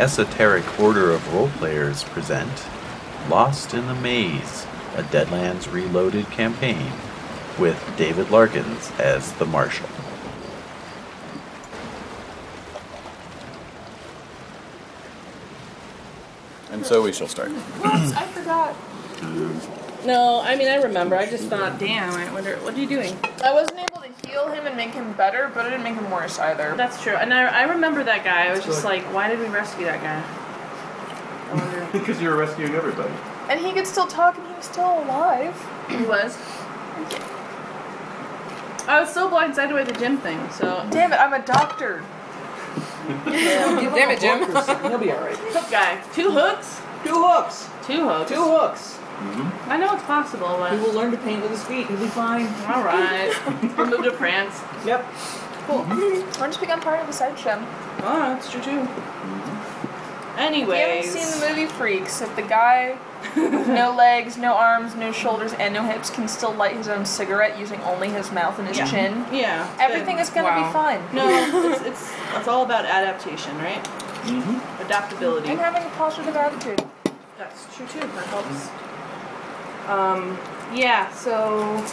Esoteric Order of Roleplayers present Lost in the Maze, a Deadlands Reloaded campaign with David Larkins as the Marshal. And so we shall start. Oops, I forgot. No, I mean I remember. I just thought, damn. I wonder what are you doing. I wasn't able to heal him and make him better, but I didn't make him worse either. That's true. And I, I remember that guy. I was just like, why did we rescue that guy? I wonder. Because you were rescuing everybody. And he could still talk and he was still alive. He was. I was so blindsided by the gym thing. So Damn it, I'm a doctor. Damn it, Jim. He'll be alright. hook guy, two hooks, Two hooks. two hooks. Two hooks. I know it's possible, He but will learn to paint with his feet. He'll be fine. all right. we'll move to France. Yep. Cool. Why don't you become part of the sideshow? Oh, that's true too. If you haven't Mm-hmm. Anyways, seen the movie Freaks, if the guy with no legs, no arms, no shoulders, and no hips can still light his own cigarette using only his mouth and his Yeah. chin, yeah, everything good. is gonna Wow. be fine. No, it's, it's it's all about adaptation, right? Mm-hmm. Adaptability. And having a positive attitude. That's true too. That helps. Mm-hmm. Um, yeah. So,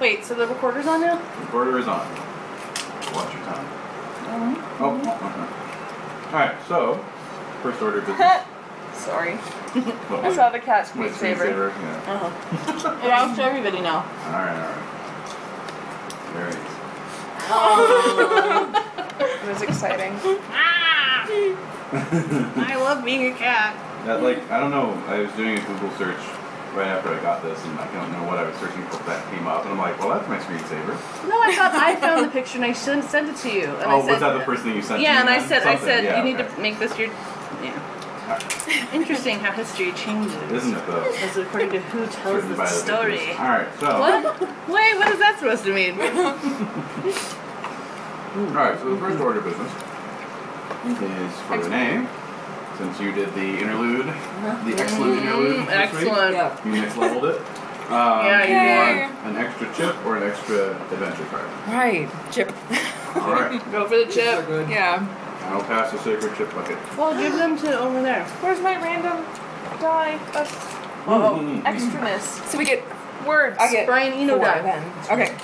wait. So the recorder's on now. Recorder is on. Watch your time. Mm-hmm. Oh, okay. Alright, so, first order of business. Sorry. What I was- saw the cat's what squeak was saver. screensaver? Yeah. Uh-huh. it out to everybody now. Alright, alright. There it is. It was exciting. Ah! I love being a cat. That, like, I don't know, I was doing a Google search right after I got this, and I don't know what I was searching for, but that came up, and I'm like, well, that's my screensaver. No, I thought I found the picture and I shouldn't send it to you. And oh, I said, was that the first thing you sent Yeah, to and me? I said, I Something, said, yeah, you need okay. to make this your. Yeah. Alright. Interesting how history changes. Isn't it, though? As according to who tells Written the by the story. victors. Alright, so. What? Wait, what is that supposed to mean? Alright, so the first order of business is for Renee, since you did the interlude, the excellent interlude. Mm, this week, excellent. Yeah. You next leveled it. Um, Yeah, do yay. you want an extra chip or an extra adventure card? Right. Chip. Alright, Go for the Chips are chip. good. Yeah. I'll pass the sacred chip bucket. Well, give them to over there. Where's my random die of extraness? So we get. Words. I get. Brian Eno four died. Then. Okay. I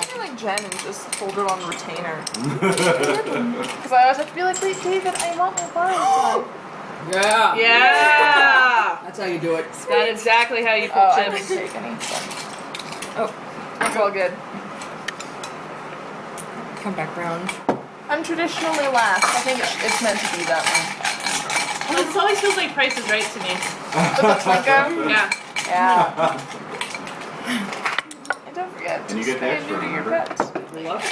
should be like Jen and just hold it on retainer. Because I always have to be like, wait, David, I want my bars. Yeah. Yeah! That's how you do it. That's exactly how you pull oh, I didn't chips. take any. so Oh, It's all good. come back round. I'm traditionally last. I think it's- it's meant to be that Well, it always feels like Price is Right to me. Oh, way. Go. Yeah. Yeah. And don't forget. And you to get the spay and extra, neuter your remember? pets. Love.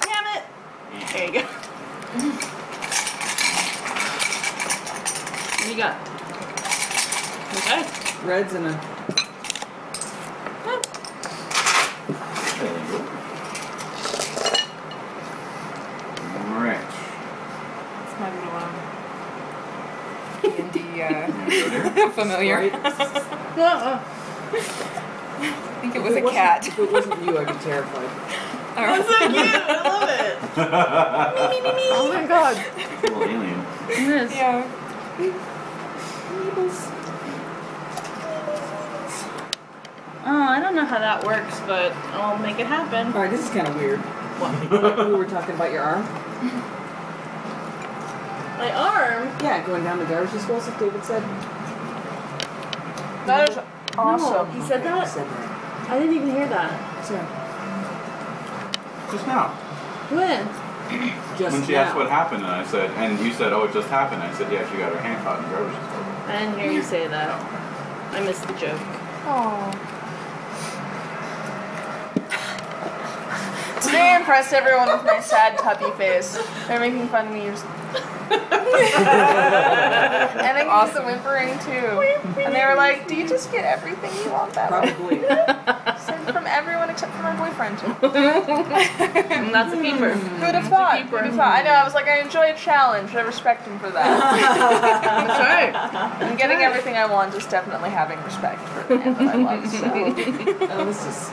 Damn it! There you go. What do you got? Okay. Reds and a. There you go. Alright. It's my little one. D uh, You wanna go there? familiar. Uh-uh. I think it was a cat. If it wasn't you, I'd be terrified. That's so cute. I love it. Oh my god. Little alien. Yes. Yeah. Oh, I don't know how that works, but I'll make it happen. All right. This is kind of weird. What? Like we were talking about your arm. My arm. Yeah, going down the garbage disposal. as David said. That is No, awesome. he said He that. said that. I didn't even hear that. So, Just now. When? just when she now. asked what happened, and I said, and you said, oh, it just happened. I said, yeah, she got her hand caught in garbage. disposal." I didn't hear you say that. I missed the joke. Aw. Today I impressed everyone with my sad puppy face. They're making fun of me. and I can awesome. the whimpering too. And they were like, "Do you just get everything you want that way?" Probably. Sent from everyone except for my boyfriend. And that's a keeper. Who'd have thought? keeper. Who'd have thought? I know. I was like, I enjoy a challenge. I respect him for that. That's right. And getting everything I want is definitely having respect for a man that I love. So. oh, this is.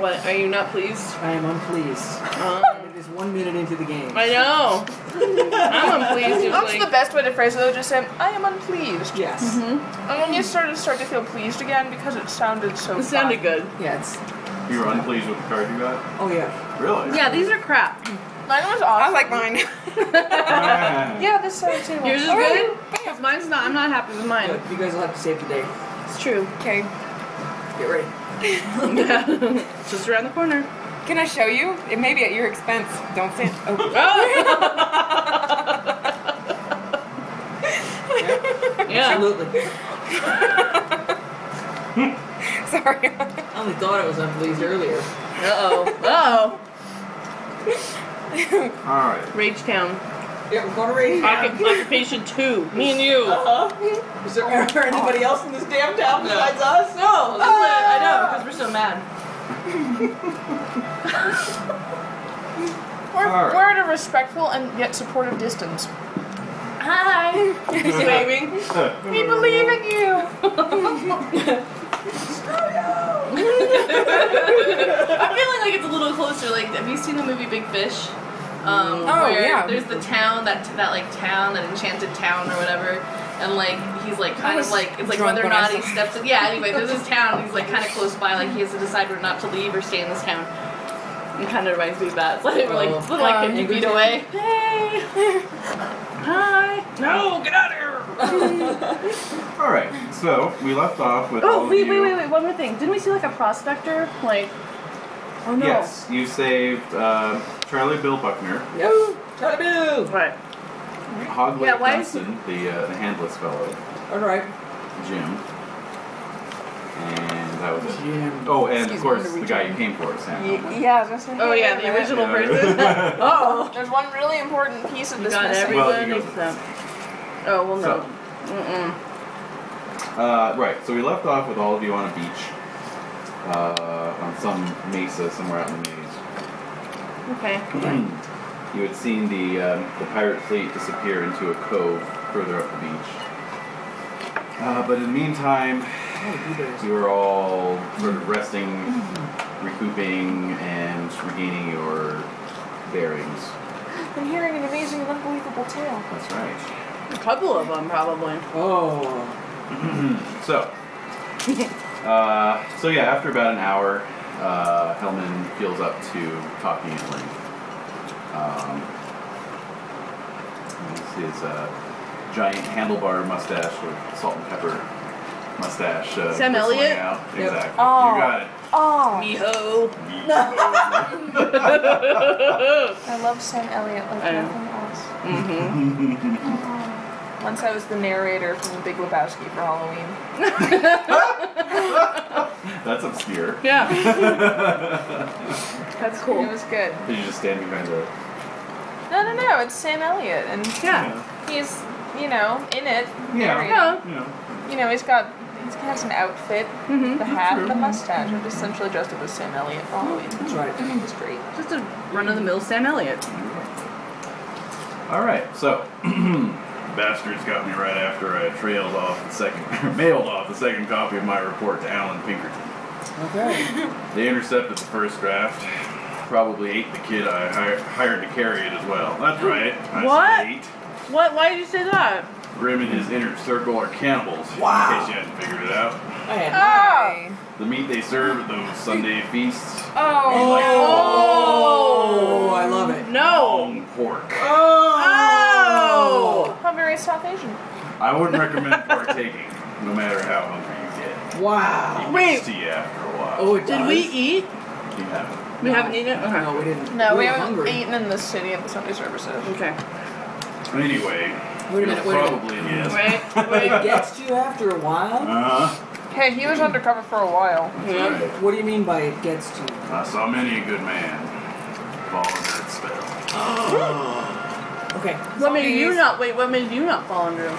What? Are you not pleased? I am unpleased. Um, It is one minute into the game. I know. I'm unpleased. It was That's like, the best way to phrase it. though, Just say, I am unpleased. Yes. And then you sort of start to feel pleased again because it sounded so. It sounded fun. good. Yeah, it's. You were unpleased with the card you got? Oh, yeah. Really? Yeah, these are crap. Mine was awesome. I like mine. Ah. Yeah, this sounded too. Yours is All right. good. Because mine's not. I'm not happy with mine. But you guys will have to save today. It's true. Okay. Get ready. It's Just around the corner. Can I show you? It may be at your expense. Don't say. Oh, Oh. yeah. Absolutely. sorry. I only thought it was unpleased earlier. Uh oh. Uh Alright. oh. Rage Town. Yeah, we're going to raise. Occup- Occupation two. Me and you. Uh-huh. Is there ever anybody else in this damn town besides us? No, that's what- I know because we're so mad. We're, All right. we're at a respectful and yet supportive distance. Hi. He's waving. Mm. We believe in you. I'm feeling like it's a little closer. Like, have you seen the movie Big Fish? Um, Oh, where yeah. There's the town that that like town, that enchanted town or whatever, and like he's like kind of was like it's like drunk whether or when I not saw he steps in. Yeah. Anyway, there's this town. and He's like kind of close by. Like he has to decide whether not to leave or stay in this town. It kind of reminds me of that. It's like we're like Oh. little like 50 feet away. Hey. Oh, Hi. No, get out of here. Alright, so we left off with. all Oh of wait, wait, you- wait, wait. One more thing. Didn't we see like a prospector? Like. Oh no. Yes, you saved uh, Charlie Bill Buckner, Yep. Try to move. Right. Hogley Yeah, why is- Dunstan, the, uh, the handless fellow, All right. Jim. And that was it. Jim. Oh, and Excuse of me, course, I'm gonna the reach guy you came for, Sam. yeah, I was gonna say, Oh yeah, the yeah. original Yeah. person. oh. There's one really important piece of You this got missing. Well, everyone you go. except. Oh well, no. So- Mm-mm. Uh, right, so we left off with all of you on a beach, uh, on some mesa somewhere out in the maze. Okay. you had seen the um, the pirate fleet disappear into a cove further up the beach. Uh, but in the meantime, Oh, you guys. you were all sort of resting, recouping, and regaining your bearings. I'm hearing an amazing and unbelievable tale. That's right. A couple of them probably. Oh. So, uh, so yeah, after about an hour, uh, Hellman feels up to talking at length. Um, this is a uh, giant handlebar mustache with salt and pepper mustache. Uh, Sam bristling Elliott? Out. Yep. Exactly. Oh. You got it. Oh, Miho. I love Sam Elliott like I know. nothing else. mm-hmm. Mm-hmm. Once I was the narrator from The Big Lebowski for Halloween. That's obscure. Yeah. That's cool. It was good. Did you just stand behind the? No, no, no. It's Sam Elliott, and Yeah. he's you know in it. Yeah. Narrator. Yeah. You know. You know he's got he's has an outfit, Mm-hmm. the hat, the mustache. I'm essentially dressed up as Sam Elliott for Halloween. That's right. It was great. Just a run-of-the-mill Sam Elliott. All right, so bastards got me right after I trailed off the second, or mailed off the second copy of my report to Alan Pinkerton. Okay. They intercepted the first draft. Probably ate the kid I hi- hired to carry it as well. That's right. I What? said Eight. What? Why did you say that? Grim and his inner circle are cannibals. Wow. In case you hadn't figured it out. I had. Oh, The meat they serve at those Sunday feasts. oh, Like Oh, I love it. No. long pork. Oh. how very South Asian. I wouldn't recommend partaking, no matter how hungry you get. Wow. It Wait. gets to you after a while. Oh, it Did does. we eat? You haven't. We haven't eaten it. Okay. No, we didn't. No, we were we haven't hungry. eaten in the city at the Sunday services. Okay. Anyway, Wait a minute, wait you'll a minute. probably yes. Wait. Wait. It gets to you after a while? Uh-huh. Hey, he was undercover for a while. Yeah. Right. What do you mean by it gets to you? I saw many a good man fall under its spell. Okay. What made you not wait? What made you not fall under? him?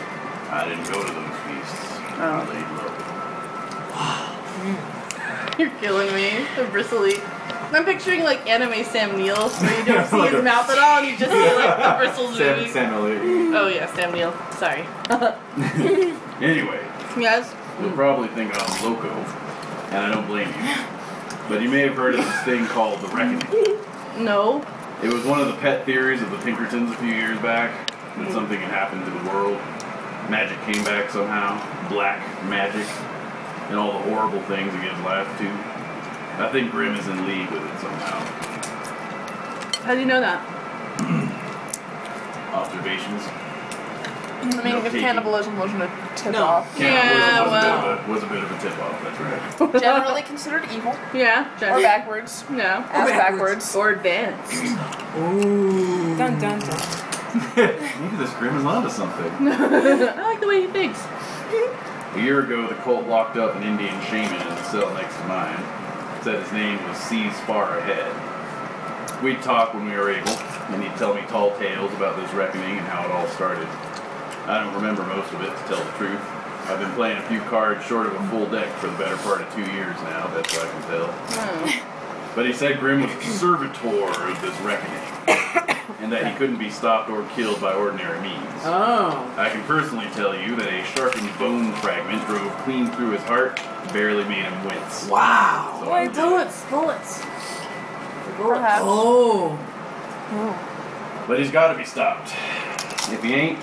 I didn't go to those feasts. I Oh. laid You're killing me. The bristly. I'm picturing like anime Sam Neill, where you don't see Like a- his mouth at all, and you just see like the bristles low. Sam, moving. Sam Elliott. Oh yeah, Sam Neill. Sorry. Anyway, Yes. you'll probably think I'm loco, and I don't blame you. But you may have heard of this thing called the Reckoning. No. It was one of the pet theories of the Pinkertons a few years back that something had happened to the world. Magic came back somehow. Black magic. And all the horrible things it gives life to. I think Grimm is in league with it somehow. How do you know that? Observations. I No mean, if taking. cannibalism wasn't a tip No. off, Yeah, Cannibalism was, a bit of a, was a bit of a tip off, that's right. generally considered evil Yeah. Jen. or backwards, No. ass backwards. backwards. Or advanced. Ooh. Dun dun dun. Maybe this Grimm is onto something. I like the way he thinks. A year ago, the cult locked up an Indian shaman in the cell next to mine. Said his name was Seas Far Ahead. We'd talk when we were able, and he'd tell me tall tales about this reckoning and how it all started. I don't remember most of it, to tell the truth. I've been playing a few cards short of a full deck for the better part of two years now, best I can tell. But he said Grimm was a servitor of this reckoning, and that he couldn't be stopped or killed by ordinary means. Oh. I can personally tell you that a sharpened bone fragment drove clean through his heart, barely made him wince. Wow. So I'm dead. Bullets. Bullets. Perhaps. Oh. But he's got to be stopped. If he ain't,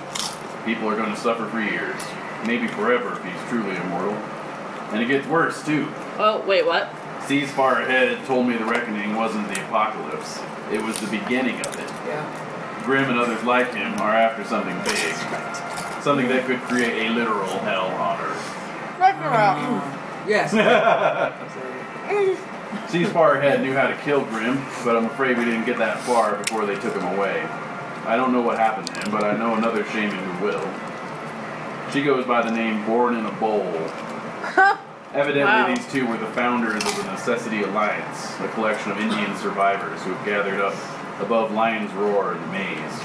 people are going to suffer for years, maybe forever if he's truly immortal. And it gets worse too. Oh wait, what? Seas far ahead told me the reckoning wasn't the apocalypse; it was the beginning of it. Yeah. Grimm and others like him are after something big, something that could create a literal hell on earth. Ragnarok. Yes. Seas far ahead knew how to kill Grim, but I'm afraid we didn't get that far before they took him away. I don't know what happened to him, but I know another shaman who will. She goes by the name Born in a Bowl. Evidently, Wow. these two were the founders of the Necessity Alliance, a collection of Indian survivors who have gathered up above Lion's Roar in the maze.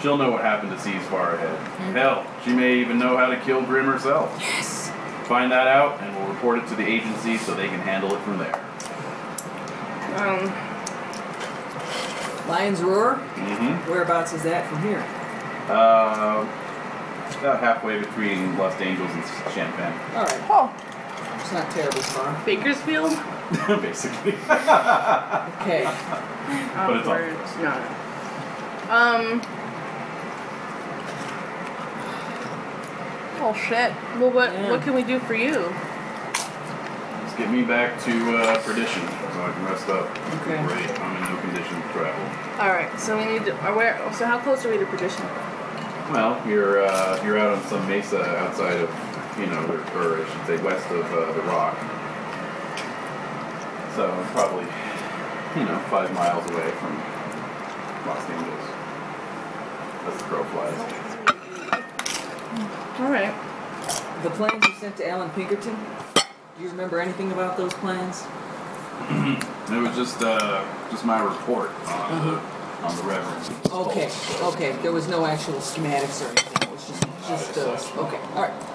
She'll know what happened to Seas Far Ahead. Hell, she may even know how to kill Grim herself. Yes! Find that out, and we'll report it to the agency so they can handle it from there. Um. Lion's roar. Mm-hmm. Whereabouts is that from here? Uh, about halfway between Los Angeles and Champagne, All right. Oh, It's not terribly far. Bakersfield. basically. Okay. But it's Outward. No. Um. oh shit. Well, what Yeah. what can we do for you? Just get me back to uh, perdition so I can rest up. Okay. Great. I'm in no condition to travel. All right. So we need to. Are where? So how close are we to perdition? Well, you're uh, you're out on some mesa outside of you know, or, or I should say, west of uh, the Rock. So I'm probably you know five miles away from Los Angeles. That's the crow flies. All right. The plans you sent to Alan Pinkerton. Do you remember anything about those plans? It was just uh, just my report on the on the Reverend. Uh-huh. Okay. Okay. There was no actual schematics or anything. It was just just uh, okay. All right.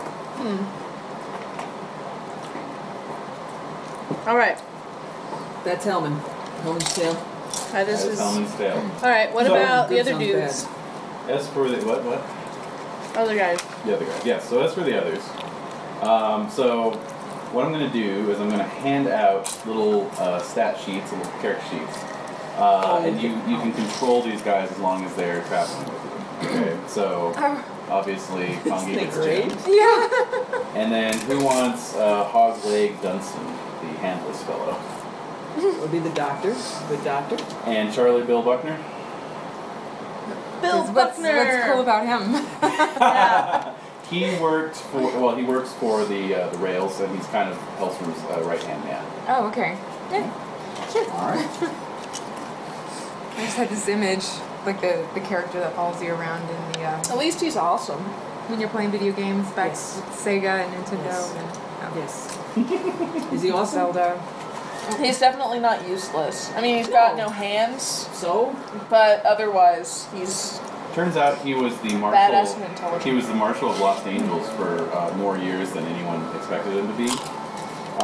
All right. That's Hellman. Hellman's tail. Hi, this is. All Hellman's tail. right. What So- about the Good other sounds dudes? As for the what what? Other guys. The other guy. Yes. So as for the others, um, so what I'm going to do is I'm going to hand out little uh, stat sheets, little character sheets, uh, Oh, and you you can control these guys as long as they're traveling with you. Okay. So obviously Kongi Isn't it gets great? Jim. And then who wants uh, Hog's Leg Dunstan, the handless fellow, Would be the doctor. The doctor. and Charlie Bill Buckner? Bill What's- what's, Buckner. what's cool about him? He worked for well. He works for the uh, the rails, and he's kind of Hellstrom's uh, right hand man. Oh, okay. Yeah. Sure. All right. I just had this image, like the, the character that follows you around in the uh, At least he's awesome. when you're playing video games back Yes. with Sega and Nintendo Yes. and oh, Yes. Is he awesome? Zelda. He's definitely not useless. I mean, he's got no hands, So but otherwise, he's Turns out he was the Badass and marshal. intelligent. He was the marshal of Lost Angels for uh, more years than anyone expected him to be,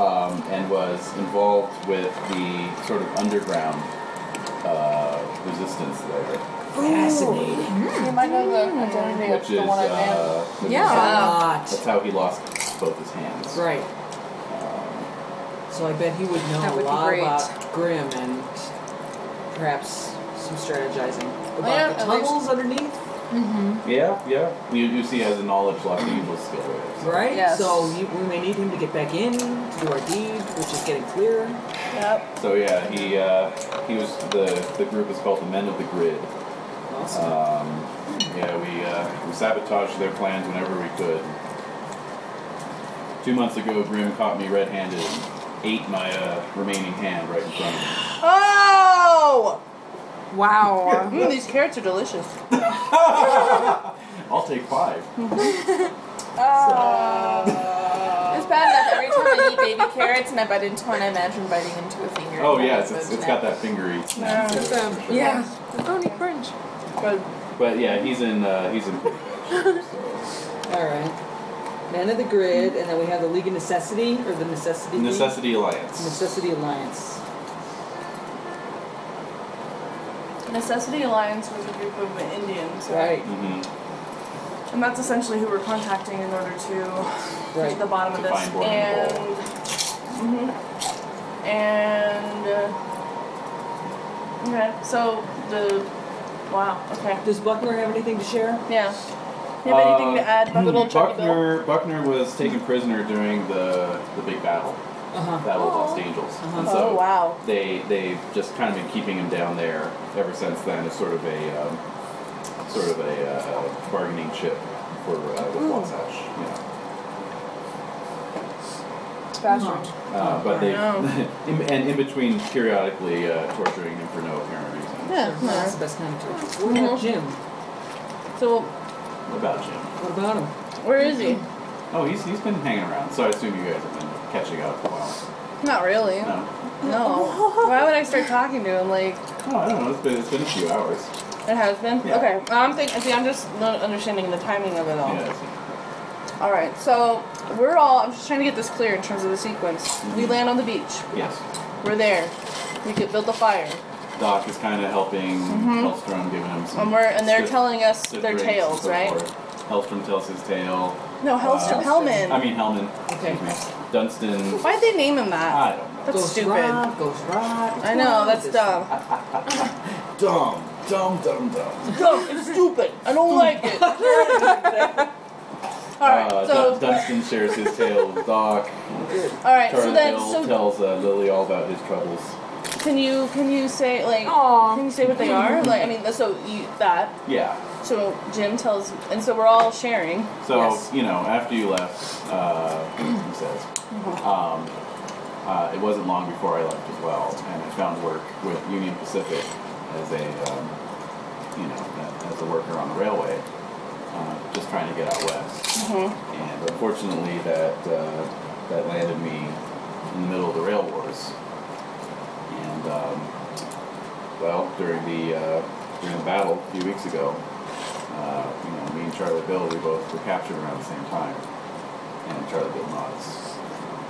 um, and was involved with the sort of underground uh, resistance there, fascinating. You might know the identity of which the is one I named. uh, which is- Yeah. Lot. that's how he lost both his hands. Right. So I bet he would know That a would be lot great. about Grimm and perhaps some strategizing about yeah, the at least- tunnels underneath, Yeah, yeah. You, you see, he has a knowledge lock that you will skill with. so. right? Yes. So you, we may need him to get back in to do our deed, which is getting clearer. Yep. So yeah, he uh, he was the the group is called the Men of the Grid. Awesome. Um, yeah, we uh, we sabotaged their plans whenever we could. Two months ago, Grim caught me red-handed, and ate my uh, remaining hand right in front of me. Oh! Wow. Mm, these carrots are delicious. I'll take five. Uh, It's bad enough every time I eat baby carrots and I bite into one, I imagine biting into a finger. Oh yeah, it's, it's, it's got that fingery snap. to it, It's, um, for sure. yeah. Pepperoni crunch. good. But yeah, he's in uh, he's in. pretty bad shape, so. All right. Man of the Grid, and then we have the League of Necessity, or the Necessity League? Necessity Alliance. Necessity Alliance. Necessity Alliance was a group of Indians, Right, hmm And that's essentially who we're contacting in order to get to the right. bottom To of this. find Gordon and Ball. Mhm. and uh, okay, so the wow, okay, Does Buckner have anything to share? yeah. You have anything to Uh, add, Buck- little Chucky Bill? Buckner, Buckner was taken prisoner during the the big battle, Uh-huh. battle Oh. of Lost Angels, and Uh-huh. so Oh wow. they they've just kind of been keeping him down there ever since then as sort of a um, sort of a uh, bargaining chip for uh, with Wasatch. You know. Fashion. Uh, but they I know. in, and in between periodically uh, torturing him for no apparent reason That's the best kind of torture. Mm-hmm. What about Jim? So about Jim. What about him? where is he? Oh, he's he's been hanging around, so I assume you guys have been catching up. for a while. Not really. No, No. Why would I start talking to him? Like no, I don't know. It's been it's been a few hours. it has been. Yeah. Okay, I'm thinking, see, I'm just not understanding the timing of it all. Yeah, All right, so we're all. I'm just trying to get this clear in terms of the sequence. We Mhm. land on the beach. yes. We're there. We could build the fire, Doc is kind of helping Hellstrom, giving him some. and we're and they're stiff- telling us stiff their drinks and tales, so right? forth. Hellstrom tells his tale. No, Hellstrom, Uh, Hellman. I mean Hellman. Okay. Excuse me. Dunstan. Why'd they name him that? I don't know. That's Ghost stupid. Rod, Ghost Rod. What's I wrong know with that's this? dumb. Dumb, dumb, dumb, dumb. dumb. It's stupid. I don't like it. all right, uh, so Dun- Dunstan shares his tale with Doc. all right, so Turtle then Bill so tells uh, Lily all about his troubles. can you can you say like Aw. can you say what they are? Like I mean, so you that Yeah. so Jim tells, and so we're all sharing. So Yes. you know, after you left, uh, he says, um, uh, it wasn't long before I left as well, and I found work with Union Pacific as a um, you know as a worker on the railway, uh, just trying to get out west. And unfortunately, that uh, that landed me in the middle of the rail wars. And um, well, during the uh, during the battle a few weeks ago, uh, you know, me and Charlie Bill, we both were captured around the same time. And Charlie Bill nods.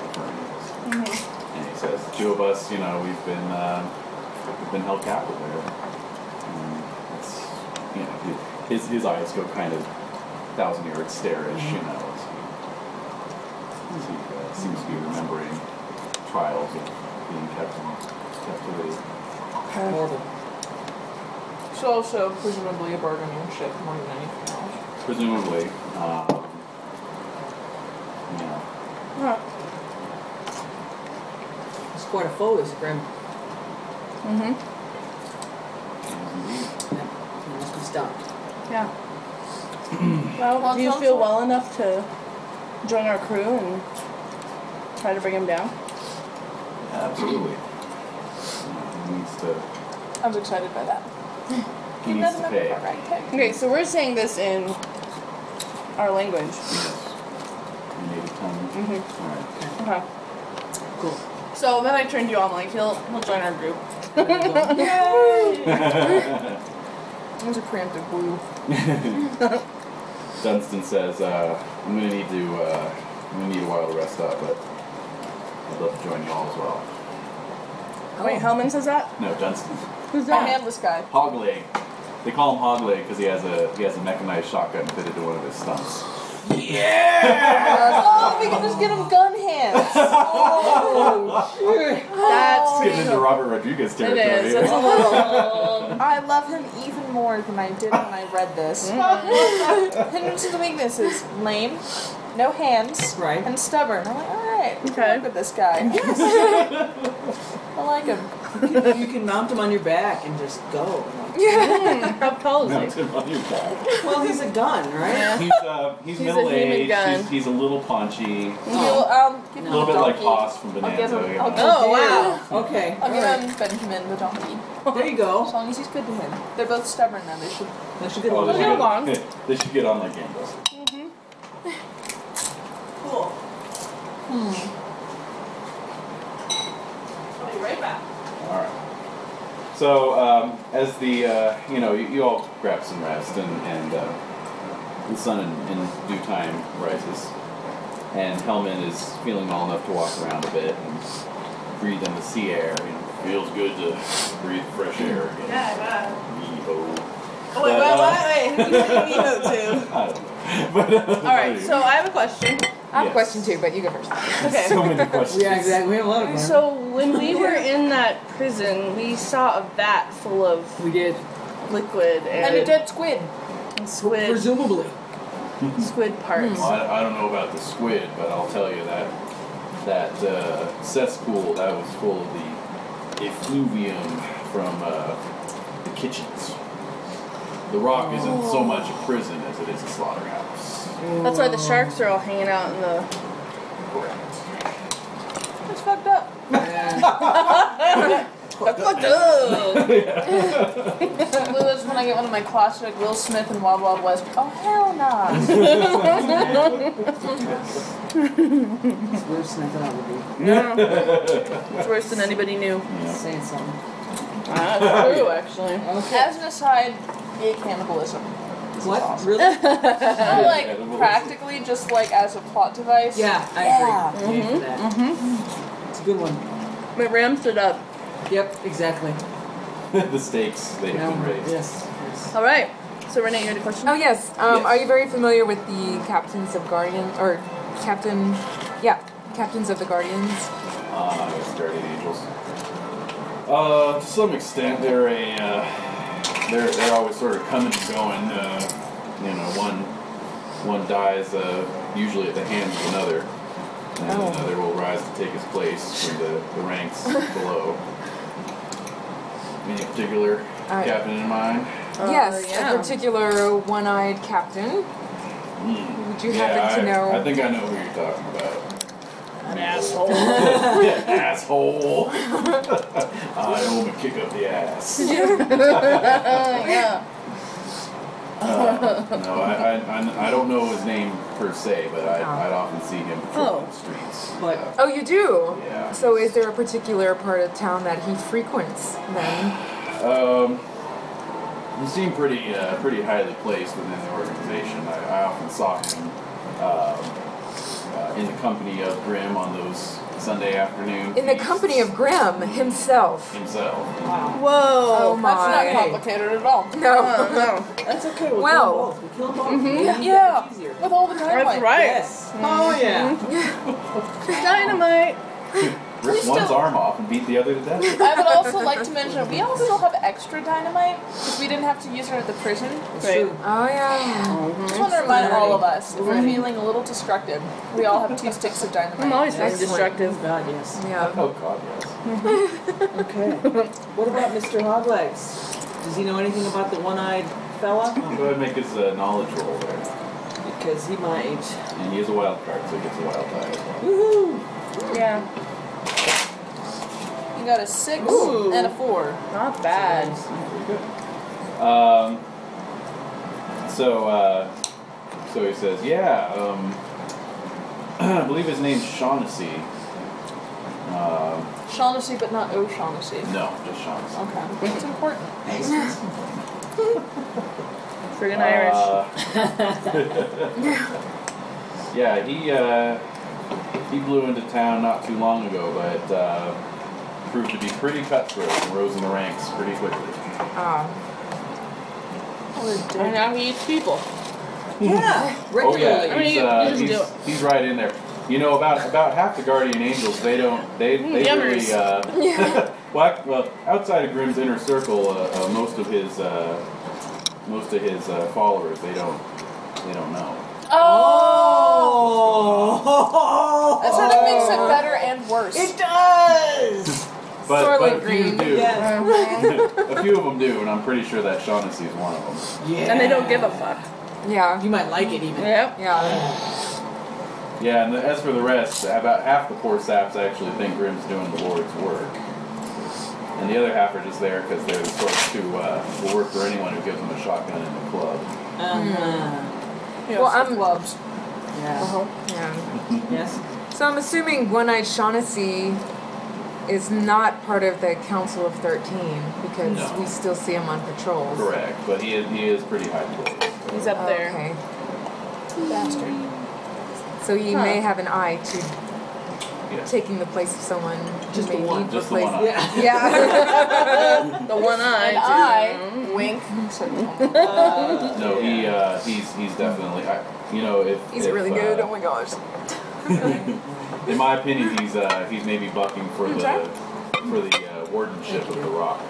affirmative. And he says, the two of us, you know, we've been uh, we've been held captive there. And it's you know, his his eyes go kind of thousand yard stare-ish, you know. As he, as he uh, seems to be remembering trials of being kept in captivity. Horrible. She's also presumably a bargaining chip more than anything else. Presumably, um, you know, It's quite a foe, is Grim. Mm-hmm. indeed. Yeah. He must be stopped. Yeah. well, Well, do you tell us feel what- well enough to join our crew and try to bring him down? Absolutely. Yeah, He needs to. I was excited by that. He needs to pay. Okay, so we're saying this in our language. Yes. Your native tongue. Mm-hmm. Mhm. All right. Okay. Cool. So then I turned you on, like he'll he'll join our group. It was a preemptive woo. Dunstan says, uh, "I'm gonna need to. Uh, I'm gonna need a while to rest up, but I'd love to join you all as well." Oh, Wait, Hellman says that? No, Dunstan. Who's I that? have this guy. Hogleg. They call him Hogleg because he has a he has a mechanized shotgun fitted to one of his stumps. oh, we can just get him gun hands. Oh, shit. That's Getting Oh, into Robert Rodriguez it territory. is. It's a little. I love him even more than I did when I read this. Hindrances and weaknesses: lame, no hands, Right. and stubborn. I'm like, all right, Okay. look at this guy. I like him. you can mount him on your back and just go. How tall is he? Mountain on your back. Well, he's a gun, right? He's, uh, he's, He's a middle human aged. gun. He's, he's a little paunchy. He'll, um, give A him little bit like donkey. Hoss from I'll give Bonanza. him. you I'll know. give Oh, him- wow. Okay. I'll give alright. him Benjamin the donkey. There you As go. long as he's good to him. They're both stubborn now. They should. That should be Oh, a they little should get- along. they should get on like Gandalf. cool. I'll be right back. All right. So um, as the uh, you know you, you all grab some rest and and uh, the sun in, in due time rises, and Hellman is feeling well enough to walk around a bit and breathe in the sea air. You know, feels good to breathe fresh air again. Yeah, Yee-ho. Oh, wait, But, uh, wait, wait, wait. Who did you vote to? I don't know. But, uh, All right, so I have a question. I have Yes. a question too, but you go first. Okay. so many questions. Yeah, exactly. We have a lot of them. So when we were in that prison, we saw a vat full of we did. liquid And a and, dead squid. squid Presumably. squid parts. Well, I, I don't know about the squid, but I'll tell you that that uh, cesspool that was full of the effluvium from uh, the kitchens. The Rock isn't so much a prison as it is a slaughterhouse. That's why the sharks are all hanging out in the. Correct. It's fucked up. Yeah. Fucked up. Lewis, when I get one of my closet, like Will Smith and Wild Wild West. Oh hell no! It's worse than I thought it would be. It's worse than anybody knew. Saying something. Ah, That's true, actually. Okay. As an aside, gay cannibalism. What? Really? Not like cannibalism. practically, just like as a plot device. Yeah, I Yeah. agree. I agree with that. It's a good one. It ramps it up. Yep, exactly. the stakes they've been Now- raised. yes. yes. All right. So Renee, you had a question. Oh yes. Um, Yes. Are you very familiar with the captains of guardians or captain? Yeah, captains of the guardians. Ah, yes, Guardian Angels. Uh, to some extent, they're a uh, they're they're always sort of coming and going. Uh, you know, one one dies uh, usually at the hands of another, and Oh. another will rise to take his place from the, the ranks below. Any particular Uh, captain in mind? Uh, yes, yeah. a particular one-eyed captain. Mm. Would you yeah, happen I, to know? I think I know who you're talking about. An asshole. Asshole! I owe him a kick up the ass. yeah. Uh, no, I, I, I, I don't know his name per se, but I, I'd often see him on Oh. the streets. But- Uh, Oh, you do. Yeah. So, is there a particular part of town that he frequents then? um, he seemed pretty uh, pretty highly placed within the organization. I, I often saw him um, uh, in the company of Grimm on those Sunday afternoon. In the feasts company of Grimm himself. himself. Wow. Whoa. Oh my. That's not complicated at all. No. Oh, That's okay. We'll Wow. kill both. We kill both. Yeah. Maybe yeah. that's easier. With all the no. That's timeline. right. Yes. Oh yeah. Dynamite. Ripped We one's still- arm off and beat the other to death. I would also like to mention we all still have extra dynamite because we didn't have to use it at the prison. That's Great. true. Oh yeah. Just want to remind all of us if we're feeling a little destructive, we all have two sticks of dynamite. I'm always very Excellent. destructive. Oh, God, yes. Yeah. Oh God, yes. Okay. what about Mr. Hoglegs? Does he know anything about the one-eyed fella? I'll go ahead and make his uh, knowledge roll there, Because he might. and he is a wild card, so he gets a wild die as well. Woohoo! Yeah. You got a six Ooh. and a four. Not bad. Pretty good. Um, so, uh, so he says, yeah, um, I believe his name's Shaughnessy. Um, Shaughnessy, but not O'Shaughnessy. no, just Shaughnessy. Okay. It's important. Friggin' Irish. Uh, yeah, he uh, he blew into town not too long ago, but uh, proved to be pretty cutthroat and rose in the ranks pretty quickly. Ah. and now he eats people. Yeah, Oh regularly. yeah, mean, he's, you- you uh, just do he's, he's right in there. You know about about half the guardian angels. They don't. They they Mm, Yummers. really. Uh, well, I- well, outside of Grimm's inner circle, uh, uh, most of his uh, most of his uh, followers, they don't they don't know. Oh, That sort of makes it better and worse. It does. But, Sorely but a few green. do. Yeah. a few of them do, and I'm pretty sure that Shaughnessy is one of them. yeah. And they don't give a fuck. yeah. You might like it even. Yep. Yeah. Yeah, and the, as for the rest, about half the poor saps actually think Grimm's doing the Lord's work. And the other half are just there because they're the sorts who uh, will work for anyone who gives them a shotgun in the club. Uh-huh. Well, I'm Yeah. Uh-huh. Yeah. Yes. So I'm assuming One Eyed Shaughnessy is not part of the Council of Thirteen because No. we still see him on patrols. Correct, but he is, he is pretty high poised. He's up there. Okay. Bastard. So he Huh. may have an eye to Yes. taking the place of someone who Just the may one- need just the one replacing. Yeah. Yeah. The one eye. And I- Mhm. Wink. Uh, No, he uh, he's he's definitely I, you know if He's if, really uh, good. Oh my gosh. In my opinion, he's uh, he's maybe bucking for the for the uh, wardenship of the Rock.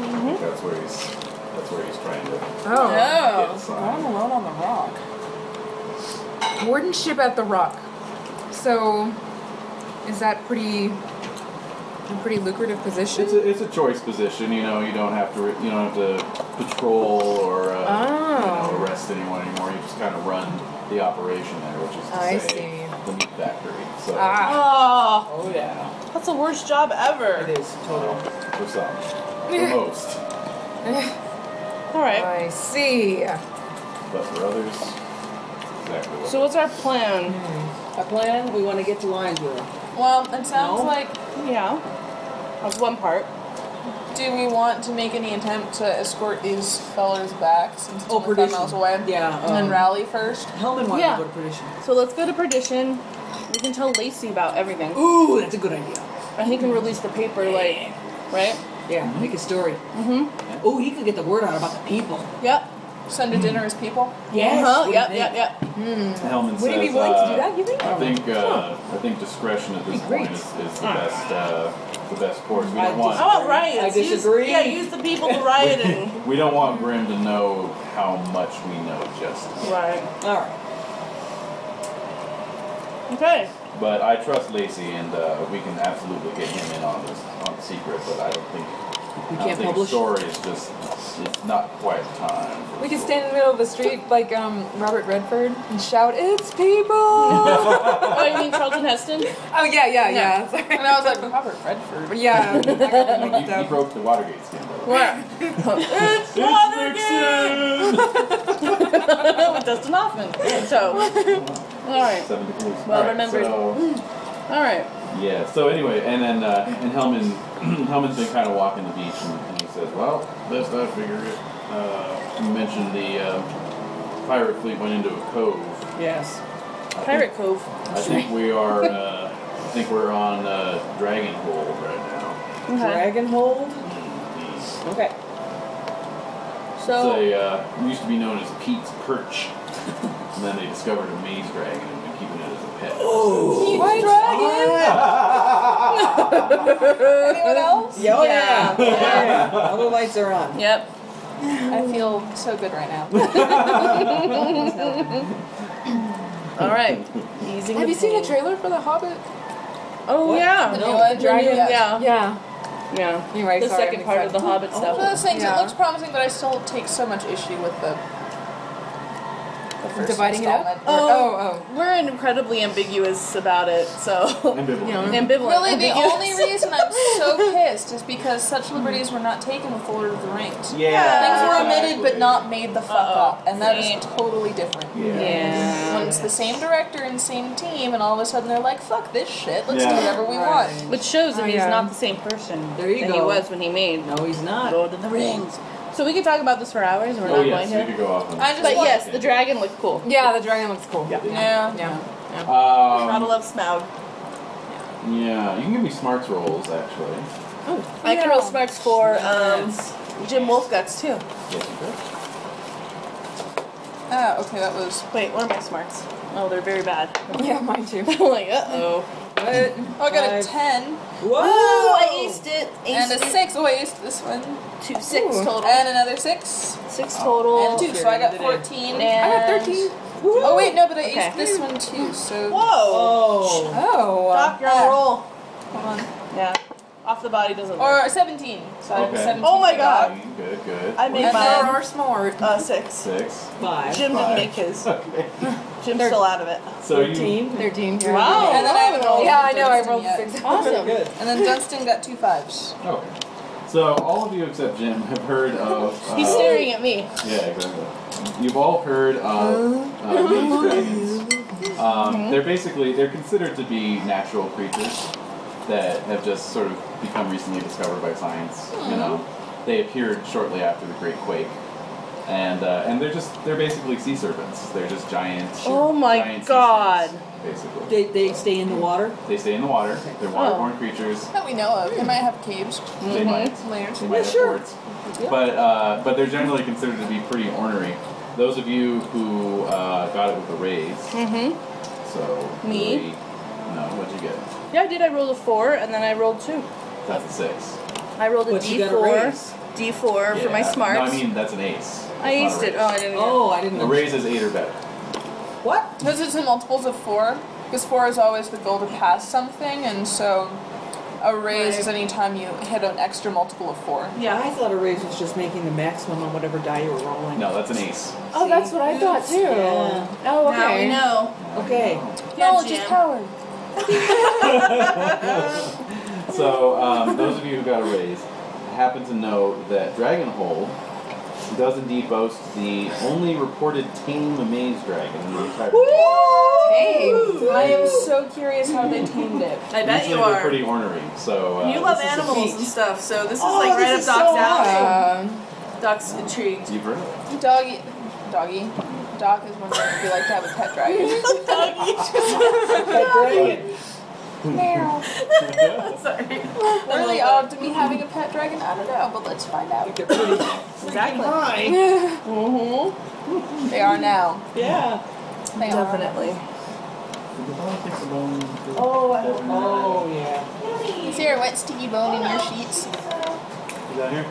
Mm-hmm. That's where he's that's where he's trying to Oh. get Oh. signed. alone on the rock. Wardenship at the Rock. So, is that pretty? A pretty lucrative position. It's a it's a choice position, you know. You don't have to re- you don't have to patrol or uh, you Oh. know, arrest anyone anymore. You just kind of run the operation there, which is to I say see. the meat factory. So ah. Oh, Oh yeah. that's the worst job ever. It is total. for some, for most, All right. I see. but for others, it's exactly what So what's our plan? Our plan, we want to get to Lionsville. Well, it sounds No. like. Yeah. That's one part. Do we want to make any attempt to escort these fellers back since it's Oh, only five perdition. miles away? Yeah, And then um, rally first. Hellman wanted Yeah. to go to Perdition. So let's go to Perdition. We can tell Lacey about everything. Ooh, that's a good idea. And he can release the paper, like, right? Yeah, make a story. Mm-hmm. Oh, he could get the word out about the people. Yep. Send to dinner as people. Yes. Uh-huh, what do you Yep, think? yep, yep. Hellman Would says. he be willing to do uh, that, you think? I think uh, I think discretion at this Be great. point is, is the best uh, the best course. We don't I Oh. want How about riots? I Use- disagree. yeah, use the people to riot and. we don't want Grim to know how much we know just. yet. right. All right. Okay. But I trust Lacey, and uh, we can absolutely get him in on this on the secret. But I don't think We I don't can't think publish. story is just it's not quite time. for We the could story. stand in the middle of the street like um, Robert Redford and shout, "It's people!" oh Oh, you mean Charlton Heston? yeah, yeah, yeah. Sorry. And I was like, Robert Redford. yeah. I got that No, mixed you, you up. broke the Watergate scandal. it's Watergate! With Dustin Hoffman. So. Alright. Seven degrees. Well Alright, remembered. so- Alright. Yeah. So anyway, and then uh, and Hellman Hellman's been kind of walking the beach, and, and he says, "Well, best I figure it. Uh, you mentioned the uh, pirate fleet went into a cove. Yes. I Pirate Think, Cove. I think we are. Uh, I think we're on uh, Dragon Hole right now. Dragon hold. Okay. So. It's a, uh, it used to be known as Pete's Perch, and then they discovered a maze dragon and been keeping it as a pet. Oh. White dragon. Anyone else? Yeah. oh, Yeah. yeah. Yeah. All the lights are on. Yep. I feel so good right now. Alright. Easing Have the you seen pain. the trailer for The Hobbit? Oh, yeah. The new one? Yeah. Yeah. Yeah. Yeah. yeah. Anyway, the sorry, second I'm part of the excited. Hobbit It's One of stuff. those things. Yeah. It looks promising, but I still take so much issue with the. the first Dividing it up. installment. Or- Oh. oh, We're incredibly ambiguous about it, so. Ambivalent. Yeah. Ambivalent. Really, the ambiguous. only reason I'm so pissed is because such liberties were not taken with Lord of the Rings. Things Yeah. were omitted but not made the fuck Uh-oh. up, and that is Same. totally different. Yeah. When it's the same director and same team, and all of a sudden they're like, "Fuck this shit. Let's Yeah. do whatever we Right. want." Which shows that Oh, he's yeah. not the same person There you that he go. was when he made No, he's not. Lord of the Rings. So we could talk about this for hours, and we're Oh not yes, we going to. could go off on. I this. just But want- yes, the dragon looked cool. oh. Yeah, the dragon looks cool. Yeah. Yeah. Yeah. Gotta Um, love Smaug. yeah, you can give me smarts rolls actually. I can roll smarts for um, Jim Wolfguts too. Yes, you could. Ah, Oh, okay, that was. Wait, what are my smarts? Oh, they're very bad. Yeah, mine too. I'm like, uh oh. What? Oh, I got a Five. 10 Whoa! I aced it. Aced and a it. 6. Oh, I used this one. Two, six Ooh. total. And another 6. Six total. And 2, so I got Today. 14. And- I got 13. Oh, wait, no, but I Okay. used this one too, so. Whoa! Oh. Oh. Doc, you're on Ah. a roll. Hold on. Yeah. Off the body doesn't work. Or 17. So I have a Okay. 17. Oh my for God. Good, good. I made And mine. then- smart. Uh, six. six. Five. Jim didn't Five. make his. Okay. Jim's still out of it. So you. Thirteen. 13. yeah. Wow. And then I haven't rolled. Yeah, I know. I Dunstan rolled yet. six. Awesome. Good. And then Dunstan got two fives. Okay. So all of you except Jim have heard of. Uh, Oh, He's staring at me. Yeah, exactly. You've all heard of uh, Oh. these dragons. Um, they're basically they're considered to be natural creatures that have just sort of become recently discovered by science. You know, Hmm. they appeared shortly after the Great Quake, and uh, and they're just they're basically sea serpents. They're just giant. Oh my giant sea God. serpents, Basically, They, they stay in the water. they stay in the water. Oh. They're waterborne creatures. That we know of. They might have caves. They Mm-hmm. might Layers. They might have sure. warts. But uh, but they're generally considered to be pretty ornery. Those of you who uh, got it with the raise, Mm-hmm. so Me? really- no, what'd you get? Yeah, I did. I rolled a four, and then I rolled two. That's a six. I rolled a But you got a 4 raise. D4 for my Yeah. smarts. No, I mean that's an ace. I It's aced not a it. raise. Oh, I didn't. Oh, I didn't A know. raise is eight or better. What? Those are two multiples of four, because four is always the goal to pass something, and so a raise is any time you hit an extra multiple of four. Yeah, I thought a raise was just making the maximum on whatever die you were rolling. No, that's an ace. Oh, that's what I thought too. Yeah. Oh, okay. Now we know. Okay. Knowledge is Jim. power. So um, those of you who got a raise happen to know that Dragonhold does indeed boast the only reported tame maze dragon in the entire. Hey, I am so curious how they tamed it. I bet you Usually are. they're pretty ornery, so. Uh, you love this is a animals feat. and stuff, so this is Oh, like right this up is Doc's so alley. Um, Doc's intrigued. You've heard of Doggy, doggy, Doc is one that we like to have a pet dragon. Meow. Sorry. really, uh, do we having a pet dragon? I don't know, but let's find out. Exactly. They are now. Yeah. They are. Definitely. Oh, I don't Oh, yeah. Is there a wet sticky bone in your sheets? Is that here?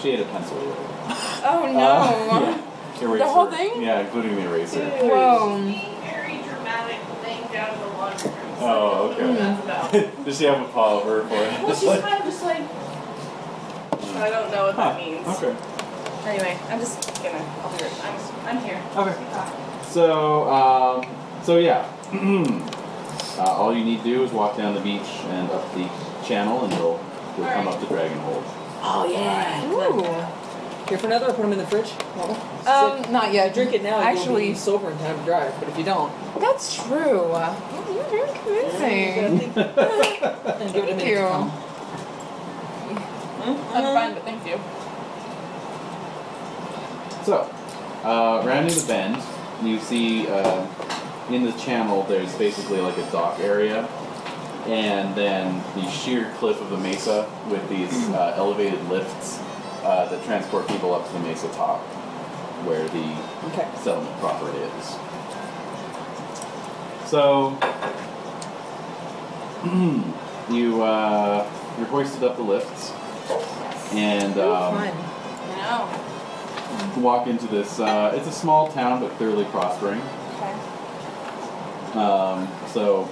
She ate a pencil. oh no. Uh, yeah. Eraser. whole thing? Yeah, including the eraser. Whoa. Very dramatic thing down in the laundry room. Oh, okay. That's about. Does she have a pullover for it? Well, she's kind of just like. I don't know what Huh, that means. Okay. Anyway, I'm just gonna. I'll be right. I'm, I'm here. Okay. So, um, so yeah. uh, all you need to do is walk down the beach and up the channel, and you'll you'll come up to Dragon Hold. Oh, yeah. Ooh. Here for another, I'll put them in the fridge. Sit. Um, not yet. Drink it now. Actually, Actually- you'll be sober in time to drive. But if you don't, That's true. You're very convincing. you gotta think- and give it a Thank minute to you. come. I'm fine, but thank you. So, uh, rounding the bend, you see uh, in the channel there's basically like a dock area, and then the sheer cliff of the mesa with these uh, elevated lifts uh, that transport people up to the mesa top, where the Okay. settlement proper is. So, you uh, you're hoisted up the lifts, and um, Fun. No. walk into this. Uh, it's a small town, but clearly prospering. Okay. Um, so,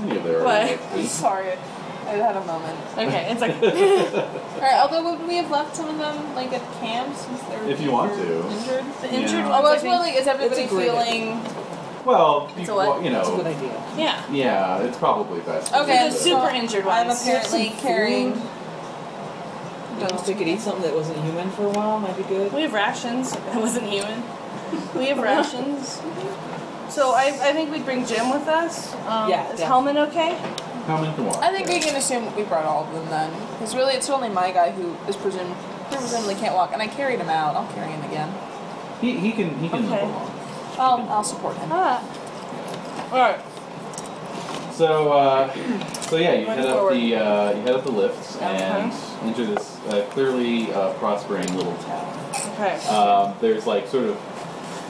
many of there are. What? like, Sorry, I had a moment. Okay, it's like. Alright, although would we have left some of them like at camp since they were If you want injured- to. injured? The injured Yeah. ones, Oh, I well, it's think. more like is everybody It's a grid. feeling? well, It's you, a what? well, you That's a good know, idea. Yeah. yeah, it's probably best. Okay, The super injured I'm ones. apparently carrying. If we could eat something that wasn't human for a while, might be good. We have rations. That wasn't human. We have rations. So I, I think we'd bring Jim with us. Um, Yeah, Is yeah. Hellman okay? How many can walk? I think we can assume that we brought all of them then, because really it's only my guy who is presumed who presumably can't walk, and I carried him out. I'll carry him again. He, he can he can Okay. move along. I'll I'll support him. Ah. All right. So So, uh, so yeah, you Going head up forward. the uh, you head up the lifts and enter this uh, clearly uh, prospering little town. Okay. Um, there's like sort of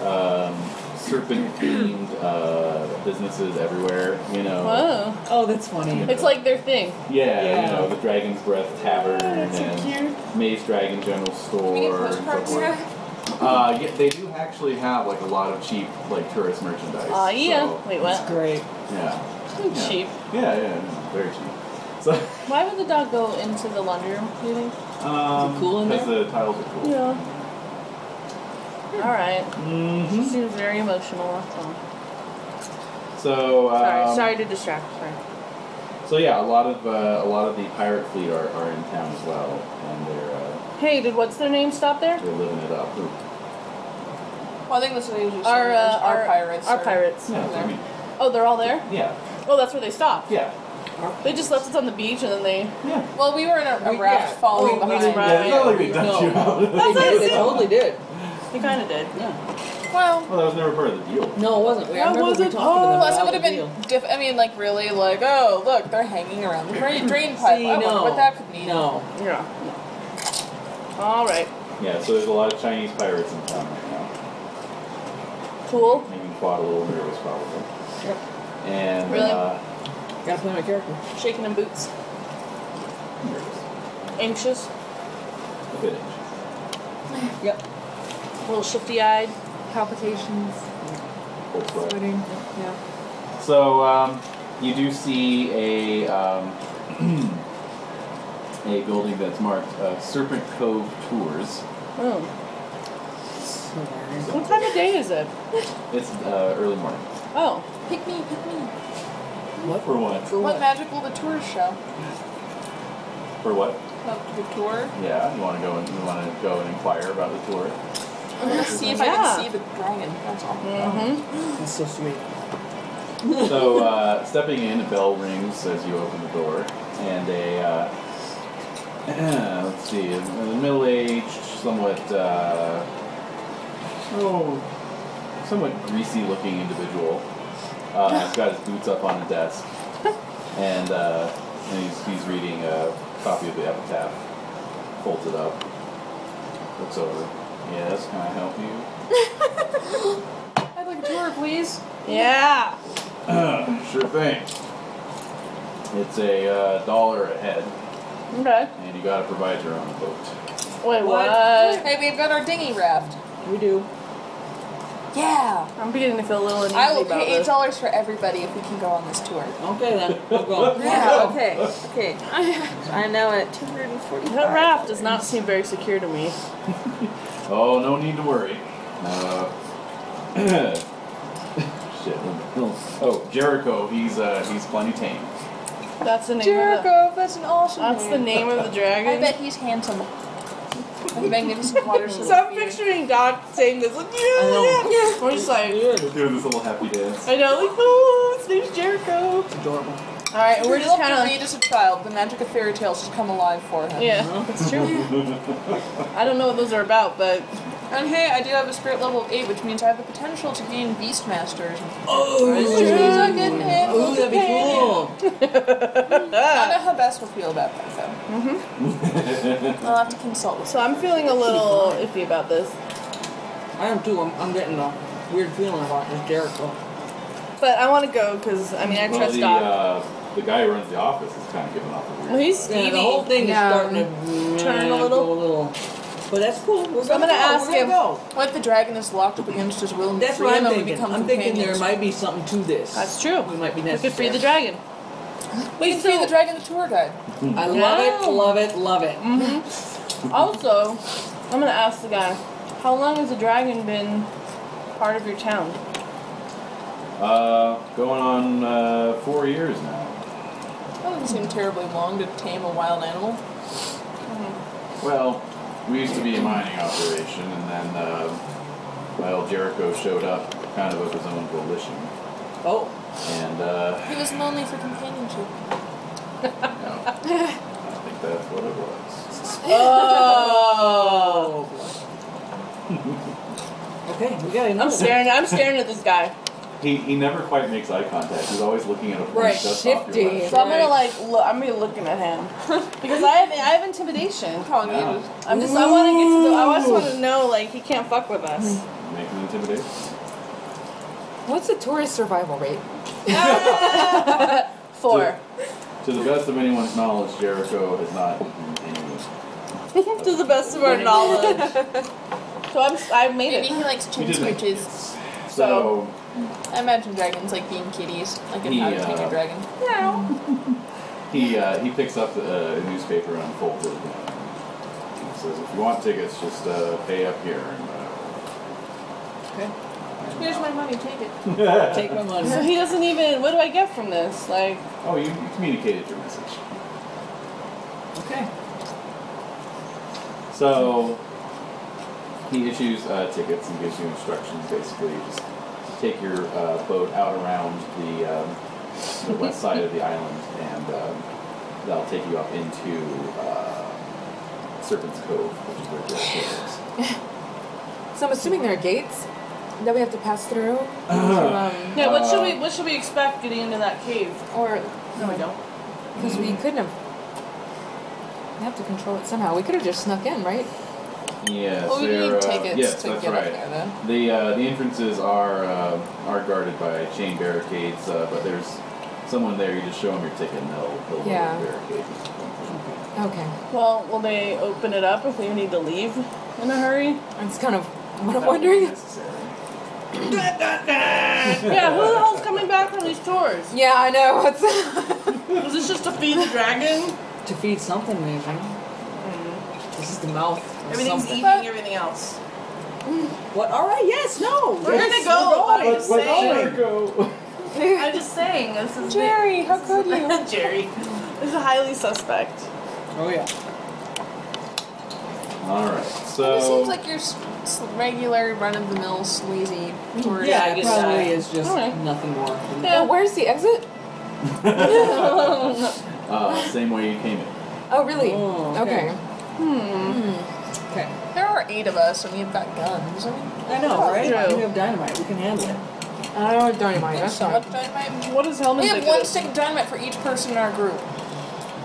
um, serpent themed uh, businesses everywhere. You know, Whoa. Oh, that's funny. It's like their thing. yeah, Yeah. you know the Dragon's Breath Tavern and Maze Dragon General Store. and so forth. Uh, yeah, they do actually have like a lot of cheap like tourist merchandise. Aw, Ah, yeah. so, Wait, It's what? great. yeah, Sheep. cheap. yeah, yeah, yeah, very cheap. So. Why would the dog go into the laundry room, do you think? Um, cool in Because the tiles are cool. Yeah. Hmm. Alright. She Mm-hmm. seems very emotional. That's all. Oh. So, um, Sorry, sorry to distract. Sorry. so yeah, a lot of uh, a lot of the pirate fleet are, are in town as well, and they're uh, Hey, did what's their name stop there? they're living it up. Ooh, Well, I think that's what they usually Our, say is uh, our, our- pirates. Our are- pirates. Yeah, that's what I mean. Oh, they're all there? yeah, Oh, that's where they stopped. yeah, They just left us on the beach and then they. Oh, yeah. Well, we were in a, a We- raft yeah. following We- we behind. didn't- yeah it's not like they Uh, No. dumped you out. They did. They totally did. They kind of did. Yeah. Well, well, that was never part of the deal. No, it wasn't. oh, I That remember we wasn't- talked to them plus it about would have the been. deal. Diff- I mean, like really, like oh look, they're hanging around the drain, drain pipe. See, I wonder no. what that could mean. No. Yeah. Alright. Yeah, so there's a lot of Chinese pirates in town right now, Cool. making Quad a little nervous probably. Yep. And Really? uh, Gotta play my character. Shaking in boots. nervous, Anxious. a bit anxious. Yep. A little shifty eyed. Palpitations, Cold sweat. sweating. Yeah. So um, you do see a um, a building that's marked uh, Serpent Cove Tours. Hmm. Oh. What time of day is it? It's uh, early morning. Oh. Pick me, pick me. What for what? For What what? magic will the tours show? For what? Of the tour. Yeah, you want to go and you want to go and inquire about the tour. I'm gonna see if I Yeah. can see the dragon. That's all. Mm hmm. That's so sweet. so uh, stepping in, a bell rings as you open the door, and a uh, let's see, a, a middle-aged, somewhat uh, oh, somewhat greasy-looking individual. Uh, has got his boots up on the desk, and, uh, and he's, he's reading a copy of the epitaph, folds it up, looks over. Yes, can I help you? I'd like a tour, please. Yeah. sure thing. It's a uh, dollar a head, Okay. and you gotta provide your own boat. Wait, what? hey, we've got our dinghy raft. We do. Yeah. I'm beginning to feel a little uneasy I will about pay eight this. dollars for everybody if we can go on this tour. Okay then. We're going. Yeah, okay, okay. I know it. 240. That raft does not seem very secure to me. Oh, no need to worry. Uh, shit. Oh, Jericho, he's uh, he's plenty tame. That's the name of the. Jericho, that's an awesome That's the name of the I dragon. bet he's handsome. With magnificent waters. So I'm picturing Dot saying this, like, I know. yeah, yeah. We're just like, Doing this little happy dance. I know, like, oh, his name's Jericho. It's adorable. Alright, and We're we're just kind of read as a child. The magic of fairy tales should come alive for him. yeah, it's true. I don't know what those are about, but And hey, I do have a spirit level of eight, which means I have the potential to gain beastmasters. Which Oh, means I can handle ooh, that'd be companions. cool. I don't know how Bess will feel about that though. Mm-hmm. I'll have to consult with so I'm feeling a little iffy about this. I am too. I'm, I'm getting a weird feeling about this Jericho. But I want to go because I mean I Well, trust the, Dot. uh, the guy who runs the office is kind of giving off a well, weird. he's Yeah, Stevie. the whole thing Yeah. is starting to Turn a go little. But that's cool. We're So I'm gonna go. gonna ask We're gonna him- Go. What if the dragon is locked up against his will and That's free what I'm and then we thinking. become I'm thinking there companions? might be something to this. That's true. We might be We could free necessary. the dragon. We can free the dragon the tour guide. I love No. it, love it, love it. Mm. Also, I'm gonna ask the guy, how long has the dragon been part of your town? Uh, going on uh, four years now. That doesn't seem terribly long to tame a wild animal. Well, we used to be a mining operation, and then uh, well, Jericho showed up kind of of his own volition, Oh, and uh, He was lonely for companionship. No. I think that's what it was. oh. okay, we got I'm enough. staring. I'm staring at this guy. He, he never quite makes eye contact. He's always looking at a Right, point just off your shifty. left. So I'm gonna Right. like look, I'm gonna be looking at him because I have I have intimidation. Calling Yeah. you. I'm just I want to get to the I just want to know like he can't fuck with us. Make an intimidation. What's the tourist survival rate? Four. To the best of anyone's knowledge, Jericho has not eaten any. to the best of our knowledge. So I'm I made Maybe he it. likes He chin didn't make scooches. kids. So I imagine dragons like being kitties, like if He, I was being uh, a dragon. he uh, he picks up the uh, newspaper and unfolds it. He says, "If you want tickets, just uh, pay up here." And, Here's my money. Take it. uh, Take my money. So he doesn't even. What do I get from this? Like oh, you, you communicated your message. Okay. So he issues uh, tickets and gives you instructions. Basically, just take your uh, boat out around the um, the west side of the island, and um, that'll take you up into uh, Serpent's Cove, which is where Jericho is. So I'm assuming there are gates that we have to um, pass through. Because yeah. What should Uh, we What should we expect getting into that cave? Or no, I don't. we couldn't have. We have to control it somehow. We could have just snuck in, right? Yes, Well, we they're, need uh, tickets yes, to that's get up right. there, then. The uh, the entrances are uh, are guarded by chain barricades, uh, but there's someone there. You just show them your ticket, and they'll they'll lower the Yeah. barricade. Okay. Well, will they open it up if we need to leave in a hurry? That's kind of what That I'm would be wondering. necessary. yeah. Who the hell's coming back from these tours? Yeah, I know. What's Was this just to feed the dragon? To feed something moving. This is the mouth. of Mm-hmm. Everything's something. eating everything else. What? All right. Yes. No. We're yes, gonna go. we're going. I'm just saying. I'm Oh Jericho. just saying. This is Jerry? How could you? Jerry. This is highly suspect. Oh yeah. All right. So It just seems like your s- s- regular run of the mill sleazy tourist. Yeah. I It guess probably so. is just Alright. nothing more. Than Yeah, where's the exit? uh, same way you came in. Oh, really? Oh, okay. okay. Okay. There are eight of us, and we've got guns. I mean, I know, right? True. We have dynamite. We can handle it. I don't know, dynamite. That's so not. much dynamite. What is Helmet? We have one stick of dynamite for each person in our group.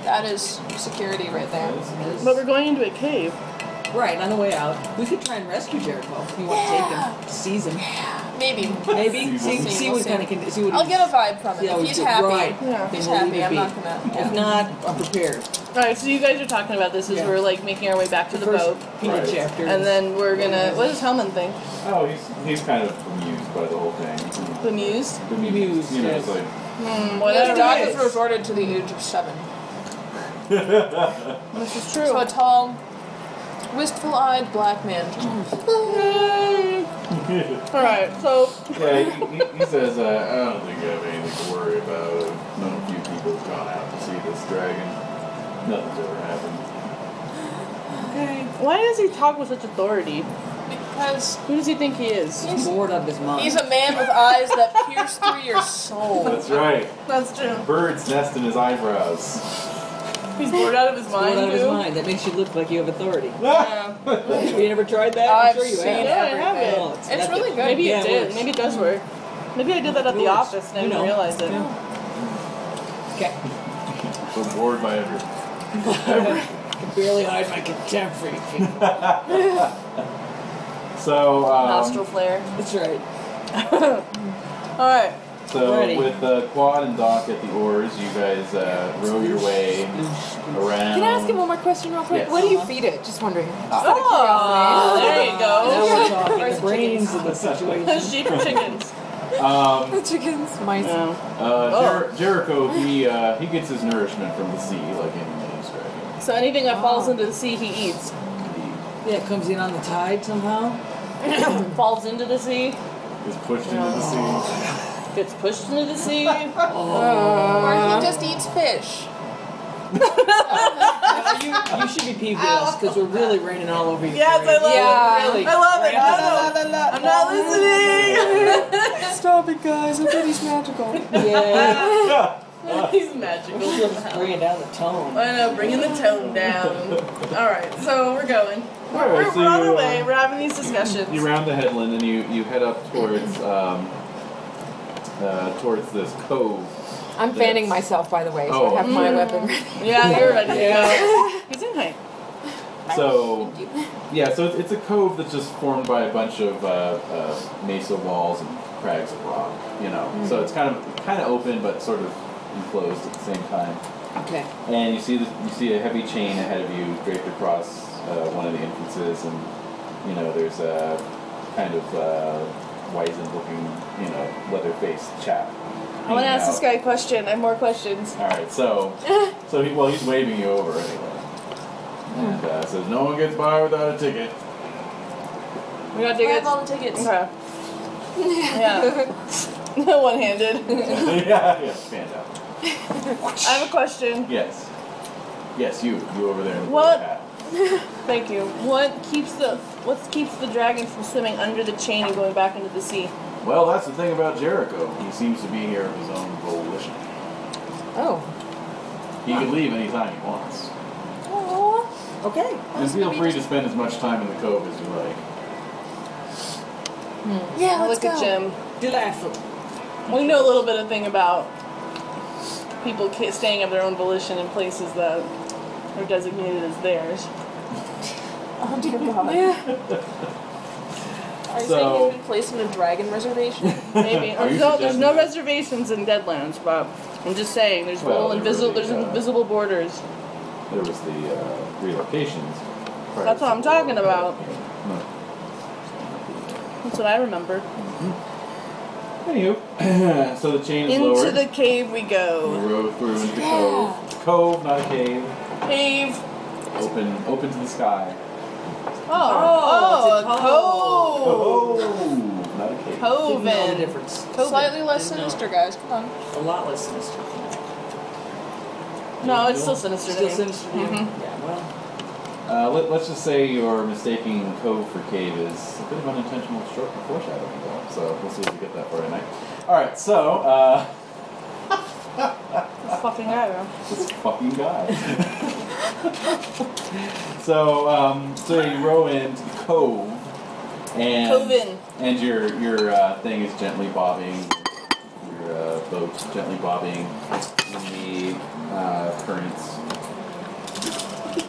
That is security right there. But we're going into a cave. Right, and on the way out, we could try and rescue Jericho. You want to take him, seize him, Maybe. maybe see, We'll see, see, we'll what see. kind of can see what. I'll he- get a vibe from see how him. we If he's do. happy. Right. Yeah. Then If he's we'll leave happy, it I'm be. not gonna. If not, I'm prepared. Alright, so you guys are talking about this as Yeah. we're like making our way back to the First boat. Peanut Right. chapter. And then we're gonna. What does Helman think? Oh, he's he's kind of bemused by the whole thing. Bemused? Bemused. You know, yes. it's like Hmm, The whatever. dog it is is. resorted to the age of seven. This is So true. a tall, wistful-eyed black man. Alright, so. Yeah, he, he- he says, uh, I don't think I have anything to worry about. Known a few people have gone out to see this dragon. Nothing's ever happened. Why does he talk with such authority? Because Who does he think he is? he's bored out of his mind. he's a man with eyes that pierce through your soul. That's right. That's true. Birds nest in his eyebrows. He's bored out of his bored mind, out of his too. mind. That makes you look like you have authority. Yeah. you never tried that? I'm I've sure you seen have. Yeah, I have everything. it. Well, it's It's nothing. really good. Maybe Yeah, it it did. works. Maybe it does work. Maybe I did that at It the works. office and I You didn't know. realize it. Yeah. Okay. So bored by everything. can barely hide my contempt for you. people. So, Nostril um, flare. That's right. Alright. so Ready. with uh, Quad and Doc at the oars, you guys uh, row your way around. Can I ask him one more question, real quick? Yes. What do you feed it? Just wondering. Oh, there you Now go. we're talking the brains of the situation. Sheep or chickens? Um, The chickens, mice. Oh. uh, Jer- Jericho, he, uh, he gets his nourishment from the sea, like any man's dragon. So anything that falls into the sea, he eats. Yeah, it comes in on the tide somehow. Falls into the sea, He is pushed into the sea. gets pushed into the sea. or he just eats fish. No, you, you should be peeved with us because we're really raining all over you. Yes, I love Yeah. it. I love it. I'm not listening. Oh. Stop it, guys. I bet he's magical. Yeah. He's magical. She'll just bring it down the tone. I know, bringing the tone down. All right, so we're going. We're, All right, we're, so we're on you, our way. uh, We're having these discussions. You round the headland and you, you head up towards um, uh, towards this cove. I'm fanning myself, by the way, so Oh. I have my weapon ready. Yeah, you're ready. He's in height. So, yeah, so it's, it's a cove that's just formed by a bunch of uh, uh, mesa walls and crags of rock, you know. Mm. So it's kind of kind of open, but sort of enclosed at the same time. Okay. And you see the, you see a heavy chain ahead of you draped across uh, one of the entrances, and you know there's a kind of uh, wizened-looking, you know, leather-faced chap. I want to ask this guy a question. I have more questions. All right, so so he well he's waving you over anyway, and uh, says no one gets by without a ticket. We I got have tickets. all the tickets. Okay. Yeah. One-handed. yeah, yeah, stand up. I have a question. Yes, yes, you you over there. in the What? hat. Thank you. What keeps the what keeps the dragon from swimming under the chain and going back into the sea? Well, that's the thing about Jericho. He seems to be here of his own volition. Oh, He can leave anytime he wants. Okay. And feel free to spend as much time in the cove as you like. Yeah, let's Look at go. Jim. Delightful. We know a little bit of thing about people ca- staying of their own volition in places that are designated as theirs. Oh dear God. Are you saying So- he's been placed in a dragon reservation? Maybe. Are you no, there's no suggesting- reservations in Deadlands, Bob. I'm just saying, there's Well, little there invisible, really, there's uh, invisible borders. There was the uh, relocations. prior That's what to I'm talking the- about. No. That's what I remember. Anywho, so the chain is Into lowered. the cave we We go. rode through into the cove. Cove, not a cave. Cave. Open, open to the sky. Oh, oh, Oh, not a a cave. Didn't cove. know the Coven. difference. Slightly less Didn't know. sinister, guys. Come on. A lot less sinister. No, Oh, it's still sinister. Still to me. sinister. to you? Mhm. Yeah. Well. Uh, let, let's just say your mistaking cove for cave is a bit of unintentional short foreshadowing, though. So we'll see if we get that for tonight. All right, so uh, Fucking eyebrow. this fucking guy. so, um, so you row into the cove, and Coven. and your your uh, thing is gently bobbing, your uh, boat's gently bobbing in the uh, currents. A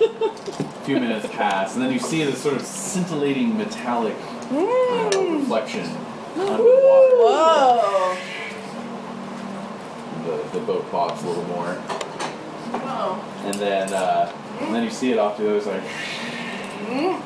few minutes pass, and then you see this sort of scintillating metallic uh, reflection under the water Whoa. the, the boat bobs a little more. And then uh, and then you see it off to the other side. And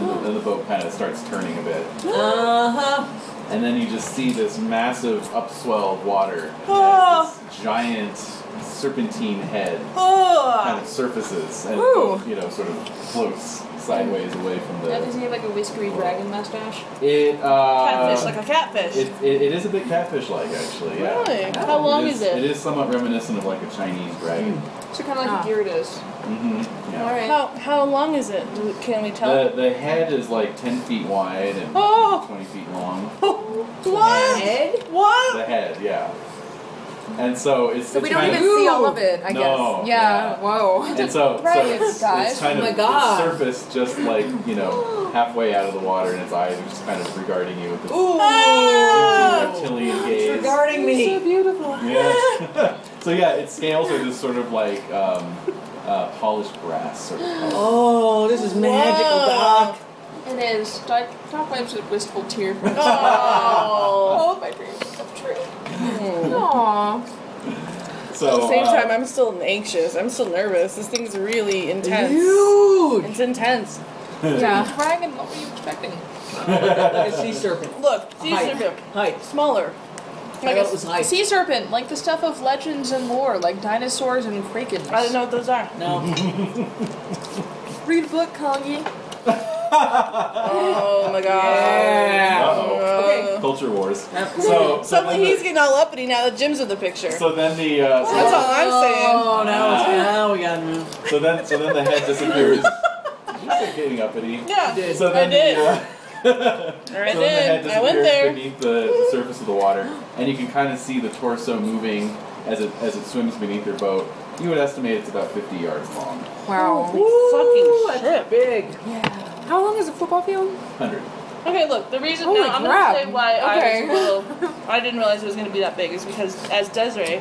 the, and the boat kind of starts turning a bit. Uh-huh. Uh huh. And then you just see this massive upswell of water. as Oh. this giant serpentine head kind Oh. of surfaces and Ooh. you know sort of floats sideways away from Yeah, does the. he have like a whiskery dragon mustache? It uh, Catfish, like a catfish. It, it, it is a bit catfish-like, actually. Yeah. Really? Yeah, How long is it? It is somewhat reminiscent of like a Chinese dragon. So kind of like a Gyarados. Hmm. Mm-hmm. Yeah. Alright. How how long is it? Do- Can we tell? The, the head is like 10 feet wide and Oh. 20 feet long. what? What? The head, yeah. And so it's. so it's we don't kind even of, see all of it, I No, guess. yeah. Yeah, whoa. And so, so Right, it's, guys. it's kind Oh my of God. It's surfaced just like, you know, halfway out of the water and its eyes are just kind of regarding you with this reptilian gaze. Regarding me. beautiful. Yeah. so yeah, its scales are just sort of like um, uh, polished brass sort of color. Oh, this is magical, Doc. It is. Doc, Doc waves a wistful tear from his Oh. Oh, my dreams come true. Aww. So At the same uh, time, I'm still anxious. I'm still nervous. This thing's really intense. Huge. It's intense. Yeah. Dragon, what were you expecting? like a sea serpent. Look, sea Height. serpent. Height. Smaller. I Like know a it was height. Sea serpent, like the stuff of legends and lore, like dinosaurs and krakens. I don't know what those are. No. Read a book, Kongi. Oh my god. Uh-oh. Okay. Culture wars. So Suddenly then Uh, he's getting all uppity now that Jim's in the picture. the, so then the uh, so That's all I'm saying. Oh, now, it's, now we got him. So then, so then the head disappears. you said getting uppity. Yeah. did. So then I did. The, uh, I so then did. the head I went disappears there. beneath the, the surface of the water, and you can kind of see the torso moving as it as it swims beneath your boat. You would estimate it's about 50 yards long. Wow. Fucking Ooh, that's big. How long is a football field? 100. Okay, look, the reason Holy now I'm crap. gonna say why Okay. I was a little I didn't realize it was gonna be that big is because as Desiree,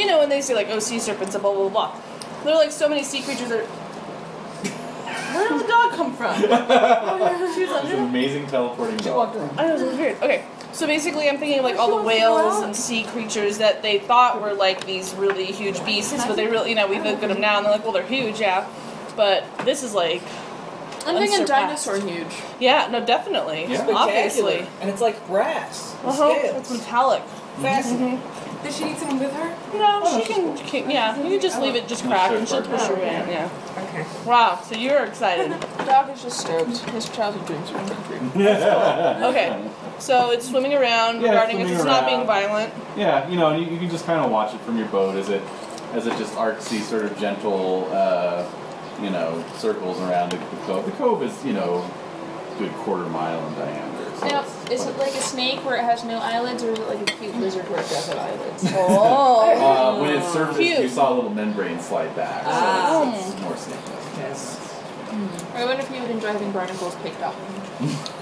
you know when they say like oh sea serpents and blah blah blah. There are like so many sea creatures that Where did the dog come from? she was It's under an the amazing teleporting She dog. walked around. I know, it was weird. Okay. So basically, I'm thinking of like all the She wants to go whales out. and sea creatures that they thought were like these really huge beasts, but they really, you know, we look at them now and they're like, well, they're huge, yeah. But this is like, I'm thinking Unsurpassed. dinosaur huge. yeah, no, definitely, Yeah. Spectacular. obviously. And it's like brass. with Uh-huh. It's Scales. Mm-hmm. metallic. Fascinating. Does she need someone with her? No, she can, can- yeah, you can just leave it just cracked and she'll push her in, yeah. Okay. Wow, so you're excited. The dog is just stoked. His childhood dreams are coming true. Okay, so it's swimming around, Yeah, it's regarding swimming it's not being around. violent. Yeah, you know, and you, you can just kind of watch it from your boat as it as it just arcs these sort of gentle, uh, you know, circles around the, the cove. The cove is, you know, a good quarter mile in diameter. So Now, it's- is it like a snake where it has no eyelids, or is it like a cute lizard where it does have eyelids? Oh. Uh, when it surfaced, you Cute. saw a little membrane slide back. So Ah. it's, it's more snake. Yes. I wonder if you would enjoy having barnacles picked up.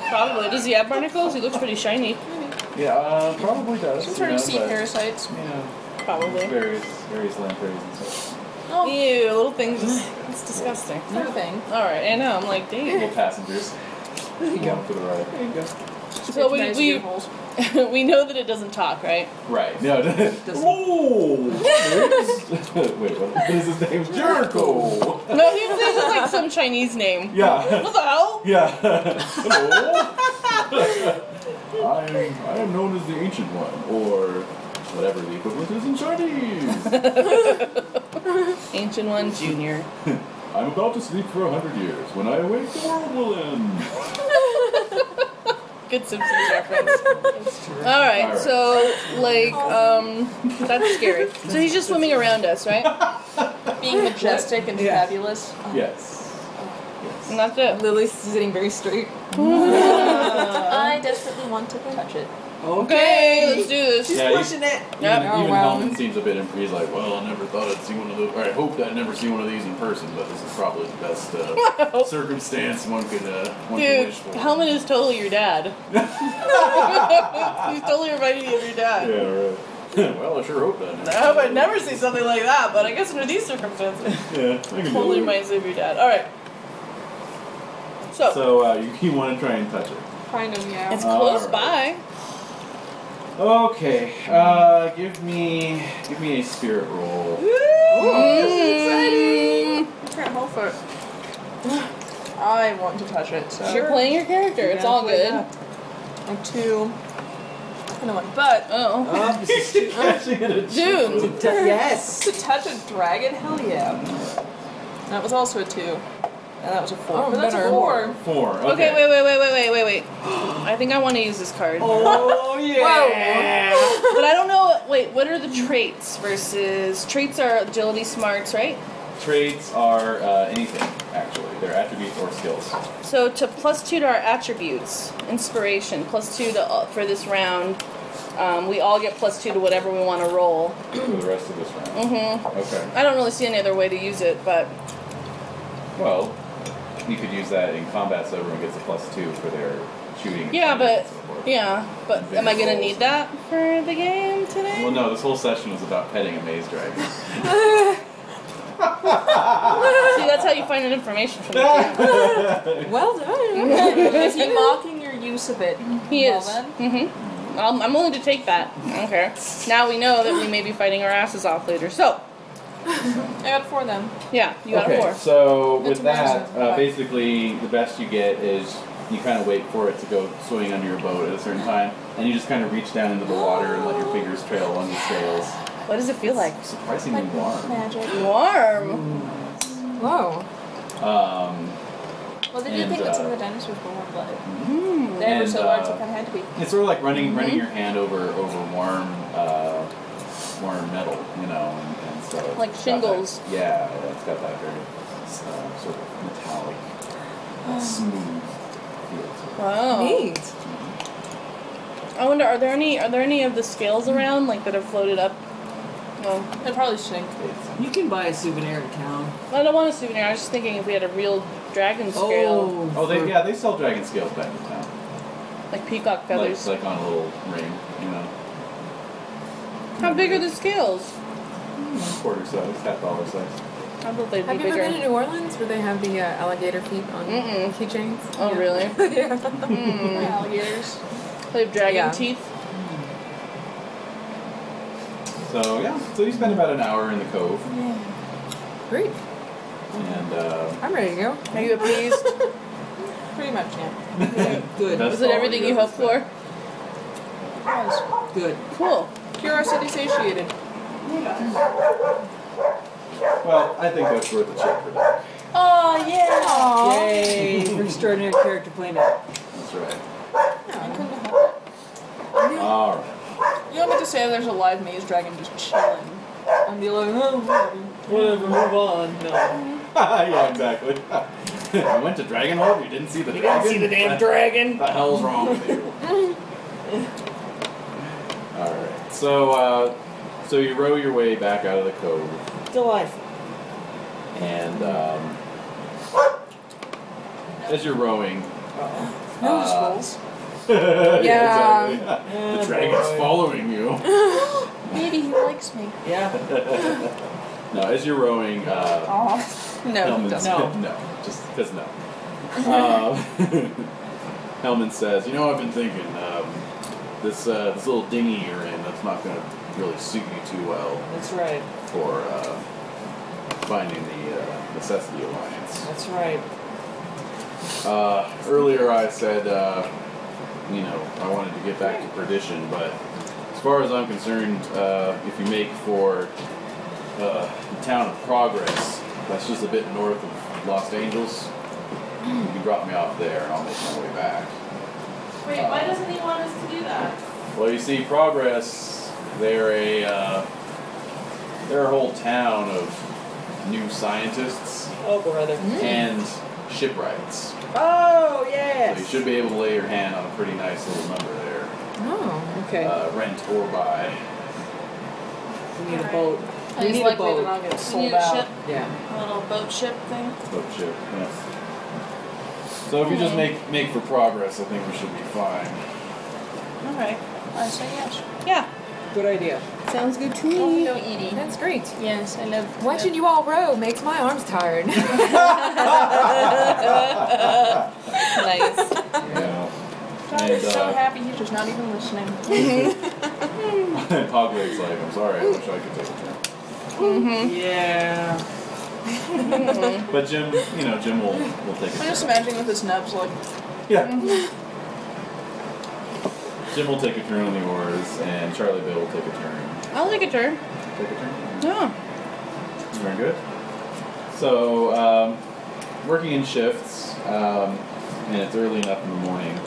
Probably. Does he have barnacles? He looks pretty shiny. Yeah, uh, probably does. Some you sort know, of sea but, parasites. you know, Probably. various various land fairies and stuff. Oh, Ew, little things. Just, it's disgusting. another thing. All right, I know. I'm like, dang. Little passengers. Going for the ride. So we we, we know that it doesn't talk, right? Right. No. Whoa! Wait, what, what is his name? Jericho. No, he was just like some Chinese name. Yeah. What the hell? Yeah. Hello. I am, I am known as the Ancient One, or whatever the equivalent is in Chinese. Ancient One Junior. I'm about to sleep for a hundred years. When I awake, the world will end. Good Simpsons reference. All right, All right. so like, Oh. um, that's scary. So he's just swimming around us, right? Being majestic and Yeah. fabulous. Yes. And Yes. that's it. Lily's sitting very straight. I desperately want to touch it. Okay, let's do this. Yeah, you- Pushing it. even, Yep. Oh, even wow. Helmut seems a bit impressed. He's like, well, I never thought I'd see one of those. Or I hoped I'd never see one of these in person, but this is probably the best uh, circumstance one could uh, one could Dude, wish for. Helmet is totally your dad. He's totally reminding me of your dad. Yeah, right. well, I sure hope that. I hope I never see something like that, but I guess under these circumstances, Yeah, I can do totally it. reminds me of your dad. All right. So, So uh, you, you want to try and touch it. Kind of, yeah. it's close All by. Okay. Uh, give me give me a spirit roll. Can't hold for it. I want to touch it. So. You're playing your character. It's all good. I'm two. And I'm like, but Oh, Up. Catching it at dude. yes. to touch a dragon? Hell yeah. That was also a two. And that was a four. Oh, but that's better. a four. Four. Okay. Okay, wait, wait, wait, wait, wait, wait, wait. I think I want to use this card, Oh yeah. but I don't know. Wait, what are the traits versus traits are agility, smarts, right? Traits are uh, anything actually. They're attributes or skills. So to plus two to our attributes, inspiration, plus two to uh, for this round. Um, we all get plus two to whatever we want to roll. for the rest of this round. Mm-hmm. Okay. I don't really see any other way to use it, but Well, you could use that in combat, so everyone gets a plus two for their shooting. yeah, but and so forth. yeah, but am I gonna need that for the game today? Well, no. This whole session was about petting a maze dragon. See, that's how you find out information from the game. Well done. Is he mocking your use of it? He is. Well Mm-hmm. I'm, I'm willing to take that. I don't care. Now we know that we may be fighting our asses off later. So I got four then. yeah, you got okay, a four. so with That's that, amazing. uh, basically the best you get is you kind of wait for it to go swimming under your boat at a certain time, and you just kind of reach down into the water and let your fingers trail along the sails. What does it feel like? Surprisingly warm. Mm. Magic. Warm. Whoa. Um, Well, they do And, think that some uh, of the dinosaurs were warm blooded. They were and, so large uh, they kind of had to be. it's sort of like running running your hand over over warm uh, warm metal, you know, and, and so it's Like got that- shingles. yeah, it's got that very uh, sort of metallic, uh, smooth feel. to Oh. it. Wow. Neat. Oh. I wonder, are there any are there any of the scales around like that have floated up? Well, They probably stink. It's You can buy a souvenir in town. I don't want a souvenir. I was just thinking if we had a real dragon scale. Oh. Oh, Oh, they yeah, they sell dragon scales back in town. Like peacock Like, feathers. like on a little ring, you know. How big are the scales? Mm, Quarter size, half dollar size. I thought they'd be Have you bigger. ever been to New Orleans where they have the uh, alligator feet on Mm-mm. keychains? Oh, Yeah. really? yeah. Mm. Alligators. They have dragon Yeah. teeth. So yeah, so you spend about an hour in the cove, Great. and uh, I'm ready to go. Are you appeased? Pretty much, yeah. Good. Good. That's Is it all everything you you hoped ever for? Good. Cool. Curiosity satiated. spend. Well, I think that's worth a check for that. Oh yeah. Yay, for extraordinary character playing out. That's right. I couldn't help All right. it. You don't get to say there's a live maze dragon just chilling. And be like, oh, whatever, move on. No. yeah, exactly. I went to Dragon Hole. You didn't see the. You dragon? didn't see the damn Dragon. What the hell's wrong with you? All right. So, uh, so you row your way back out of the cove, Delightful. and um, as you're rowing, Nose Uh, rolls. Oh, exactly. Yeah. Yeah, the dragon's boy. following you. Maybe he likes me. Yeah. No, as you're rowing, uh, Aw. No, he Hellman doesn't. no. just because no. uh, Hellman says, "You know, I've been thinking um, this uh, this little dinghy you're in that's not going to really suit you too well That's right. for uh, finding the uh, necessity alliance. That's right. Uh, earlier, I said, uh, you know, I wanted to get back to perdition, but as far as I'm concerned, uh, if you make for uh, the town of Progress, that's just a bit north of Los Angeles, you can drop me off there and I'll make my way back. Uh, Wait, why doesn't he want us to do that? Well, you see, Progress, they're a, uh, they're a whole town of new scientists Oh, brother. and shipwrights. Oh, So you yes. should be able to lay your hand on a pretty nice little number there. Oh. Okay. uh, rent or buy. we need a boat. And We it's need a likely boat. that I'll get Sold need a out. ship. Yeah. A little boat ship thing. Boat ship. Yes. So if you just make make for progress, I think we should be fine. Alright. I say yes. Yeah. Good idea. Sounds good to Don't go Edie. That's great. Yes, I love Watching you all row makes my arms tired. nice. Yeah. John And, is so uh, happy he's just not even listening. And Pogwig's like, I'm sorry, I wish I could take it. Mm-hmm. Yeah. But Jim, you know, Jim will will take I'm it. just imagining with his nubs like mm-hmm. Yeah. Jim will take a turn on the oars, and Charlie Bill will take a turn. I'll take a turn. Take a turn. Yeah. Very good. So, um, working in shifts, um, and it's early enough in the morning.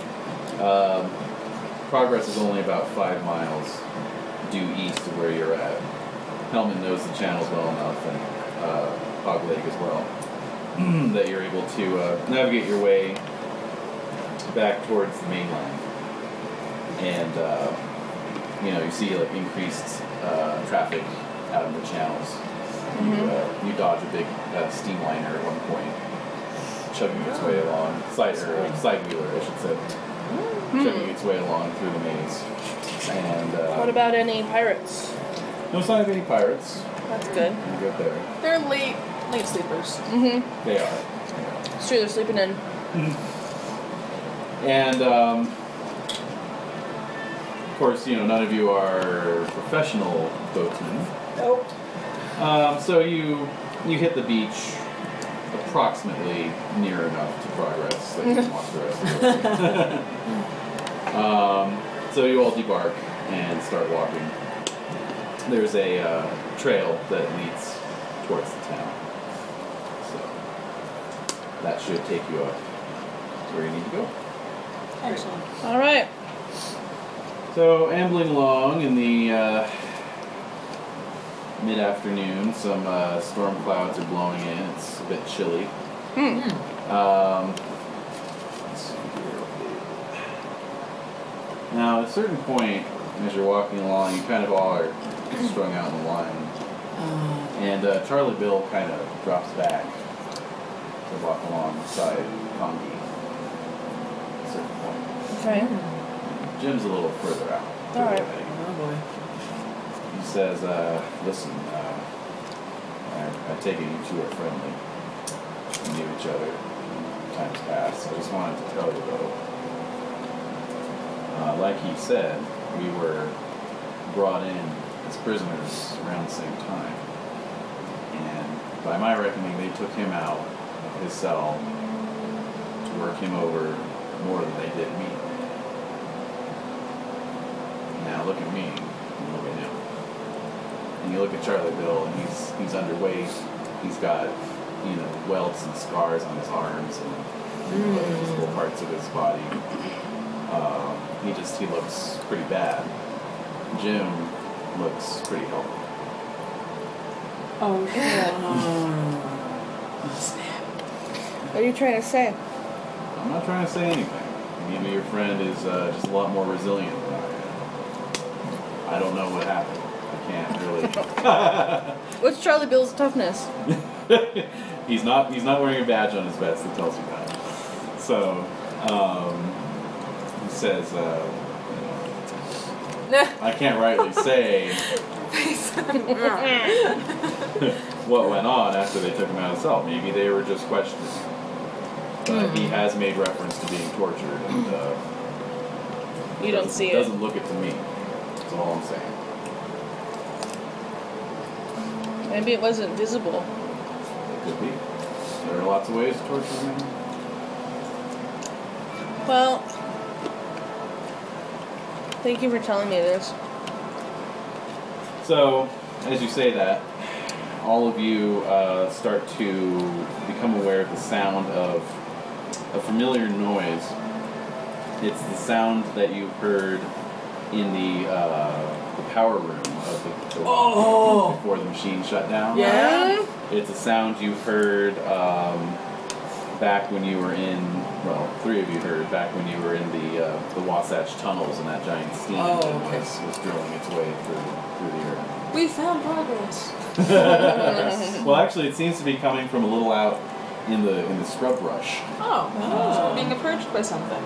Um, progress is only about five miles due east of where you're at. Hellman knows the channels well enough, and uh, Hog Lake as well, that you're able to uh, navigate your way back towards the mainland. And uh, you know, you see like increased uh, traffic out in the channels. You, uh, you dodge a big uh, steamliner at one point, chugging its way along, side or side wheeler, I should say, chugging its way along through the maze. And uh, What about any pirates? no sign of any pirates. That's good. You get there. They're late, late sleepers. Mm-hmm. They are. It's true, they're sleeping in. And um, of course, you know none of you are professional boatmen. Nope. Um, so you you hit the beach approximately near enough to progress that you can walk the rest of the way. um, so you all debark and start walking. There's a uh, trail that leads towards the town. So that should take you up to where you need to go. Excellent. Alright. So, ambling along in the uh, mid afternoon, some uh, storm clouds are blowing in. It's a bit chilly. Um, let's see here. Now, at a certain point, as you're walking along, you kind of all are strung out in a line. And uh, Charlie Bill kind of drops back to walk alongside Condi at a certain point. Okay. Jim's a little further out. All right. He says, uh, listen, uh, I, I take it you two are friendly. You knew each other times past. I just wanted to tell you though, uh, like he said, we were brought in as prisoners around the same time. And by my reckoning, they took him out of his cell to work him over more than they did me. Now look at me, and look at him. And you look at Charlie Bill, and he's he's underweight. He's got you know welts and scars on his arms and Mm. you know, visible parts of his body. Um, he just he looks pretty bad. Jim looks pretty healthy. Oh shit. what are you trying to say? I'm not trying to say anything. Maybe your friend is uh, just a lot more resilient than I am. I don't know what happened. I can't really. What's Charlie Bill's toughness? he's not. He's not wearing a badge on his vest that tells you that. So um, he says, uh, "I can't rightly say what went on after they took him out of cell. Maybe they were just questioning." him. But Hmm. he has made reference to being tortured, and uh, You don't see it. doesn't Doesn't look it to me. That's all I'm saying. Maybe it wasn't visible. It could be. There are lots of ways to torture me. Well, thank you for telling me this. So, as you say that, all of you uh, start to become aware of the sound of a familiar noise. It's the sound that you heard in the, uh, the power room of the, the Oh. before the machine shut down. Yeah. It's a sound you heard um, back when you were in. Well, three of you heard back when you were in the uh, the Wasatch tunnels and that giant steam Oh, engine okay. was, was drilling its way through through the earth. We found progress. well, actually, it seems to be coming from a little out in the in the scrub brush. Oh, we're being approached by something.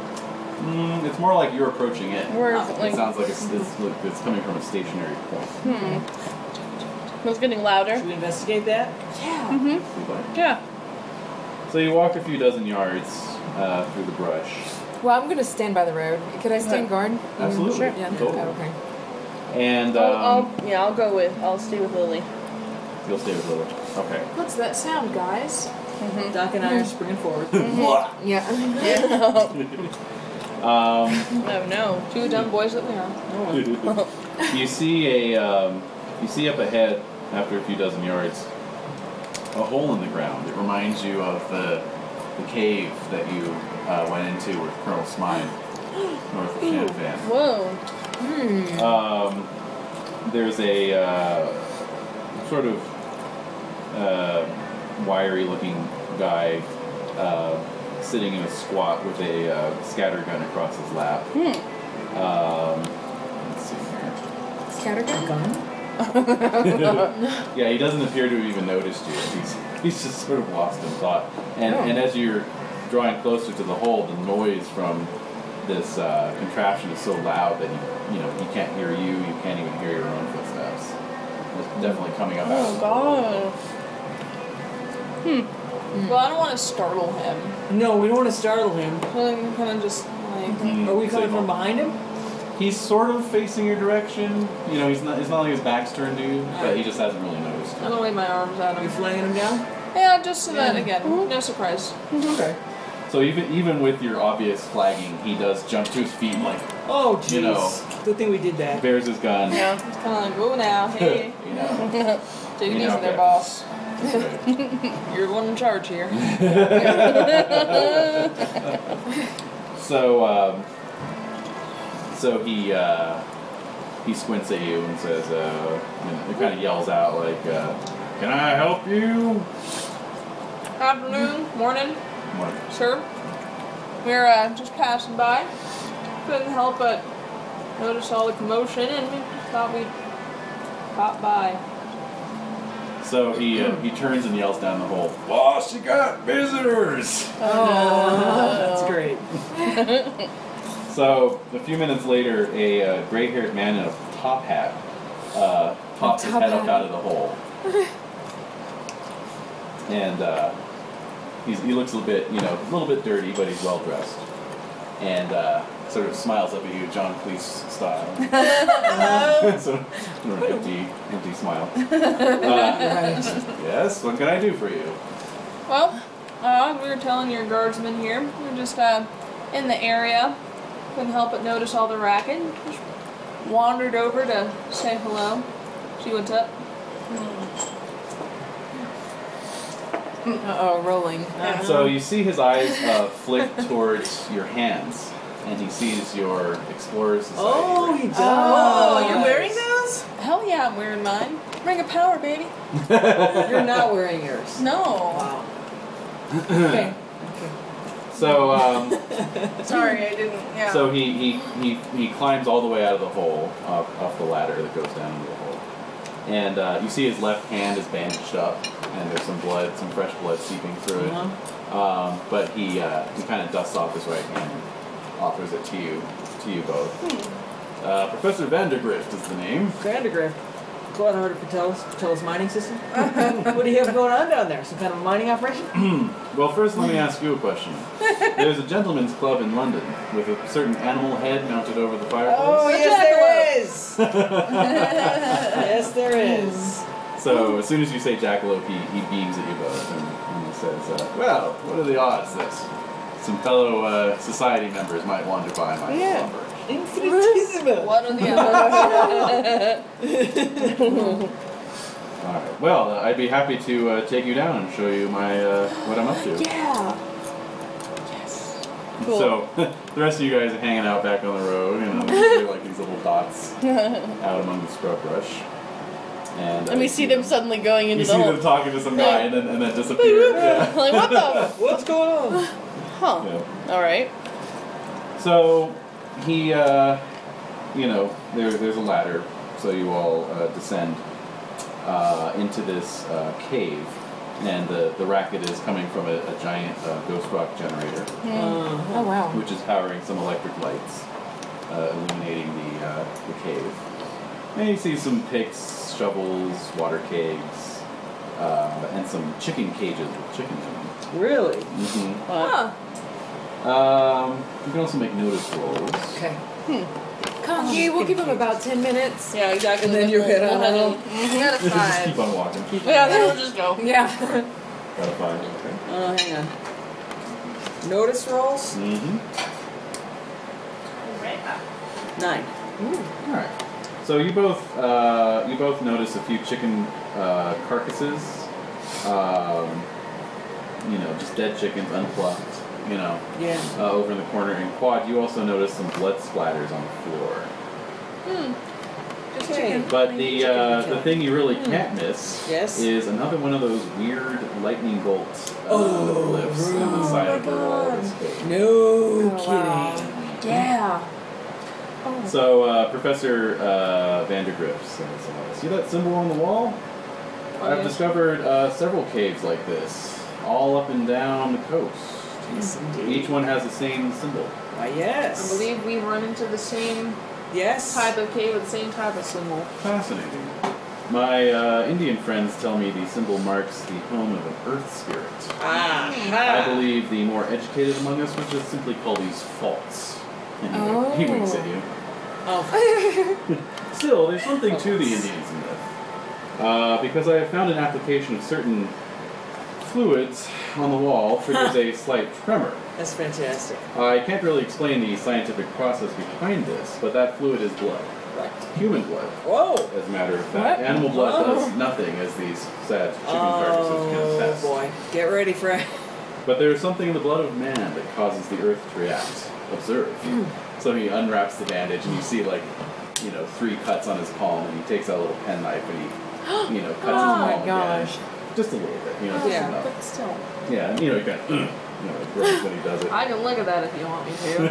Mm, it's more like you're approaching it. We're It like, sounds like it's, it's, look, it's coming from a stationary point. it was getting louder. Should we investigate that? Yeah. Yeah. So you walk a few dozen yards uh, through the brush. Well, I'm gonna stand by the road. Could I stand guard? Absolutely. Sure. Yeah. Totally. Oh, okay. And I'll, um, I'll, Oh, yeah, I'll go with. I'll stay with Lily. you'll stay with Lily. Okay. What's that sound, guys? Doc and I are springing forward. Yeah. Yeah. Um, oh no. Two dumb boys that we are. you see a um, you see up ahead after a few dozen yards a hole in the ground. It reminds you of the the cave that you uh, went into with Colonel Smythe north of Canfan. Whoa. Um, there's a uh, sort of uh, wiry looking guy uh, sitting in a squat with a uh, scatter gun across his lap. Um, let's see here. Scattergun gun. yeah, he doesn't appear to have even noticed you. He's, he's just sort of lost in thought. And, Oh. and as you're drawing closer to the hole, the noise from this uh, contraption is so loud that he, you know he can't hear you. You can't even hear your own footsteps. It's definitely coming up. out of Oh the god. Well, I don't want to startle him. No, we don't want to startle him. Mm-hmm. Well, I'm kind of just like. hole. Are we coming Signal. from behind him? He's sort of facing your direction. You know, he's not. It's not like his back's turned to you, but he just hasn't really noticed. I'm gonna lay my arms at Are we him. flaying him down? Yeah, Mm-hmm. just so that again, no surprise. Okay. So even even with your obvious flagging, he does jump to his feet and like Oh, jeez. You know. Good thing we did that. bears his gun. Yeah. It's kind of like, whoa now, hey, You know. take it Yeah, easy okay. there, boss. Right. You're the one in charge here. So, um, so he uh, he squints at you and says, uh, you know, he kind of yells out like, uh, "Can I help you?" Afternoon, morning, What? sir. We're uh, just passing by. Couldn't help but notice all the commotion, and we just thought we'd pop by. So he uh, he turns and yells down the hole. Boss, you got visitors. That's great. So a few minutes later, a uh, gray-haired man in a top hat uh, pops his top head up hat. out of the hole, and uh, he's, he looks a little bit, you know, a little bit dirty, but he's well dressed, and uh, sort of smiles up at you, John Cleese style. so, sort of empty, empty smile. Uh, Right. yes, what can I do for you? Well, uh, we were telling your guardsman here, we are just uh, in the area, couldn't help but notice all the racket. Just wandered over to say hello, see what's up. Uh oh, rolling. So you see his eyes uh, flick towards your hands, and he sees your Explorer Society. Oh, ring. he does. Oh, you're wearing those? Hell yeah, I'm wearing mine. Ring of power, baby. You're not wearing yours. No. Wow. Okay. So, um, Sorry, I Mm. didn't. Yeah. so he, he, he, he climbs all the way out of the hole, off, off the ladder that goes down into the hole. And uh, you see his left hand is bandaged up, and there's some blood, some fresh blood seeping through it. Um, but he, uh, he kind of dusts off his right hand and offers it to you, to you both. Uh, Professor Vandergrift is the name. Grandegriff. Going over to Patel's, Patel's mining system. what do you have going on down there? Some kind of mining operation? Well, first, let me ask you a question. There's a gentleman's club in London with a certain animal head mounted over the Oh, fireplace. yes, there is. yes, there is. So, as soon as you say jackalope, he, he beams at you both and, and he says, uh, Well, what are the odds that some fellow uh, society members might wander by my Yeah. slumber? Infinitesimal. What are the other? All right. Well, uh, I'd be happy to uh, take you down and show you my uh, what I'm up to. Yeah. Cool. So, the rest of you guys are hanging out back on the road, you know, they're like these little dots out among the scrub brush. And, uh, And we you see them suddenly going into You the see hole. them talking to some guy and then, and then disappear. Yeah. like what the? What's going on? Huh. Yeah. All right. So he, uh, you know, there, there's a ladder, so you all uh, descend uh, into this uh, cave, and the, the racket is coming from a, a giant uh, ghost rock generator, Uh, Oh wow. which is powering some electric lights, uh, illuminating the, uh, the cave. And you see some picks, shovels, water kegs, uh, and some chicken cages with chickens in them. really? hmm Huh. Um, you can also make notice rolls. Okay. Come, yeah, we'll give him about ten minutes. Yeah, exactly. And then you hit on We'll out. head I got a Just five. keep on walking. in. Yeah, then we'll just go. Yeah. Got a five. Okay. Oh, hang on. Notice rolls? Mm-hmm. Nine. All right. So you both uh, you both notice a few chicken uh, carcasses. Um, you know, just dead chickens, unplucked. You know, Yeah. uh, over in the corner. And quad, you also notice some blood splatters on the floor. Just Okay. chicken. But the uh, the thing you really can't miss Hmm. Yes. is another one of those weird lightning bolt uh, Oh, lifts in the right. side of the wall of this cave. No Oh, kidding. wow. Yeah. Oh. So, uh, Professor uh, Vandergrift says, uh, See that symbol on the wall? Oh, I've discovered uh, several caves like this, all up and down the coast. Yes, indeed. Each one has the same symbol. Why, I Ah, yes. believe we run into the same Yes. type of cave with the same type of symbol. Fascinating. My uh, Indian friends tell me the symbol marks the home of an earth spirit. I Ah. believe the more educated among us would just simply call these faults. And he wink- he winks at you. Oh, Still, there's something to the Indians myth. Uh, because I have found an application of certain fluids on the wall triggers a slight tremor. that's fantastic. I can't really explain the scientific process behind this, but that fluid is blood. Right. Human blood, Whoa. as a matter of fact. Animal blood does nothing, as these sad chicken carcasses can Oh attest. boy. Get ready, Fred. But there is something in the blood of man that causes the earth to react. Observe. Hmm. So he unwraps the bandage, and you see like, you know, three cuts on his palm, and he takes out a little penknife, and he, you know, cuts Oh, his palm Oh my Oh, again. gosh. just a little bit, you know, just Yeah. enough. But still. Yeah, and, you know, he kind of, you know, it grows when he does it. I can look at that if you want me to.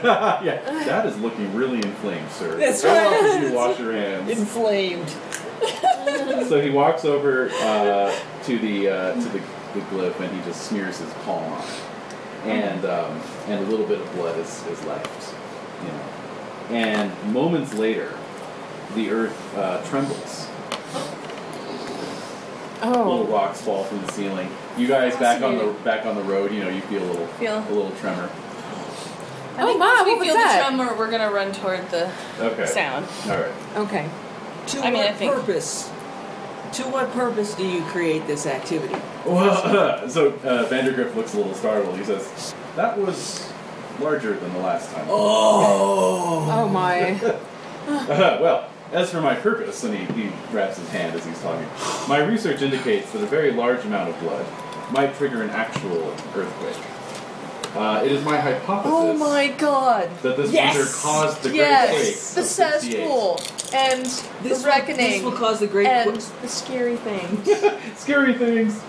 yeah, that is looking really inflamed, sir. That's Go right. on, You wash your hands. Inflamed. So he walks over uh, to the uh, to the, the glyph and he just smears his palm on it, and um, and a little bit of blood is, is left, you know. and moments later, the earth uh, trembles. Little Oh. rocks fall from the ceiling. You guys back on the back on the road. You know you feel a little Feel. a little tremor. Oh, my, once we what was feel that? the tremor, we're gonna run toward the Okay. sound. All right. Okay. To I mean, what I think- purpose? To what purpose do you create this activity? Well, so uh, Vandergriff looks a little startled. He says, "That was larger than the last time." Oh. Oh my. Uh, well, as for my purpose, and he, he wraps his hand as he's talking, my research indicates that a very large amount of blood might trigger an actual earthquake. Uh, it is my hypothesis Oh my god. that this Yes! winter caused the Great Quake. Yes, the of 68. cesspool and This the will- this reckoning will cause the great. and qu- the scary thing. Scary things!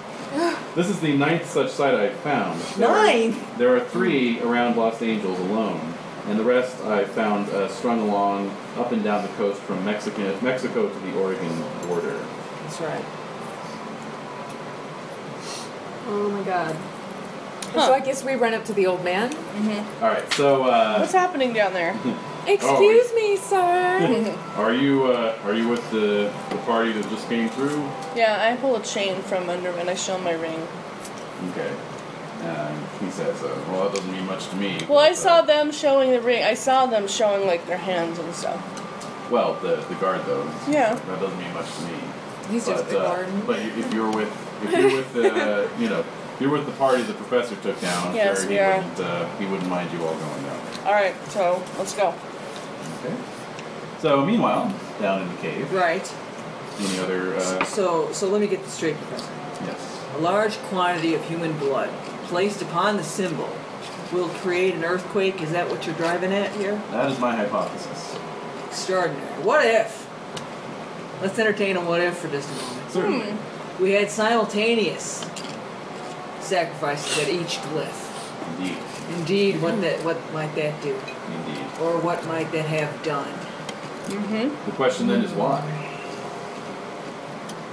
this is the ninth such site I've found. There are- Nine. There are three around Los Angeles alone, and the rest I found uh, strung along up and down the coast from Mexican, Mexico to the Oregon border. That's right. Oh my god. So I guess we run up to the old man. All right, so uh, What's happening down there? Excuse me, sir. Oh, are you uh, are you with the, the party that just came through? Yeah, I pull a chain from under and I show him my ring. Okay, um, he says. Uh, well, that doesn't mean much to me. Well, I but, saw uh, them showing the ring. I saw them showing like their hands and stuff. uh, well, the the guard though. Yeah. That doesn't mean much to me. He's just but, the uh, garden. But you- if you're with if you're with the you know if you're with the party the professor took down, I'm Yes, sure we he are. wouldn't uh, he wouldn't mind you all going down. All right, so let's go. Okay. So meanwhile, down in the cave, Right. any other? Uh, So, so let me get this straight, Professor. yes. A large quantity of human blood placed upon the symbol will create an earthquake. Is that what you're driving at here? That is my hypothesis. Extraordinary. What if? Let's entertain a what if for just a moment. Certainly. We had simultaneous sacrifices at each glyph. Indeed. Indeed, what that what might that do, Indeed. or what might that have done? The question then is why.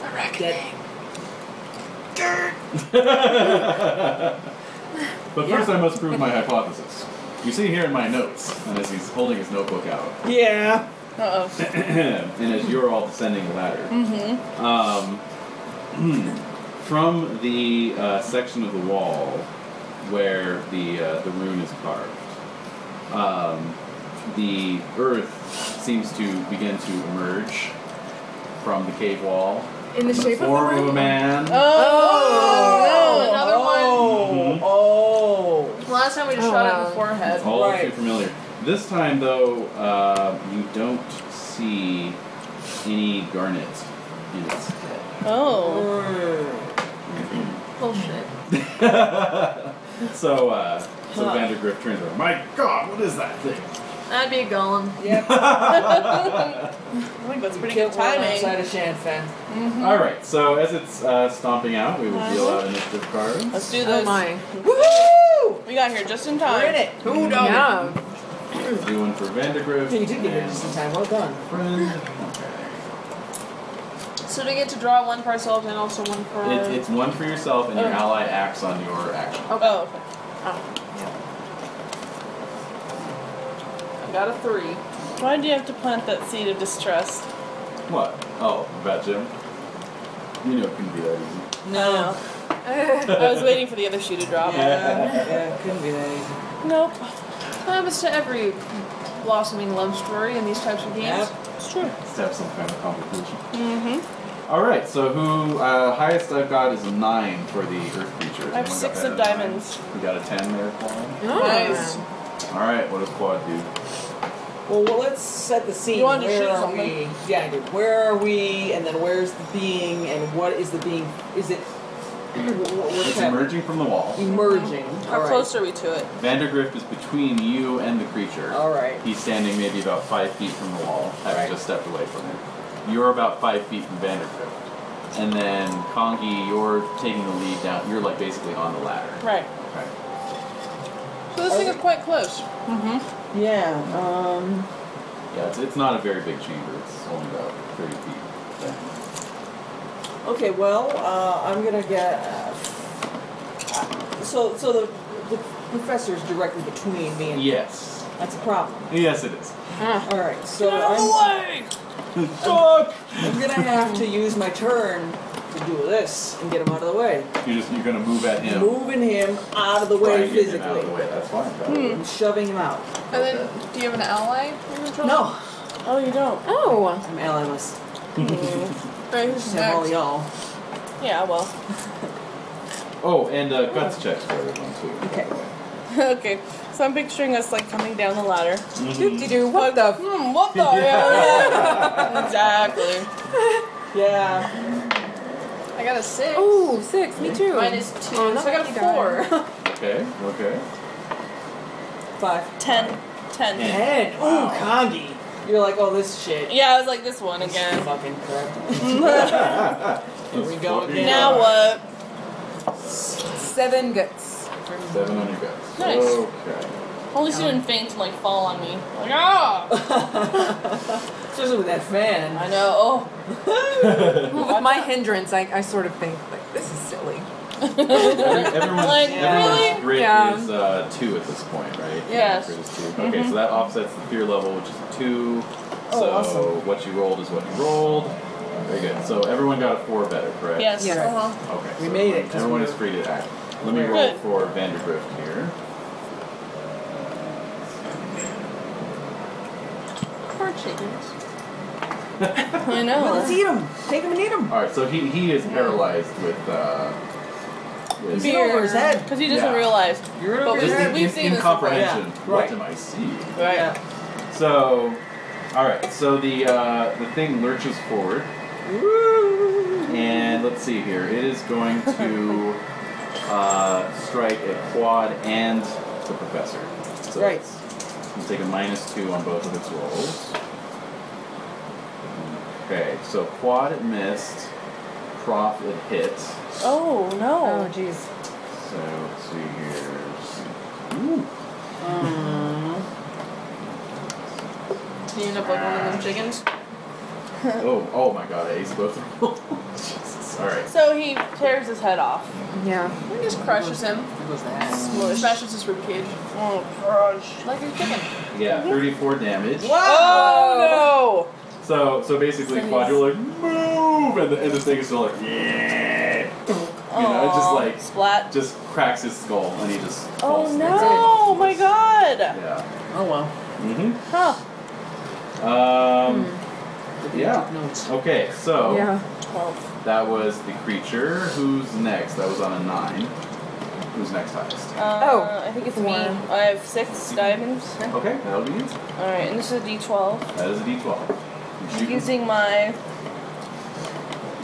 That But first, I must prove my hypothesis. You see here in my notes, and as he's holding his notebook out, yeah. Uh oh. and as you're all descending the ladder, Mm-hmm. um, from the uh, section of the wall where the uh, the rune is carved, um, the earth seems to begin to emerge from the cave wall In the shape of form the of a room. man. Oh, no, another oh, Mhm. Oh. Last time we just Oh, shot it wow. in the forehead. All too Right. familiar. This time, though, uh, you don't see any garnet in its head. one. Oh. Mm. Bullshit. so, uh, so Huh. Vandergriff turns around. My God, what is that thing? That'd be a golem. Yep. I think that's pretty Kill good one timing. outside of Shanfen. Mm-hmm. All right. So as it's uh, stomping out, we will deal Uh-huh. out initiative cards. Let's do Oh this. my. Woohoo! We got here just in time. We're in it. Who yeah. Do one for Vandergriff. So you did get Uh, here just in time. Well done. and friend. So to get to draw one for ourselves and also one for. It, it's one for yourself, and your uh. Okay. ally acts on your action. Oh, okay. I got a three. Why do you have to plant that seed of distrust? What? Oh, about Jim. You know it couldn't be that easy. No. I know. I was waiting for the other shoe to drop. Yeah, yeah, couldn't be that easy. Nope. Happens to every blossoming love story in these types of games. Yep. It's true. Let's have some kind of complication. Mm-hmm. All right. So who uh, highest I've got is a nine for the earth creature. I have Anyone got six that of at a nine? diamonds. We got a ten there, Quad. Oh. Nice. All right. What does Quad do? Well, well, let's set the scene. You wanted to where shoot are something. we? Yeah, I did. Where are we? And then where's the being? And what is the being? Is it? wh- wh- What's It's happening? emerging from the wall. Emerging. How All right. close are we to it? Vandergrift is between you and the creature. All right. He's standing maybe about five feet from the wall, having Right. just stepped away from it. You're about five feet from Vandergrift. And then Kongi, you're taking the lead down. You're like basically on the ladder. Right. Okay. So this thing is quite close. Yeah. Um. Yeah, it's, it's not a very big chamber. It's only about 30 feet. Okay. Well, uh, I'm gonna get. Uh, so, so the the professor is directly between me and. Yes. That's a problem. Yes, it is. Ah. Hmm. All right, so I'm, I'm gonna have to use my turn to do this and get him out of the way. You're just you're gonna move at him. Moving him out of the Try way and get him out of the physically, way. That's fine. and shoving him out. And then, do you have an ally? you're controlling? No, Oh, you don't. Oh, I'm allyless. Right, who's Just have all next? y'all. Yeah, well. Oh, and uh, guts checks for everyone too. Okay. okay, so I'm picturing us like coming down the ladder. do what the? F- Hmm, what the? yeah. exactly. Yeah. I got a six. oh, six. Me too. Mine is two. Oh, so I got a lucky four. Okay. Okay. Five. Ten. Ten. Ten. Oh. Ooh, Kangi. You're like, oh, this shit. Yeah, I was like this one again. Fucking crap. Here we go What do you again. Now what? Seven guts. Seven on your guts. Nice. Okay. At least you didn't faint and like fall on me. Like ah! Especially with that fan. I know. Well, with my hindrance, I, I sort of think like this is silly. Every- Everyone's, Like, everyone's really? grit Yeah. is uh, two at this point, right? Yes. Mm-hmm. Grit is two. Okay, so that offsets the fear level, which is two. Oh, so awesome. what you rolled is what you rolled. Very good. So everyone got a four better, correct? Yes. Yeah. Uh-huh. Okay. We so made it, 'cause Everyone we- is free to act. Let me Good. roll for Vandergrift here. Poor chickens. I know. Let's eat him. Take him and eat him. All right, so he he is paralyzed with. Uh, with Beer. over his head. Because he doesn't Yeah. realize. You're But Just in, we've in- seen this incomprehension. before. Yeah. What Right. am I seeing? Right. So, all right. So the uh, the thing lurches forward, and let's see here. It is going to uh, strike at Quad and the Professor. So Right. it's- It's take a minus two on both of its rolls. Okay. So Quad it missed. Prof it hit. Oh Oh, no. jeez. So let's see here. Ooh. You end up like one of them chickens. Oh, oh my god, I aced both rolls. Jesus. Alright. So he tears his head off. Yeah. He just crushes him. Smush. Smashes his ribcage. Oh gosh. Like a chicken. Yeah, 34 damage. Oh So so basically, So Quadra like, move! And the, and the thing is still like, yeah! no. You know, it just Aw. like, splat. just cracks his skull and he just Oh falls. to the no! ground. Oh my god. Yeah. Oh well. Mm-hmm. Huh. Um, yeah. Notes. Okay, so Yeah. Twelve. that was the creature. Who's next? That was on a 9. Who's next highest? Uh, Oh, I think it's four. me. I have six diamonds. All Okay, that'll be you. right, and this is a D12. That is a d12. You shoot I'm using my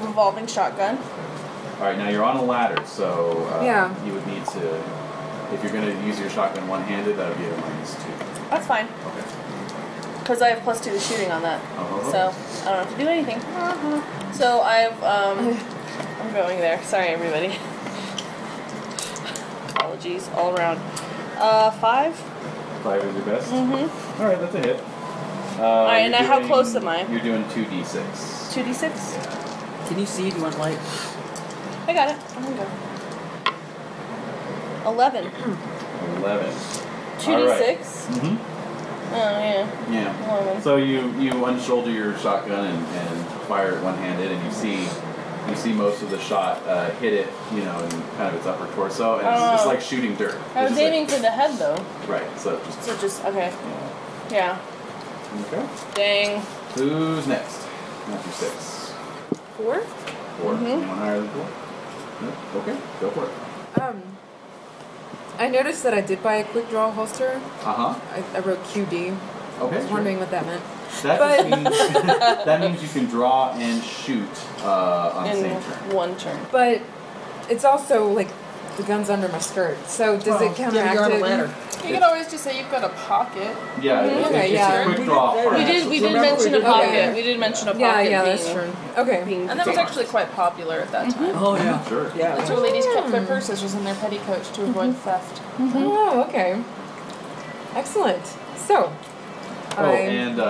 revolving shotgun. All right, now you're on a ladder, so uh, Yeah. you would need to, if you're going to use your shotgun one-handed, that would be a minus two. That's fine, Okay. cause I have plus two to shooting on that, Uh-huh. so I don't have to do anything. So I've um, I'm going there. Sorry, everybody. Apologies all around. Uh, five. Five is your best. Mm-hmm. All right, that's a hit. Uh, right, you're now how doing- close am I? You're doing two d6. Two d six. Can you see? Do you want light? I got it. I'm gonna go. Eleven. Eleven. Two All d right. six. Mm-hmm. Oh yeah. Yeah. Eleven. So you you unshoulder your shotgun and, and fire it one-handed, and you see you see most of the shot uh, hit it, you know, in kind of its upper torso, and it's, it's Oh. like shooting dirt. I It's was just aiming for the head though, like, right. So it just so just okay. yeah. Yeah. okay. Dang. Who's next? After six. 4 Four. Mhm. Anyone higher than four? No? Okay, go for it. Um. I noticed that I did buy a quick draw holster. Uh huh. I, I wrote QD. I Okay. was wondering what that meant. sure. That just means that means you can draw and shoot uh, on the In same turn. one turn. But it's also like the gun's under my skirt. So does Well, it counteract you're on a it? ladder. You could always just say you've got a pocket. Yeah, it- Okay, it's, yeah. it's a quick draw. We for We an did. action. We did Remember we mention a did that. pocket. Okay. We did mention a pocket. Yeah, yeah, being, that's true. Okay. Being And that was actually quite popular at Mm-hmm. that time. Oh yeah. Sure. Yeah. That's where ladies kept their purses was in their petticoats to avoid theft. Oh, okay. Excellent. So, Oh, I and uh,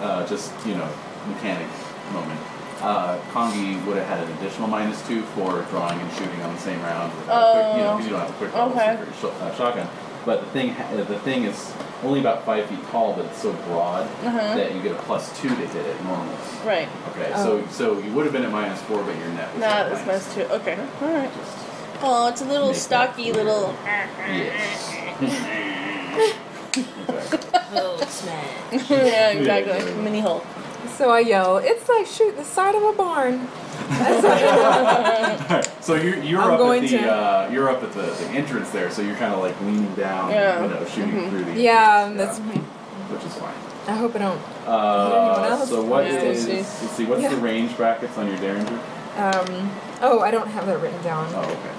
uh, just you know, mechanic moment. Uh, Kongi would have had an additional minus two for drawing and shooting on the same round. Without a quick, you know, Oh. because you don't have a quick roll Okay. for your sh- uh, shotgun. But the thing, ha- uh, the thing is only about five feet tall, but it's so broad Uh-huh. that you get a plus two to hit it normally. Right. Okay, so so you would have been at minus four, but your net was Nah, at that was minus messed too. Okay. All right. Just, Oh, it's a little Make that stocky clear. little. yes. exactly. yeah, exactly. Yeah, yeah. Mini hole. So I yell, it's like shooting the side of a barn. That's what So you're you're I'm up going at the to- uh, you're up at the, the entrance there, so you're kind of like leaning down, Yeah. you know, shooting through the Mm-hmm. Yeah, entrance, that's. which is fine. I hope I don't. anyone Uh, else? so what Yeah. is? We'll Let's see. What's the Yeah. range brackets on your Derringer? Um, oh, I don't have that written down. Oh, okay.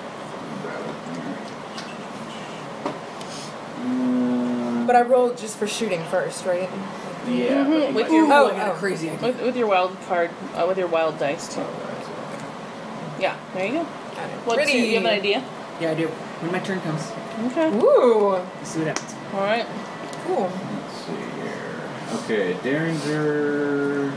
Mm, But I rolled just for shooting first, right? yeah. but you With might- your Oh, I got a crazy idea. with, with your wild card, uh, with your wild dice too. Alright, so- Yeah. There you go. Got it. What? Pretty. Do you have an idea? Yeah, I do. When my turn comes, Okay. Ooh, let's see what happens. All right. cool. Let's see here. Okay, Derringer.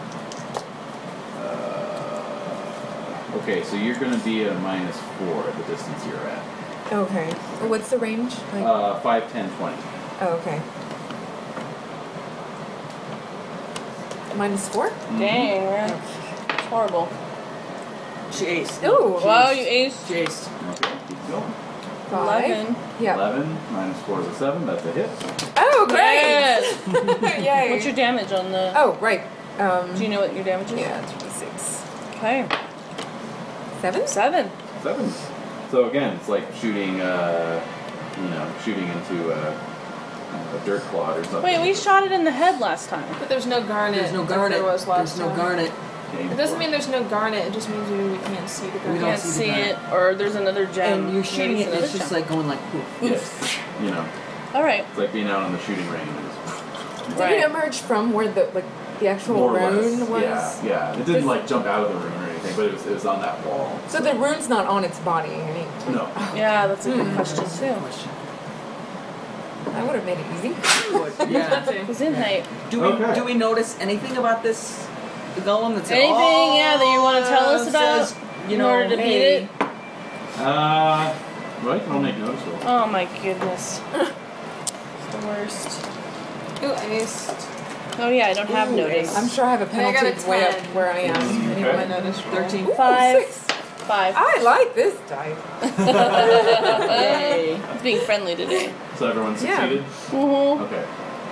Uh, okay, so you're going to be at a minus four at the distance you're at. Okay. What's the range? Like, Uh, 5, 10, 20. oh, okay. Minus four? Dang. Right. Horrible. She aced. Ooh. She Wow, Oh, aced. you aced. She aced. Okay, keep going. Five? Eleven. Yeah. 11 minus 4 is a 7. That's a hit. Oh, great! Yes. Yay. What's your damage on the? Oh, right. Um, Do you know what your damage is? yeah, three, six, Okay. seven? Seven. 7. So again, it's like shooting, uh, you know, shooting into a, a dirt clod or something. Wait, we shot it in the head last time. But there's no garnet. There's no like garnet. There was last There's no time. garnet. Game It doesn't for mean there's no garnet. It just means we, we can't see We the We garnet. don't can't see see the it, or there's another gem. And you're shooting Maybe it, and it's another just gem. like going like poof. Yes. You know, All right. it's like being out on the shooting range. It's Did Right. it emerge from where the like the actual More or rune less. was? Yeah, yeah. It didn't like jump out of the room or anything, but it was, it was on that wall. So the rune's not on its body. I mean, No. Yeah, that's a good Hmm. question too. Question. that would have made it easy. yeah. It was in night. Do we Okay. do we notice anything about this golem that's Anything, all yeah, that you wanna tell us about says, in you know, order to beat hey, it? Uh, right? I'll make notice of it. Oh my goodness. it's the worst. Ooh, I aced. Oh yeah, I don't have Ooh, notice. I'm sure I have a I got penalty a way up 10. where I am. I need Okay. my notice roll. Thirteen. Ooh, Five. six. Five. Ah. I like this die. Yay. It's being friendly today. So everyone Yeah. succeeded? Mm-hmm. Okay.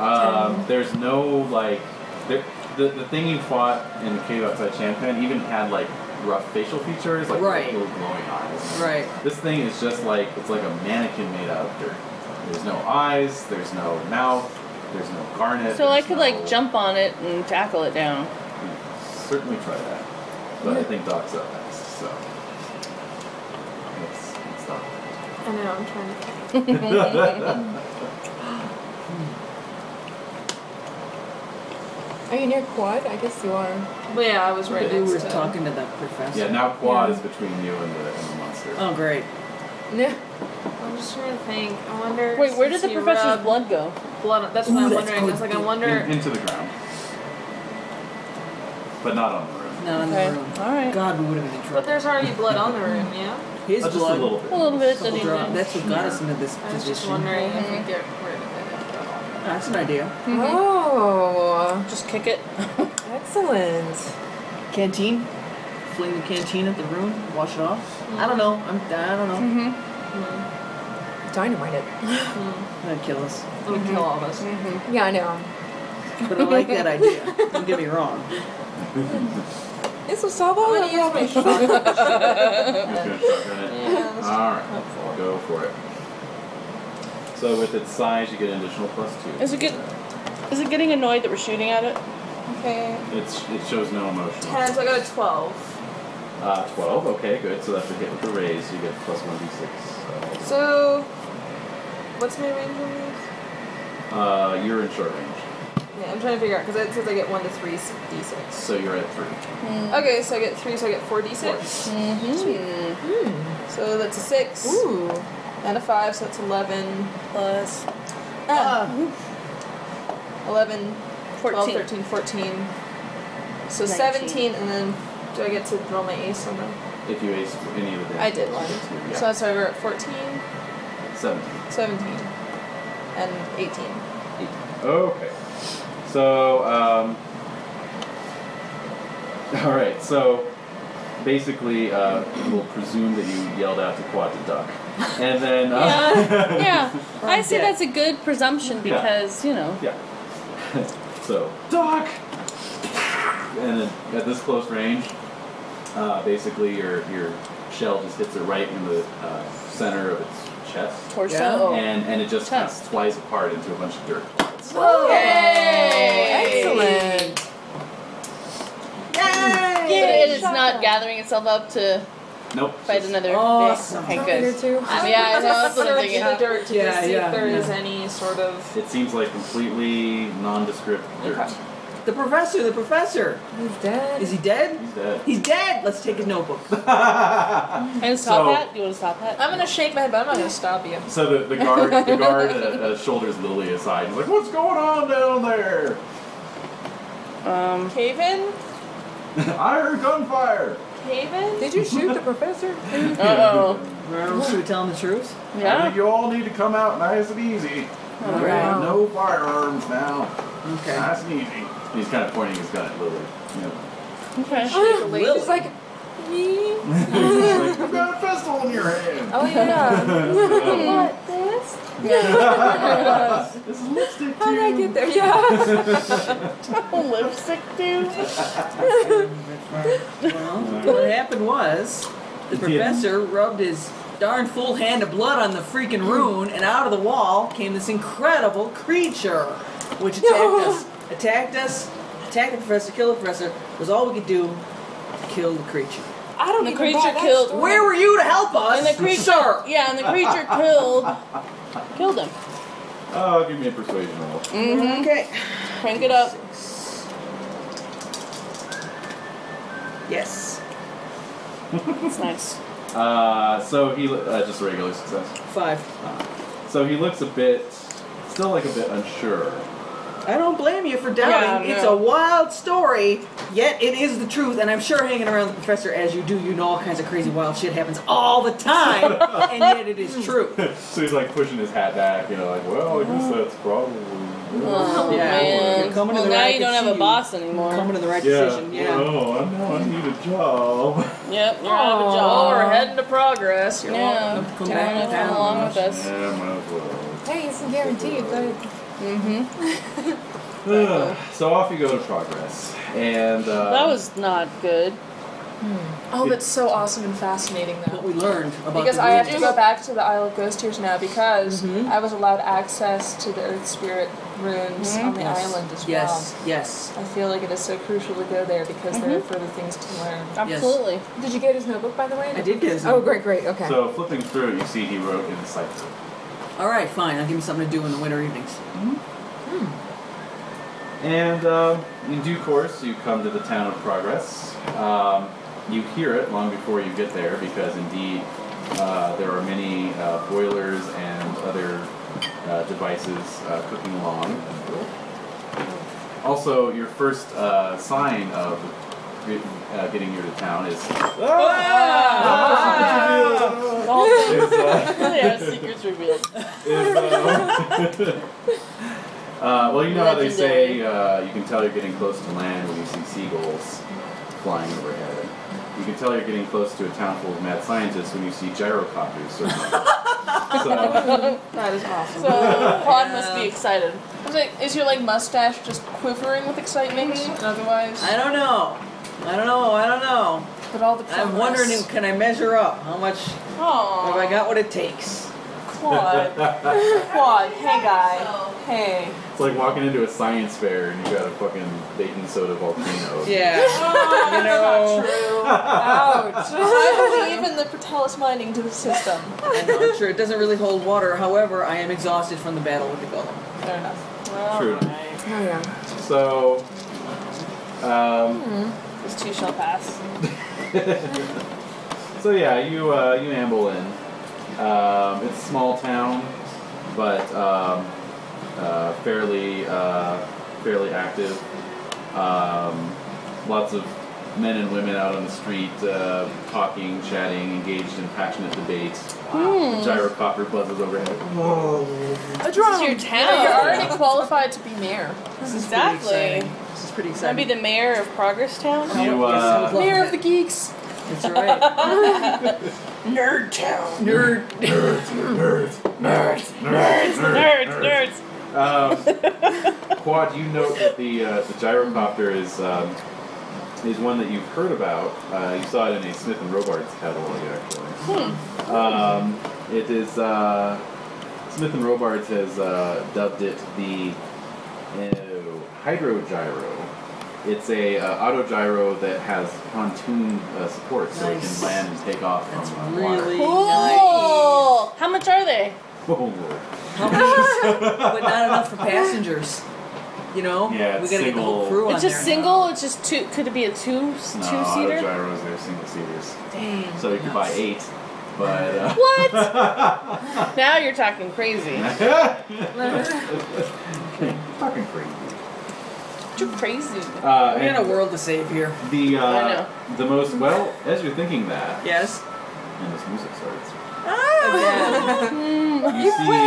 Um, there's no, like, there, the, the thing you fought in the cave outside Champan even had, like, rough facial features, like Right. little glowing eyes. Right. This thing is just like, it's like a mannequin made out of dirt. There's no eyes, there's no mouth, there's no garnet. So I there's could no- like jump on it and tackle it down. Certainly try that. But I think Doc's up next, so. It's, it's Doc. I know, I'm trying to. Are you near quad? I guess you are. But yeah, I was right We We next were to talking to that professor. Yeah, now Quad is between you and the, and the monster. Oh great. Yeah. I'm just trying to think. I wonder. Wait, where did the since he professor's rubbed blood go? blood? That's what I'm Ooh, wondering. I was like, I In- wonder. into the ground. But not on the room. No, in Okay, the room. all right. God, we would have been in But trouble. there's already blood on the room, yeah. His Uh, just blood. a little bit. A little bit. couple That he drops. did. That's what got us into this I was just position. wondering if we get rid of it. That's an idea. Oh, Just kick it. excellent. Canteen. Fling the canteen at the room. Wash it off. I don't know. I'm. I don't know. Mm-hmm. Dynamite it. That'd kill us. It'll kill all of us. Yeah, I know. But I like that idea. Don't get me wrong. This will solve all the problems. Just gonna shotgun it. Alright, go for it. So with its size, you get an additional plus two. Is it good? Is it getting annoyed that we're shooting at it? Okay. It's, it shows no emotion. Ten, so I got a twelve. Uh, 12, okay, good. So that's a hit with the raise. You get plus 1d6. So, So, what's my range on these? uh, you're in short range. Yeah, I'm trying to figure out because it says I get one to three s- d6. So you're at 3. Mm. Okay, so I get three, so I get four Mm. d6. So that's a six Ooh. and a five, so that's eleven plus uh, Ah. 11, 12, 14. 13, 14. So 19. 17, and then do I get to roll my ace on them? If you ace any of the I did one. damage, you get two. So Yeah. that's why we're at 14, 17. 17, and 18. Eight. Okay. So, um, all right. So, basically, uh, we'll presume that you yelled out to Quad to duck, and then uh, Yeah, yeah. I say dead. that's a good presumption Yeah. because you know. Yeah. so duck. And then at this close range, uh, basically your your shell just hits it right in the uh, center of its chest, Torso. Yeah. Oh. and and it just kind of Chest. flies apart into a bunch of dirt. Whoa! Excellent. But it is not gathering itself up to Nope. fight another Awesome. thing. Okay, good. too. I Yeah, I would know, that's what I'm search the thinking. dirt to Yeah, see yeah, if there yeah. is any sort of. It seems like completely nondescript dirt. Okay. The professor, the professor. He's dead. Is he dead? He's dead. He's dead. Let's take his notebook. And stop So- that? You want to stop that? I'm gonna shake my head, but I'm not gonna stop you. So the, the guard the guard uh, uh, shoulders Lily aside. He's like, "What's going on down there? Um, Caven? I heard gunfire." Caven? Did you shoot the professor? Uh-oh. Well, should we tell him the truth? I yeah. think you all need to come out nice and easy. All Right. right. No firearms now. Okay. Nice and easy. He's kind of pointing his gun at Lily. Okay. Lily. It's like, me? He's like, You've got a pistol in your hand. Oh yeah. What? This? This is lipstick How did I too. get there? Yeah. Lipstick, dude. Well, what happened was the Yeah. professor rubbed his darn full hand of blood on the freaking rune, and out of the wall came this incredible creature, which attacked us. Attacked us. Attacked the professor. Killed the professor. Was all we could do. Kill the creature. I don't The even creature buy that killed- story. Where were you to help us? And the creature. Sir. Yeah, and the creature killed. Killed him. Oh, give me a persuasion roll. Mm-hmm. Okay. Crank it up. Yes. That's nice. Uh, so he lo- uh, just a regular success. Five. So he looks a bit, still like a bit unsure. I don't blame you for doubting. Yeah, it's no. a wild story, yet it is the truth. And I'm sure hanging around the professor as you do, you know all kinds of crazy wild shit happens all the time, and yet it is true. so he's like pushing his hat back, you know, like, well, I guess that's probably. Oh, Yeah, man. you're coming to well, the now right, you I don't can have a see boss anymore. Coming to the right Yeah. decision. Yeah. Oh, I know I need a job. Yep, you're out of a Oh, we're job. heading to progress. You're Yeah, welcome. Come you're back gonna come down. along with us. Yeah, might as well. Hey, it's guaranteed, but it's Mm-hmm. Ugh, so off you go to progress, and uh, That was not good. Oh, that's so awesome and fascinating, What though. we learned about Because the I have ruins. to go back to the Isle of Ghost Tears now because Mhm. I was allowed access to the Earth Spirit runes on the Yes. island as Yes. Yes. well. I feel like it is so crucial to go there because there are further things to learn. Absolutely. Did you get his notebook, by the way? I did get his Oh, name. great, great. Okay. so flipping through, you see he wrote in cipher. All right, fine. I'll give me something to do in the winter evenings. And uh, in due course, you come to the town of Progress. Um, you hear it long before you get there, because indeed uh, there are many uh, boilers and other uh, devices uh, cooking along. Also, your first uh, sign of uh, getting near to town is. is, uh, yeah, secrets revealed. is, uh, uh, well, you know how they say Legendary. uh, you can tell you're getting close to land when you see seagulls flying overhead. You can tell you're getting close to a town full of mad scientists when you see gyrocopters. circling. That is awesome. So, Quad must be excited. I was like, is your like mustache just quivering with excitement? And otherwise, I don't know. I don't know. I don't know. but all the I'm wondering, progress- can I measure up? How much have I Aww. got? What it takes? Quad, Quad, hey guy, hey. so it's like walking into a science fair and you got a fucking baking soda volcano. Yeah. you know, I believe in the Portalis mining to the system. I know, I'm sure it doesn't really hold water. However, I am exhausted from the battle with the golem. Fair enough. True. Oh yeah. So, um, Hmm. This too shall pass. So yeah, you uh, you amble in. Um, it's a small town, but um, uh, fairly uh, fairly active. Um, lots of men and women out on the street uh, talking, chatting, engaged in passionate debates. Hmm. The gyrocopter buzzes overhead. This is your town. You're already qualified to be mayor. This is pretty exactly. exciting. This is pretty I'd be exciting. the mayor of Progress Town. Yes, You, I would uh, love Mayor of that. the geeks. That's right. Nerd town. Nerd. Nerds, nerds, nerds. um, Quad, you note that the uh, the gyrocopter is um, is one that you've heard about. Uh, you saw it in a Smith and Robarts catalog, actually. Hmm. Um, it is uh, Smith and Robarts has uh, dubbed it the uh, hydrogyro. It's a uh, autogyro that has pontoon uh, support, so Nice. it can land and take off That's from uh, really Cool. nice. How much are they? water. Oh, Lord. How many- but not enough for passengers. You know, Yeah, we it's gotta get the whole single- crew on It's just there. single. It's just two. Could it be a two No, two seater? autogyros are single seaters. Dang, So you could buy nuts. eight, but. Uh, What? now you're talking crazy. Fucking crazy. You're crazy. Uh, We got a and world to save here. the uh, I know. the most well as you're thinking that, Yes. and this music starts. Ah! You see,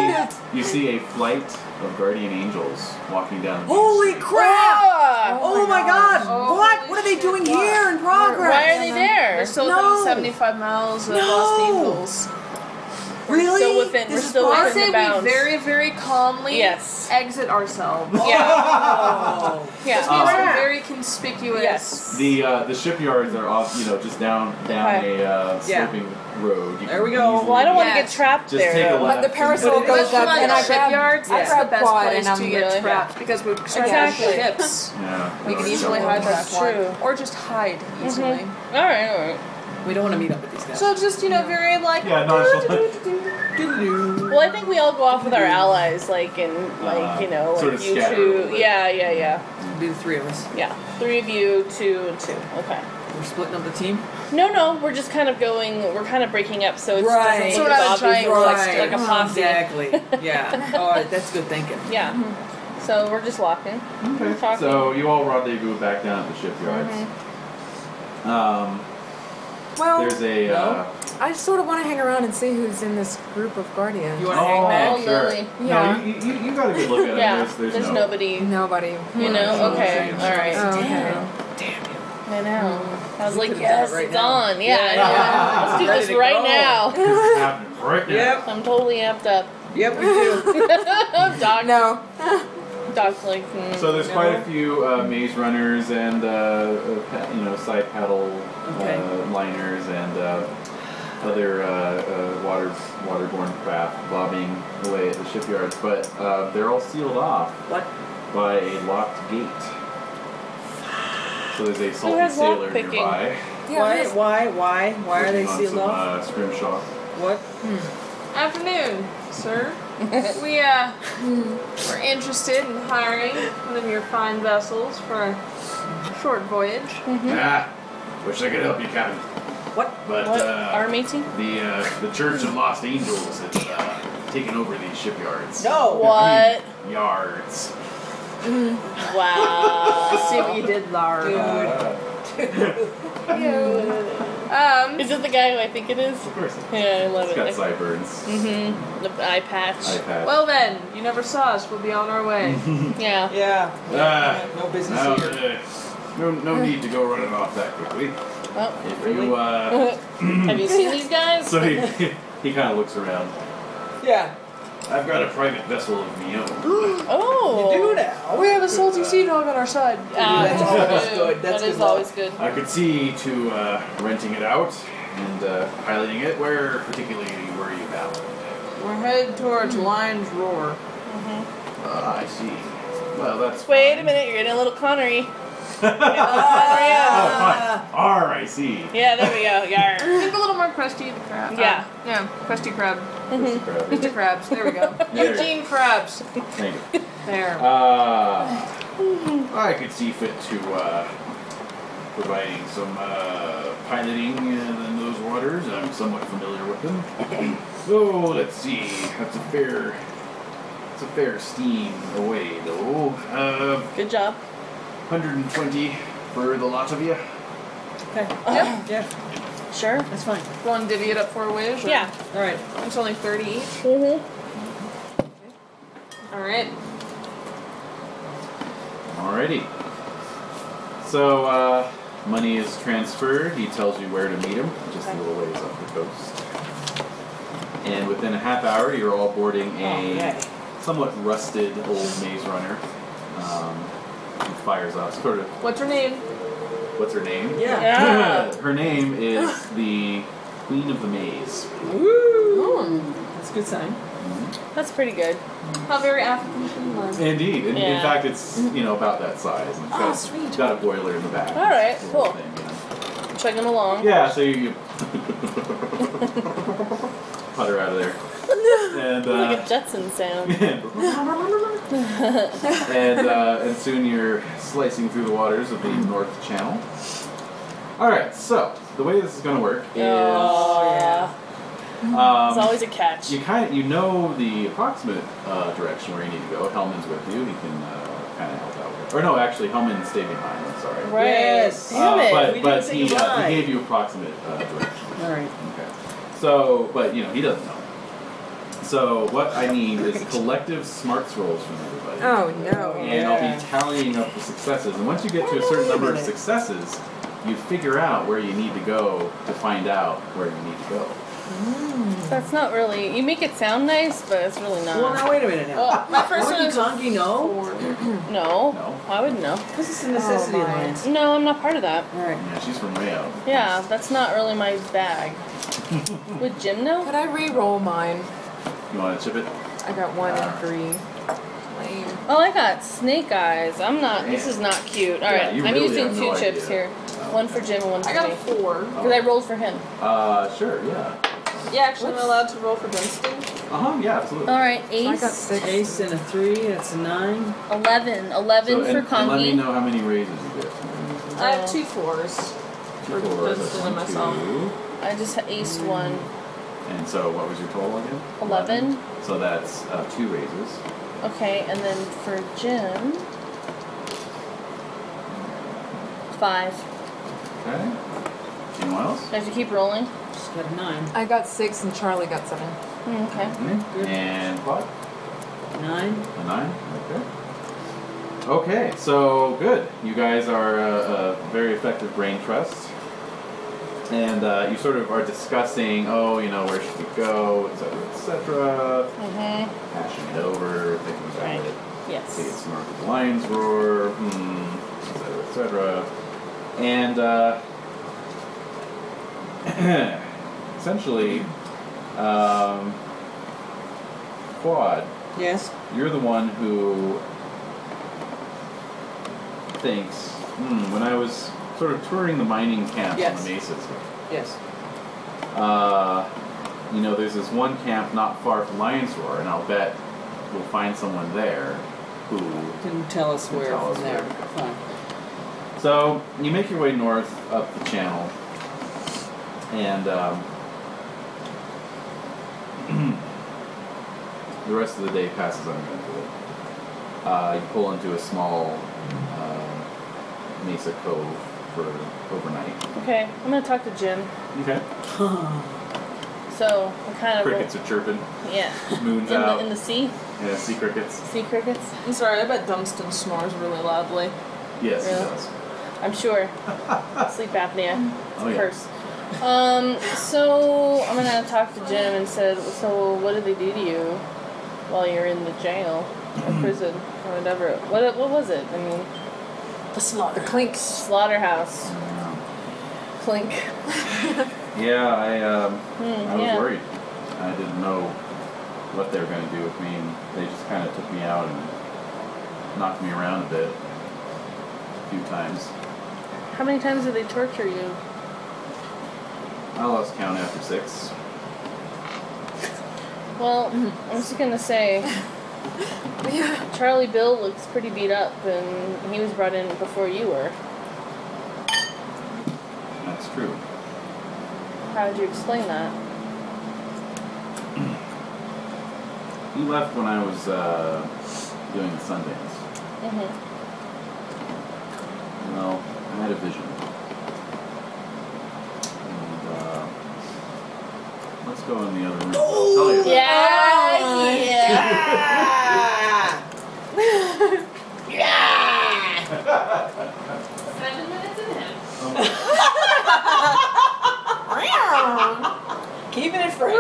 you see a flight of guardian angels walking down. the beach. Holy crap! Ah! Oh my god! what? What are they doing here in progress? Why are they there? We're still No. within 75 miles of No. Los Angeles. really? still within- This we're is still far- I within- say bounds. we very, very calmly Yes. exit ourselves. Yeah. Oh. Because Yeah. we were Crap. very conspicuous. Yes. The uh, the shipyards are off, you know, just down down Okay. a uh, Yeah. sloping road. You There can we go. easily Well, I don't want to Yes. get trapped just take there. a though. left. But the parasol and- goes Especially up on and the I grab. shipyards, I that's grab the best quad place and I'm to get really- trapped because we start Exactly. having ships. Yeah, We can really easily trouble. hide that That's true. one. Or just hide Mm-hmm. easily. All right, all right. We don't want to meet up with these guys. So just, you know, very like. Yeah, nonchalant. Doo-doo. Well, I think we all go off with our allies, like in like Uh, you know, sort like of you scatter a little two. bit. Yeah, yeah, yeah, Be the three of us. yeah. Three of you, two and two. Okay. We're splitting up the team. No, no, we're just kind of going. We're kind of breaking up, so it's Right. doesn't So look we're not as a obvious, triangle, like, like a Right. posse. Exactly. Yeah. Oh, that's good thinking. Yeah. Mm-hmm. So we're just walking. Okay. Talking. So you all rendezvous back down at the shipyards. Mm-hmm. Um, Well, there's a. Uh, I sort of want to hang around and see who's in this group of guardians. You want to hang back? Oh, sure. Lily. Yeah. No, you, you, you got a good look at it. yeah. There's, there's, no. nobody. Nobody. You know. Nobody. Okay. All right. Oh, okay. Yeah. I know. Mm-hmm. I was We like, could've done it yes, right it's now. on. Yeah, I know. Yeah. Let's do Ready this to right go. now. It's happening right now. Yep. I'm totally amped up. Yep, we do. Dog, No. dog's like, mm. So there's quite a few uh, maze runners and uh, uh, pa- you know side paddle Okay. uh, liners and uh, other uh, uh, water waterborne craft bobbing away at the shipyards, but uh, they're all sealed off what? by a locked gate. So there's a salty has lock sailor picking? nearby. Yeah, Why? there's- Why? Why? Why are they working on sealed some, off? Uh, scrimshaw. What? Afternoon, sir. we, uh, we're interested in hiring one of your fine vessels for a short voyage. Ah, wish I could help you, Captain. What? But Mm-hmm. what? uh, Our meeting? the uh, the Church of Lost Angels has uh, taken over these shipyards. No. What? Yards. Wow. you did, Lara. Um, is it the guy who I think it is? Of course, it's Yeah, I love got it. sideburns. Mm-hmm. The eye patch. iPad. well then, you never saw us. We'll be on our way. Yeah. Yeah. Ah, No business now, here. uh, no, no need to go running off that quickly. Oh. If you, uh, Have you seen these guys? so he, he kind of looks around. Yeah. I've got a private vessel of my own. oh. You do now. We have a salty sea dog on our side. Ah, That's that's always good. good. That's That is good luck. always good. I could see to uh, renting it out and uh, piloting it. Where particularly were you bound? We're headed towards Mm. Lion's Roar. Uh, I see. Well, that's Wait a fine. minute, you're getting a little Connery. Oh, yeah. fine. R, I see. yeah, there we go. Yar. Think a little more crusty the crab. Yeah. Uh, yeah, crusty crab. Mr. Krabs. Mr. Krabs. There we go. There. Eugene Krabs. Thank you. There. Uh, I could see fit to uh, providing some uh, piloting in those waters. I'm somewhat familiar with them. oh, let's see. That's a fair. It's a fair steam away, though. Uh, Good job. 120 for the lot of you. Okay. Yeah. Yeah, Sure. that's fine. Want to divvy it up for a whiz? or- Yeah. All right. It's only 30 each. Mm-hmm. All right. Alrighty. So, uh, money is transferred. He tells you where to meet him, just a little ways off the coast. And within a half hour, you're all boarding a yay. somewhat rusted old maze runner. Um, he fires off sort of What's her name? what's her name? Yeah. Her name is the Queen of the Maze. That's a good sign. That's pretty good. How very African she was. Indeed. In, in Yeah. fact, it's you know about that size. And it's Oh, got, sweet. got a boiler in the back. All right, It's a little cool. thing, yeah. Chugging along. Yeah, so you, you putter out of there. And Like a uh, Jetson sound. and uh, and soon you're slicing through the waters of the North Channel. All right, so the way this is going to work is Oh, yeah. It's um, always a catch. you kind of you know the approximate uh, direction where you need to go. Hellman's with you; he can uh, kind of help out. With or no, actually, Hellman stayed behind. I'm sorry. Right. Yes. Damn Uh, it. but we but didn't say he, uh, goodbye. he gave you approximate uh, direction. All right. Okay. So, but you know, he doesn't know. So, what I need is collective smarts rolls from everybody. Oh no. And I'll be tallying up the successes. And once you get to a certain number of successes, you figure out where you need to go to find out where you need to go. That's not really. You make it sound nice, but it's really not. Well, now wait a minute now. Oh, my first one Wouldn't is Kangi know? no. No. I wouldn't know. Because it's a necessity my. line. No, I'm not part of that. Oh, All right. Yeah, she's from Rio. Yeah, that's not really my bag. Would Jim know? Could I re-roll mine? You want to chip it? I got one and three. Lame. Oh, I got snake eyes. I'm not. This Man. is not cute. All Yeah, right, you I'm really using have two no chips idea. here. One for Jim and one for I got me. a four. Because I rolled for him. Uh, sure, yeah. Yeah, actually, I'm allowed to roll for Dunstan. Uh huh, yeah, absolutely. All right, So I got ace, six. Ace and a three. That's a nine. eleven, eleven So, for and, and let me Conky. Oh. know how many raises you get. I have two fours. Four, Just that's doing one, myself. two. I just aced one. And so, what was your total again? Eleven. So that's uh, two raises. Okay, and then for Jim, five. Okay. Anyone else? I have to keep rolling. Just got a nine. I got six and Charlie got seven. Mm, Okay. Good. Mm-hmm. And what? Nine. A nine? Okay. Okay, so good. You guys are a, a very effective brain trust. And uh, you sort of are discussing, oh, you know, where should we go, et cetera, et cetera. Mm-hmm. Hashing it over, thinking about Right. it. See, Yes. it's north of the lion's roar, hmm, et cetera, et cetera. And uh, essentially, um, Quad, Yes. you're the one who thinks, hmm, when I was sort of touring the mining camps on Yes. the mesas, Yes. uh, you know, there's this one camp not far from Lion's Roar, and I'll bet we'll find someone there who Can tell us Can where tell us from there. where. Fine. So you make your way north up the channel, and um, the rest of the day passes uneventfully. Uh, you pull into a small uh, mesa cove for overnight. Okay, I'm gonna talk to Jim. Okay. So I kind of Crickets are chirping. yeah. In Moon's the, out. in the sea, yeah, sea crickets. sea crickets. I'm sorry, I bet Dunstan snores really loudly. Yes, Really? it does. I'm sure. Sleep apnea. It's Oh, a yeah. curse. Um, so I'm gonna talk to Jim and said, so what did they do to you while you're in the jail or prison or whatever? What what was it? I mean, The slaughter. Clinks. slaughterhouse. Um, Clink. Yeah, I um, Mm, I was yeah. worried. I didn't know what they were going to do with me, and they just kind of took me out and knocked me around a bit, a few times. How many times did they torture you? I lost count after six. Well, I'm just gonna say, Charlie Bill looks pretty beat up, and he was brought in before you were. That's true. How would you explain that? He left when I was uh, doing the Sundance. Mm-hmm. You know, I had a vision. uh, go in the other room. I'll tell you. Yeah, yeah. Seven minutes and a half. Keeping it fresh.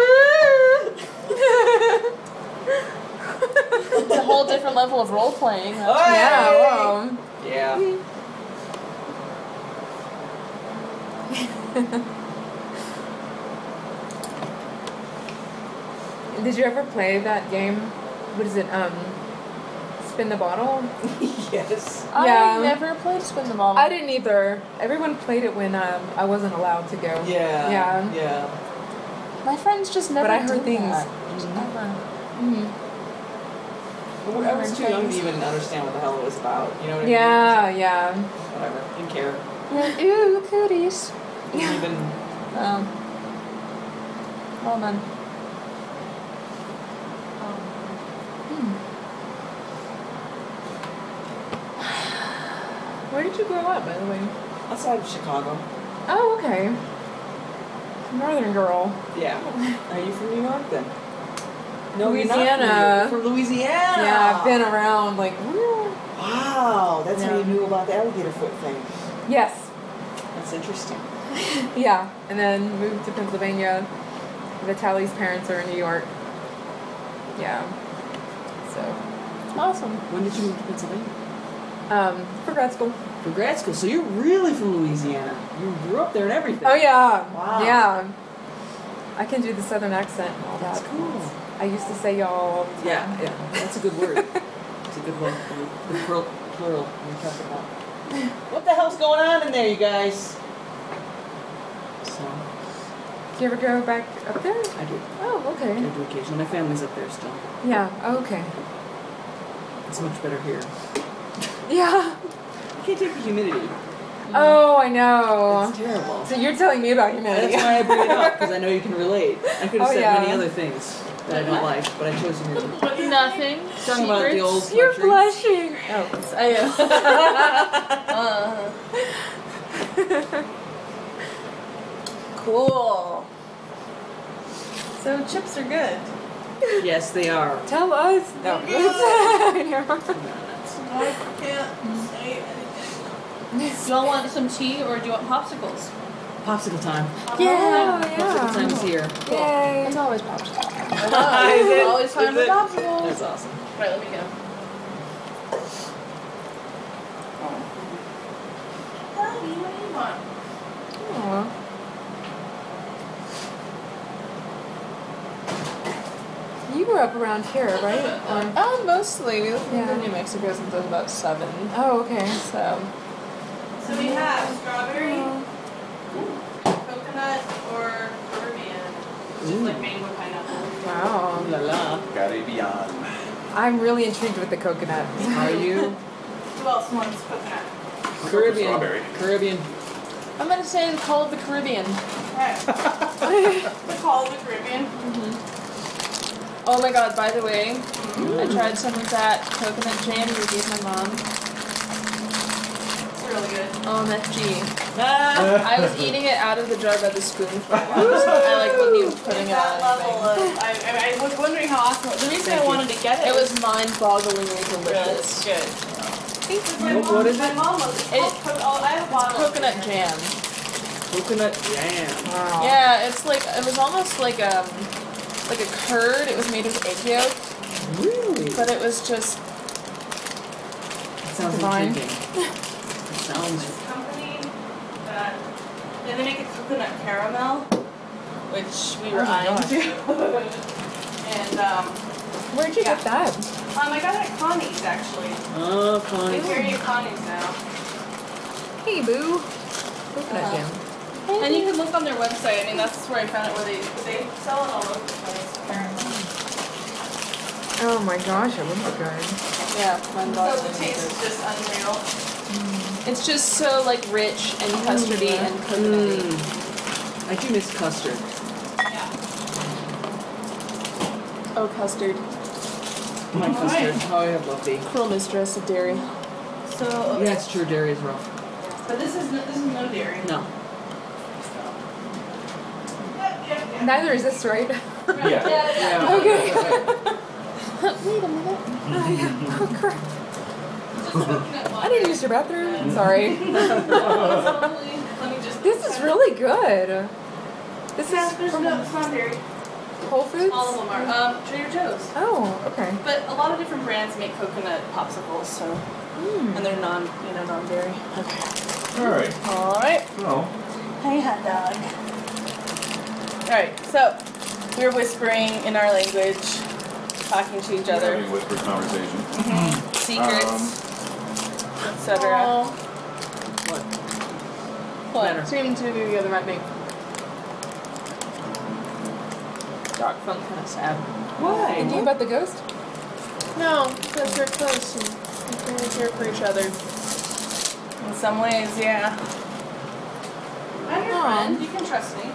It's a whole different level of role playing. Oh, Yeah, wow. Yeah. Did you ever play that game? What is it? Um, spin the bottle. yes. Yeah. I never played Spin the Ball. I didn't either. Everyone played it when um, I wasn't allowed to go. Yeah. Yeah. Yeah. My friends just never. But I heard do things. that. Just never. I was too young to even understand what the hell it was about. You know what I mean? Mm-hmm. Yeah, yeah. Just Whatever. Didn't care. Yeah, Ooh, cooties. Didn't Yeah. even. Um. Well then. Where did you grow up, by the way? Outside of Chicago. Oh, okay. Northern girl. Yeah. Are you from New York then? No, Louisiana. You're not from, New York. You're from Louisiana. Yeah, I've been around like. woo. Wow, that's how Yeah. you knew about the alligator foot thing. Yes. That's interesting. Yeah, and then moved to Pennsylvania. Vitaly's parents are in New York. Yeah. So, Awesome. When did you move to Pennsylvania? um, for grad school. For grad school. So you're really from Louisiana. You grew up there and everything. Oh yeah. Wow. Yeah. I can do the southern accent and all That's that. cool. I used to say y'all. Yeah, yeah. That's a good word. It's a good word. The plural. plural we're talking about. What the hell's going on in there, you guys? So Do you ever go back up there? I do. Oh, I okay. do occasionally. My family's up there still. Yeah. Oh, okay. It's much better here. Yeah. I can't take the humidity. Oh, I know. It's terrible. So you're telling me about That's humanity. why I bring it up because I know you can relate. I could have Oh, said yeah. many other things that I don't like, but I chose humidity. Nothing. Talking about the old You're country. blushing. I uh, am. cool. So chips are good. Yes, they are. Tell us. No. I I can't say anything. Do y'all want some tea or do you want popsicles? Popsicle time. Oh, know. yeah. Popsicle time is here. yeah. Yay. always popsicles. Is it? Oh, always time Is for it? popsicles. That's awesome. Right, let me go. Aw. You were up around here, right? Or- Oh, mostly. We lived Yeah. in New Mexico since I was about seven. Oh, okay. So So we have strawberry, coconut, or Caribbean, which is like mango pineapple. Wow. Ooh la la. Caribbean. I'm really intrigued with the coconut. Are you Who else wants coconut? Caribbean? Strawberry. Caribbean. I'm gonna say the Call of the Caribbean. Alright. the call of the Caribbean. Oh my God! By the way, I tried some of that coconut jam you gave my mom. It's really good. OMFG! Ah, I was eating it out of the jar by the spoonful. I like when you were putting It's it that on. level of. I, I, I was wondering how often. The reason Thank I you. wanted to get it, It was mind-bogglingly was delicious. good. Because my What- mom, what is my it? mom was. It- oh, co- oh, I have a bottle. of Coconut jam. coconut jam. Wow. Yeah, it's like it was almost like um like a curd. It was made of egg yolk, Really? but it was just sounds divine. intriguing. It sounds. This company that then they make a coconut caramel, which we were Oh my eyeing gosh. to. and um, Where'd you get that? um, I got it at Connie's actually. Oh, We fine. carry at Connie's now. Hey, boo. Coconut Uh-huh. jam. And you can look on their website. I mean, that's where I found it. Where they they sell it all over the place. apparently. Oh my gosh, I love that yeah, So the mind-boggling. taste is just unreal. It's just so like rich and custardy Mm-hmm. and coconutty. Mm. I do miss custard. Yeah. Oh, custard. My custard. Oh, I have lovely. Cruel mistress of dairy. So okay. Yeah, it's true. Dairy is rough. But this is no, this is no dairy. No. Yeah, yeah, yeah. Neither is this right. Yeah. Yeah. Okay. Wait a minute. Oh, yeah. Oh, crap. I need to use your bathroom. Sorry. Mm-hmm. Let me just. This is really good. This No, is there's from no, it's not dairy. Whole Foods? All of them are. Um, Trader Joe's. Oh, okay. But a lot of different brands make coconut popsicles, so Mm. and they're non, you know, non-dairy. Okay. All right. All right. Well, Hey, hot dog. All right. So we were whispering in our language, talking to each we're other, having whispered conversation. secrets, etc. What? Seem to be the other might make Dark Funk kind of sad. And you Why? about the ghost? No, because we're close and we can always hear for each other. In some ways, yeah. I'm your Aw. friend. You can trust me.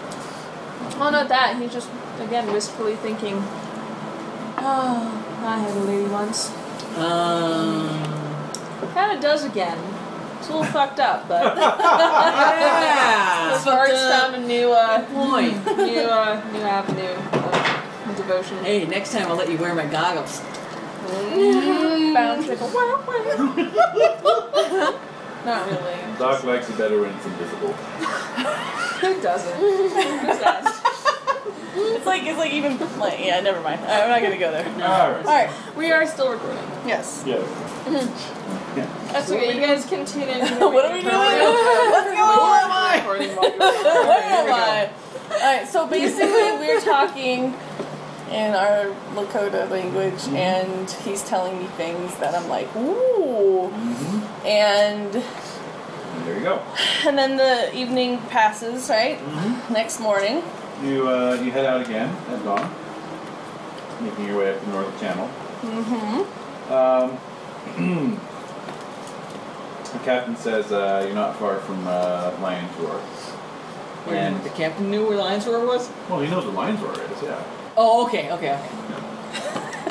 Well, not that. He's just, again, wistfully thinking, oh, I had a lady once. Um. Kind of does again. It's a little fucked up, but Yeah. it's hard time a new, uh, Point. new, uh, new avenue of devotion. Hey, next time I'll let you wear my goggles. Bounce like a wow, wow. Not really. Doc likes it better when it's invisible. Who doesn't? It's like it's like even like yeah. Never mind. I'm not gonna go there. All right. All right. We are still recording. Yes. Yes. That's okay. You guys continue. What are we doing? Let's go. Where am I? Alright, so basically we're talking in our Lakota language and he's telling me things that I'm like, ooh. Mm-hmm. And There you go. and then the evening passes, right? Next morning. You uh, you head out again at dawn, making your way up the North Channel. Mm-hmm. Um, the captain says uh, you're not far from uh, Lion Tour. Where, the captain knew where the lion's roar was. Well, you know what the Lion Tour is, yeah. Oh, okay, okay,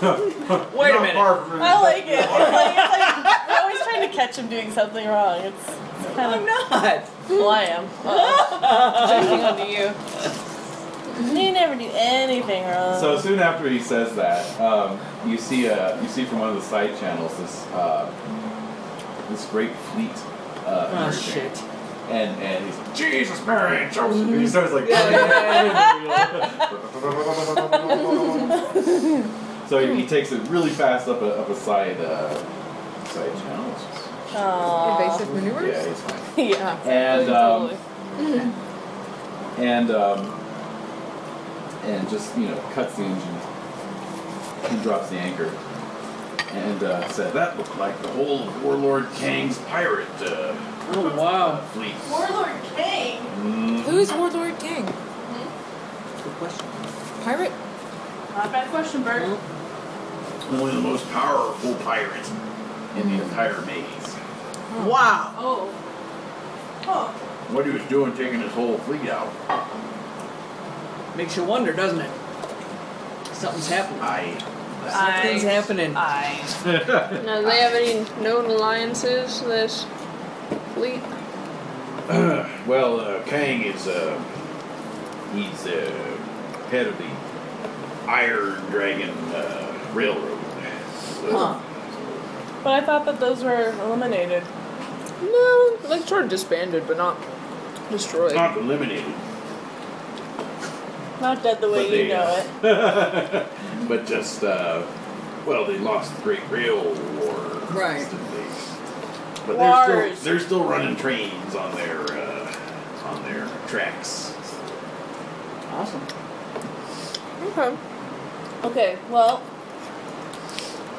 okay. Wait a minute. I like it. It's like, it's like we're always trying to catch him doing something wrong. It's, it's kind of I'm not. well I am. Joking onto you. You never do anything wrong. So soon after he says that, um, you see uh, you see from one of the side channels this uh, this great fleet. Uh, Oh emerging. shit. And and he's like, Jesus, Mary, and Joseph. And he starts like. so he, he takes it really fast up a up a side uh, side channel. It's just- Aw. Invasive maneuvers? Yeah, he's fine. yeah. And um, Totally. and um, and just you know cuts the engine and drops the anchor and uh, said that looked like the whole of Warlord Kang's pirate uh, Oh wow. fleet. Warlord King. Mm. Who's Warlord King? Good question. Pirate? Not a bad question, Bert. Only the most powerful pirate in the entire maze. Wow. Oh. Oh. What he was doing, taking his whole fleet out, Makes you wonder, doesn't it? Something's happening. I. Something's happening. I. Now, do they have any known alliances? This fleet. well, uh, Kang is uh, he's uh, head of the Iron Dragon uh, Railroad. Huh. But I thought that those were eliminated. No, like sort of disbanded, but not destroyed. Not eliminated. Not dead the way But you they, know uh, it. but just, uh, well, they lost the Great Rail War. Right. But they're Wars. still, they're still running trains on their uh, on their tracks. Awesome. Okay. Okay, well.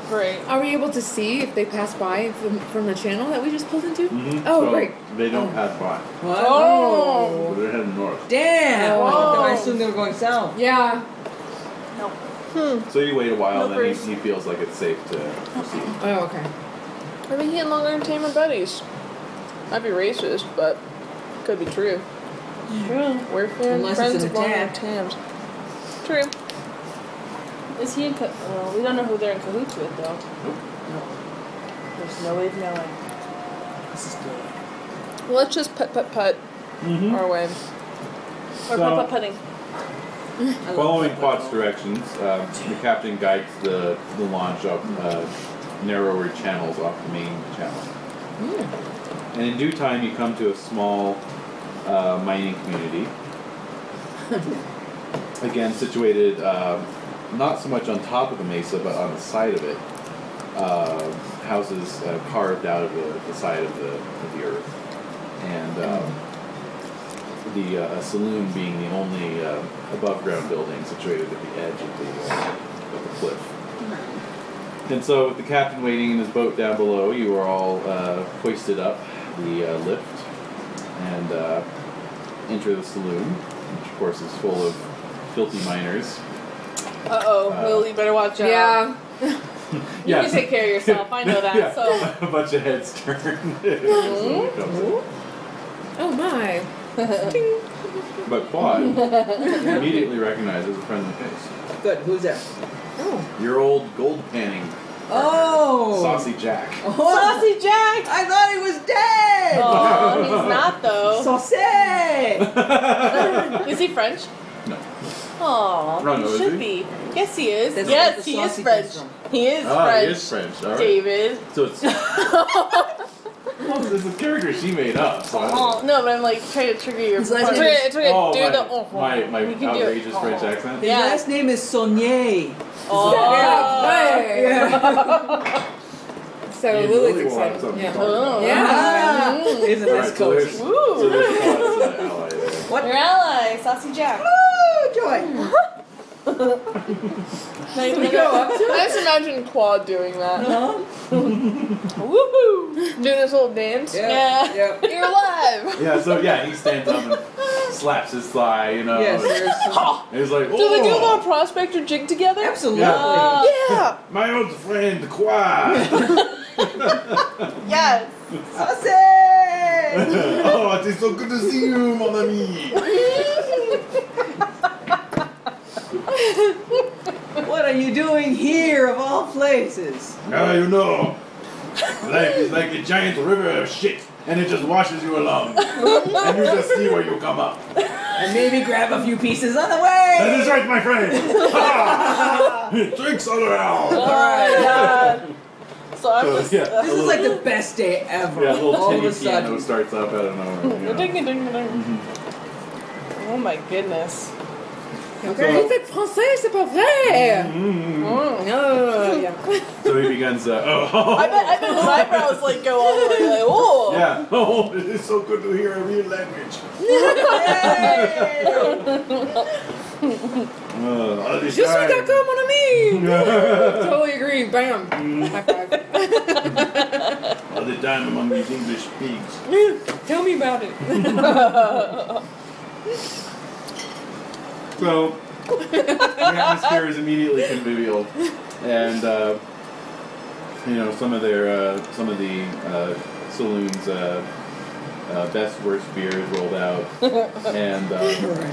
Great. Are we able to see if they pass by from, from the channel that we just pulled into? Mm-hmm. Oh, great. They don't Oh. pass by. What? Oh. Oh! but They're heading north. Damn! Whoa. I assumed they were going south. Yeah. So you wait a while, No and then worries. he, he feels like it's safe to proceed. Oh, okay. Oh! I've been getting longer entertainment buddies. Might be racist, but could be true. True. We're Unless it's friends an of longer attack. times. True. Is he in. Co- well, we don't know who they're in cahoots with, though. There's no way of knowing. This is good. Mm-hmm. Well, let's just put put put our way. Or So- put putt putting. I love Following that Quad's level. directions, um, the captain guides the, the launch up uh, narrower channels off the main channel. Hmm. And in due time, you come to a small uh, mining community. Again, situated um not so much on top of the mesa, but on the side of it. Uh, houses uh, carved out of the, the side of the, of the earth. And um, the uh, saloon being the only uh, above ground building situated at the edge of the, uh, of the cliff. And so, with the captain waiting in his boat down below, you are all uh, hoisted up the uh, lift and uh, enter the saloon, which of course is full of filthy miners. Uh oh, Uh, Lily, better watch out. Yeah. You Yes. can take care of yourself. I know that. Yeah. So a bunch of heads turned. as the saloon comes in. Oh my. But Quad immediately recognizes a friendly face. Good. Who's there? Oh. Your old gold panning, Oh. Saucy Jack. Oh, Saucy Jack. I thought he was dead. Oh, he's not though. Saucy. Ah, Is he French? No. Oh, Run, he is should he? be. Yes, he is. That's where yes, the he is saucy French. comes from. He is ah, French. he is French. All right. David. So it's. well, this is a character she made up. So I don't know. Oh no, but I'm like trying to trigger your. His last part. name is- Try to- try to do my, the. oh, oh. my, my You can do it. outrageous Oh. French accent. His Yeah. last name is Saunier. Oh. So You Lily's really want excited. something to Yeah. talk Oh, about. Yeah. Isn't All right, this so there's, cozy? so there's Quad's, uh, ally there. What? Your ally, Saucy Jack. Oh, joy. we go up to I just imagine Quad doing that. Huh? Woohoo! Doing this little dance. Yeah. Yep. You're alive! Yeah, so yeah, he stands up and slaps his thigh, you know. Yes, and there's some- he's like, Do they do a little oh, prospector jig together? absolutely. Yeah. Yeah! my old friend Quad. Yes. Saucy. oh, it's so good to see you, mon ami. What are you doing here, of all places? Now you know, life is like a giant river of shit, and it just washes you along, and you just see where you come up. And maybe grab a few pieces on the way. That is right, my friend. Drinks all around. All right. So I'm just. yeah, This is like the best day ever. yeah, a little all of tinny a piano sudden. starts up out of nowhere. you know. Ding, ding, ding, ding. Oh my goodness. Vous faites français, c'est pas vrai! So he begins. Uh, oh, I bet, I bet his eyebrows like go all the way like, oh. yeah. Oh, it is so good to hear a real language. Uh, all this Je suis time. d'accord, mon ami! all Totally agree. Bam. High five. the time among these English pigs. Tell me about it. So the atmosphere is immediately convivial, and uh, you know some of their uh, some of the uh, saloons. Uh, uh, best worst beers rolled out, and um,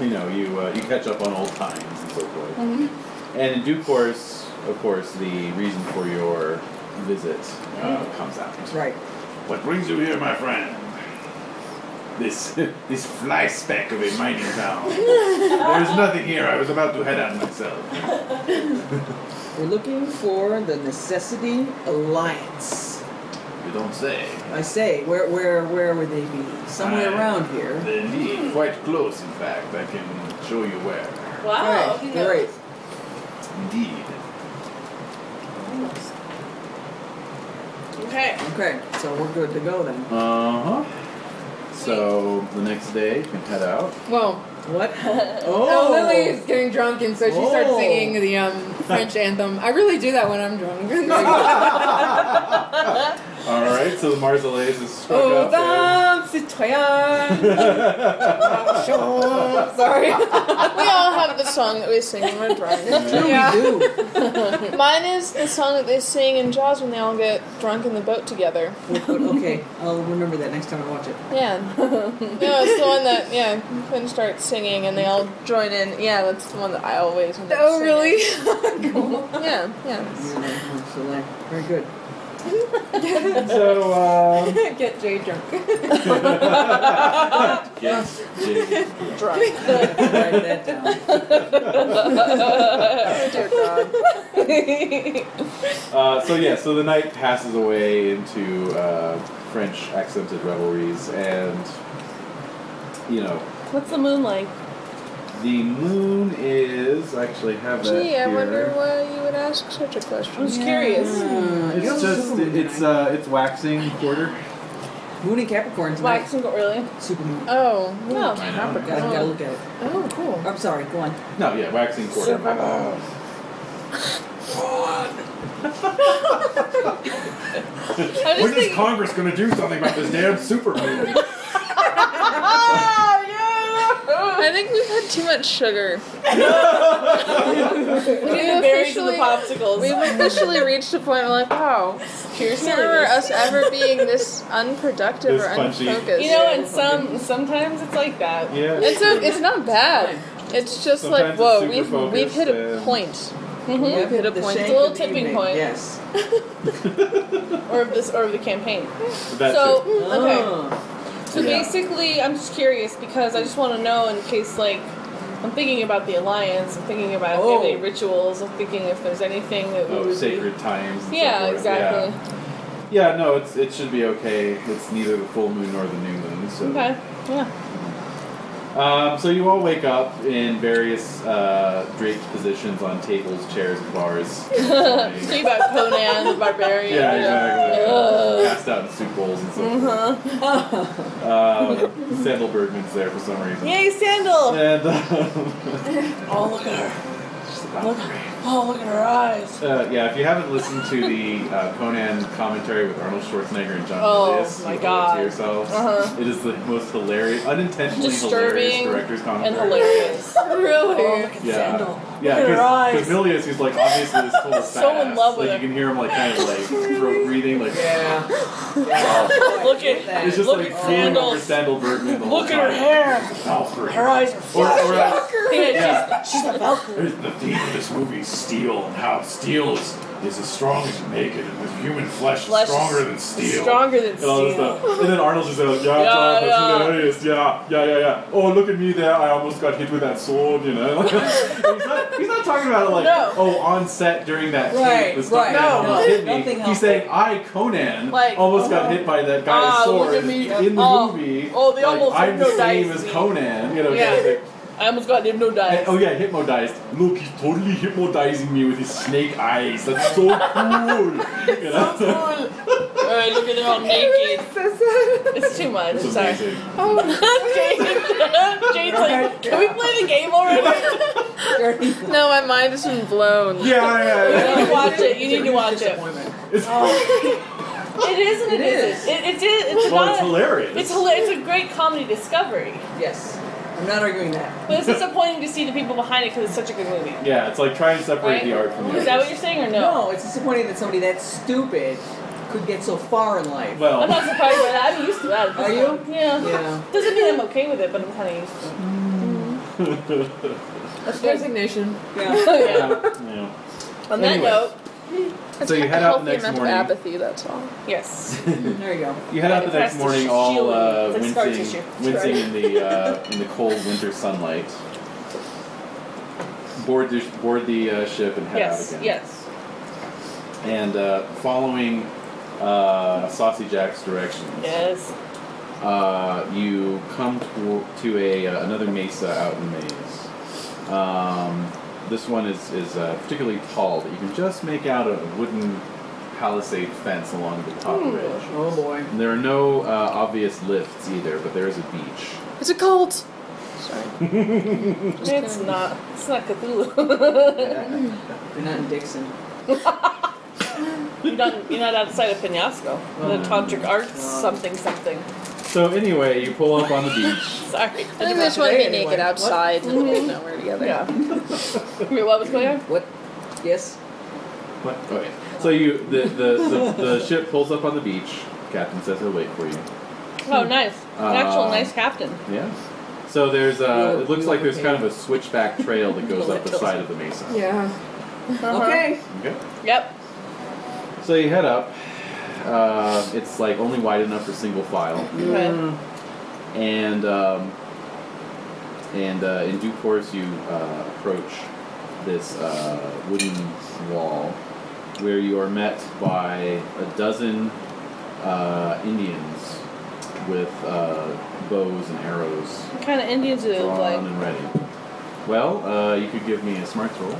you know you uh, you catch up on old times and so forth. And in due course, of course, the reason for your visit uh, comes out. Right. What brings you here, my friend? This this fly speck of a mining town. There's nothing here. I was about to head out myself. We're looking for the Necessity Alliance. You don't say. I say, where, where, where would they be? Somewhere Uh, around here. They're indeed quite close, in fact. I can show you where. Wow. Great, you know. great. Indeed. Okay. Okay, so we're good to go then. Uh huh. So the next day, you can head out. Well, What? oh. Oh, Lily is getting drunk, and so she starts Oh. singing the um, French anthem. I really do that when I'm drunk. All right. So the Marseillaise is struck oh, up. there. dame, citoyen. Oh, sorry. We all have the song that we sing when we're drunk. True, we do. Mine is the song that they sing in Jaws when they all get drunk in the boat together. We're good. Okay, I'll remember that next time I watch it. Yeah. no, it's the one that, yeah, Quinn starts singing and they all join in. Yeah, that's the one that I always end up Oh, singing. really? Yeah, yeah. Very good. So, um, Get Jay drunk. yes, Jay. Write that down. Uh, so yeah, so the night passes away into uh, French accented revelries, and you know What's the moon like? the moon is I actually have that Gee, here. I wonder why you would ask such a question. I'm just curious. Uh, It's just it's uh, it's waxing quarter. Moon and Capricorn tonight. Waxing, but really? Super moon. Oh, No. no. I gotta look at it. Oh, cool. I'm sorry, go on. No, yeah, waxing quarter. My bad. I When just is think. Congress going to do something about this damn super moon? I think we've had too much sugar. We've We've been buried to the officially- popsicles. We've officially reached a point where, like, wow, Pure remember silliness. us ever being this unproductive This or punchy. unfocused. You know, and some sometimes it's like that. Yeah. it's a, it's not bad. It's just like Sometimes it's whoa, super we've we've hit a focused point. hmm We've hit a point. shank It's a little of the tipping evening, point. Yes. Or of this, or of the campaign. That's so it. okay. Oh. So Yeah. basically, I'm just curious because I just want to know in case, like, I'm thinking about the alliance. I'm thinking about if they have Oh. any rituals. I'm thinking if there's anything that we Oh, would be- sacred times. and so Yeah, forth. exactly. Yeah. yeah, no, it's it should be okay. It's neither the full moon nor the new moon. So Okay. Yeah. Um, so you all wake up in various uh, draped positions on tables, chairs, and bars. yeah, Think about Conan the Barbarian. exactly. Ugh. Passed out in soup bowls and so forth. Uh-huh. Um, Sandal Bergman's there for some reason. Yay, Sandal! And um, Oh, look at her. just about Oh, look at her eyes. uh, yeah, if you haven't listened to the uh, Conan commentary with Arnold Schwarzenegger and John Oh, Milius, my you owe it God. to yourselves, Uh-huh. it is the most hilarious, unintentionally hilarious Disturbing director's And commentary. hilarious. Oh, Really? Yeah. Sandal. Yeah, Look at her eyes. because Milius, he's like obviously this total So in badass. love with like her. you can hear him like kind of like throat breathing, like Yeah. look at That it's just Look like at drooling Sandals. over Sandal Bergman. The look whole at her time. hair. Valkyrie. Her eyes are Or, or else, fucking. yeah, She's a Valkyrie. uh, There's the theme of this movie is steel and how steel is, is as strong as you make it, and with human flesh, is Flesh is stronger than steel. Stronger than and all this steel. stuff. And then Arnold's just like, yeah, Yeah, John, that's yeah. hilarious. Yeah, yeah, yeah, yeah. Oh, look at me there. I almost got hit with that sword, you know. he's, not, he's not talking about it like, No. oh, on set during that Right, shoot, the stuntman right. No, almost no, hit me. nothing He's helped. saying, I, Conan, Like, uh-huh. almost got hit by that guy's ah, look sword at me. in the Oh. movie. Oh, they Like, almost I'm the hit no same dice as me. Conan, you know. Yeah. kind of thing. I almost got And- hypnotized. oh yeah, hypnotized. Look, he's totally hypnotizing me with his snake eyes. That's so cool. You know? Alright, look at her all naked. It's too much. It's Sorry. amazing. Jade- Jade's like, can we play the game already? No, my mind has been blown. Yeah, yeah, You yeah. need to watch it. You need to watch it. It's, It is and It it isn't. is. It, it is. It's well, not. it's hilarious. It's hila- It's a great comedy discovery. Yes. I'm not arguing that. But it's disappointing to see the people behind it because it's such a good movie. Yeah, it's like try and separate Right? the art from the Is that art. what you're saying or No. no? it's disappointing that somebody that stupid could get so far in life. I'm Well, not surprised by that. I'm used to that. at this Are you? point. Yeah. Mm-hmm. Yeah. Doesn't mean I'm okay with it, but I'm kind of used to it. Resignation. Yeah. yeah, On that Anyway. note, So you a head healthy out the next amount morning. of apathy, that's all. yes. There you go. You head out the It has next to morning, shield all you. uh, It's like scar wincing, tissue. wincing in the uh, in the cold winter sunlight. Board the, board the uh, ship and head Yes. out again. Yes. And uh, following uh, Saucy Jack's directions, Yes. uh, you come to, to a uh, another mesa out in the maze. Um, this one is is uh, particularly tall, but you can just make out a wooden palisade fence along the top ridge. Oh boy. And there are no uh, obvious lifts either, but there is a beach. It's a cult. Sorry. Just It's kidding. not. It's not Cthulhu. You're not in Dixon. you're not. You're not outside of Penasco. Oh, no. the tantric arts, something, something. So anyway, you pull up on the beach. Sorry. I think they just want to be Today, anyway. naked outside in the middle of nowhere together. Yeah. Wait, what was going on? What? Yes. What? Okay. So you the the, the, the ship pulls up on the beach. Captain says he'll wait for you. Oh, nice. An actual Hmm. Uh, nice captain. Yeah. So there's uh, it looks like there's kind of a switchback trail that goes up the side of the mesa. Yeah. Okay. Okay. Uh-huh. Yep. So you head up, Uh, it's like only wide enough for single file, Hmm. Okay. and um, and uh, in due course you uh, approach this uh, wooden wall, where you are met by a dozen uh, Indians with uh, bows and arrows What kind of Indians do they look drawn like? and ready. Well, uh, you could give me a smarts roll.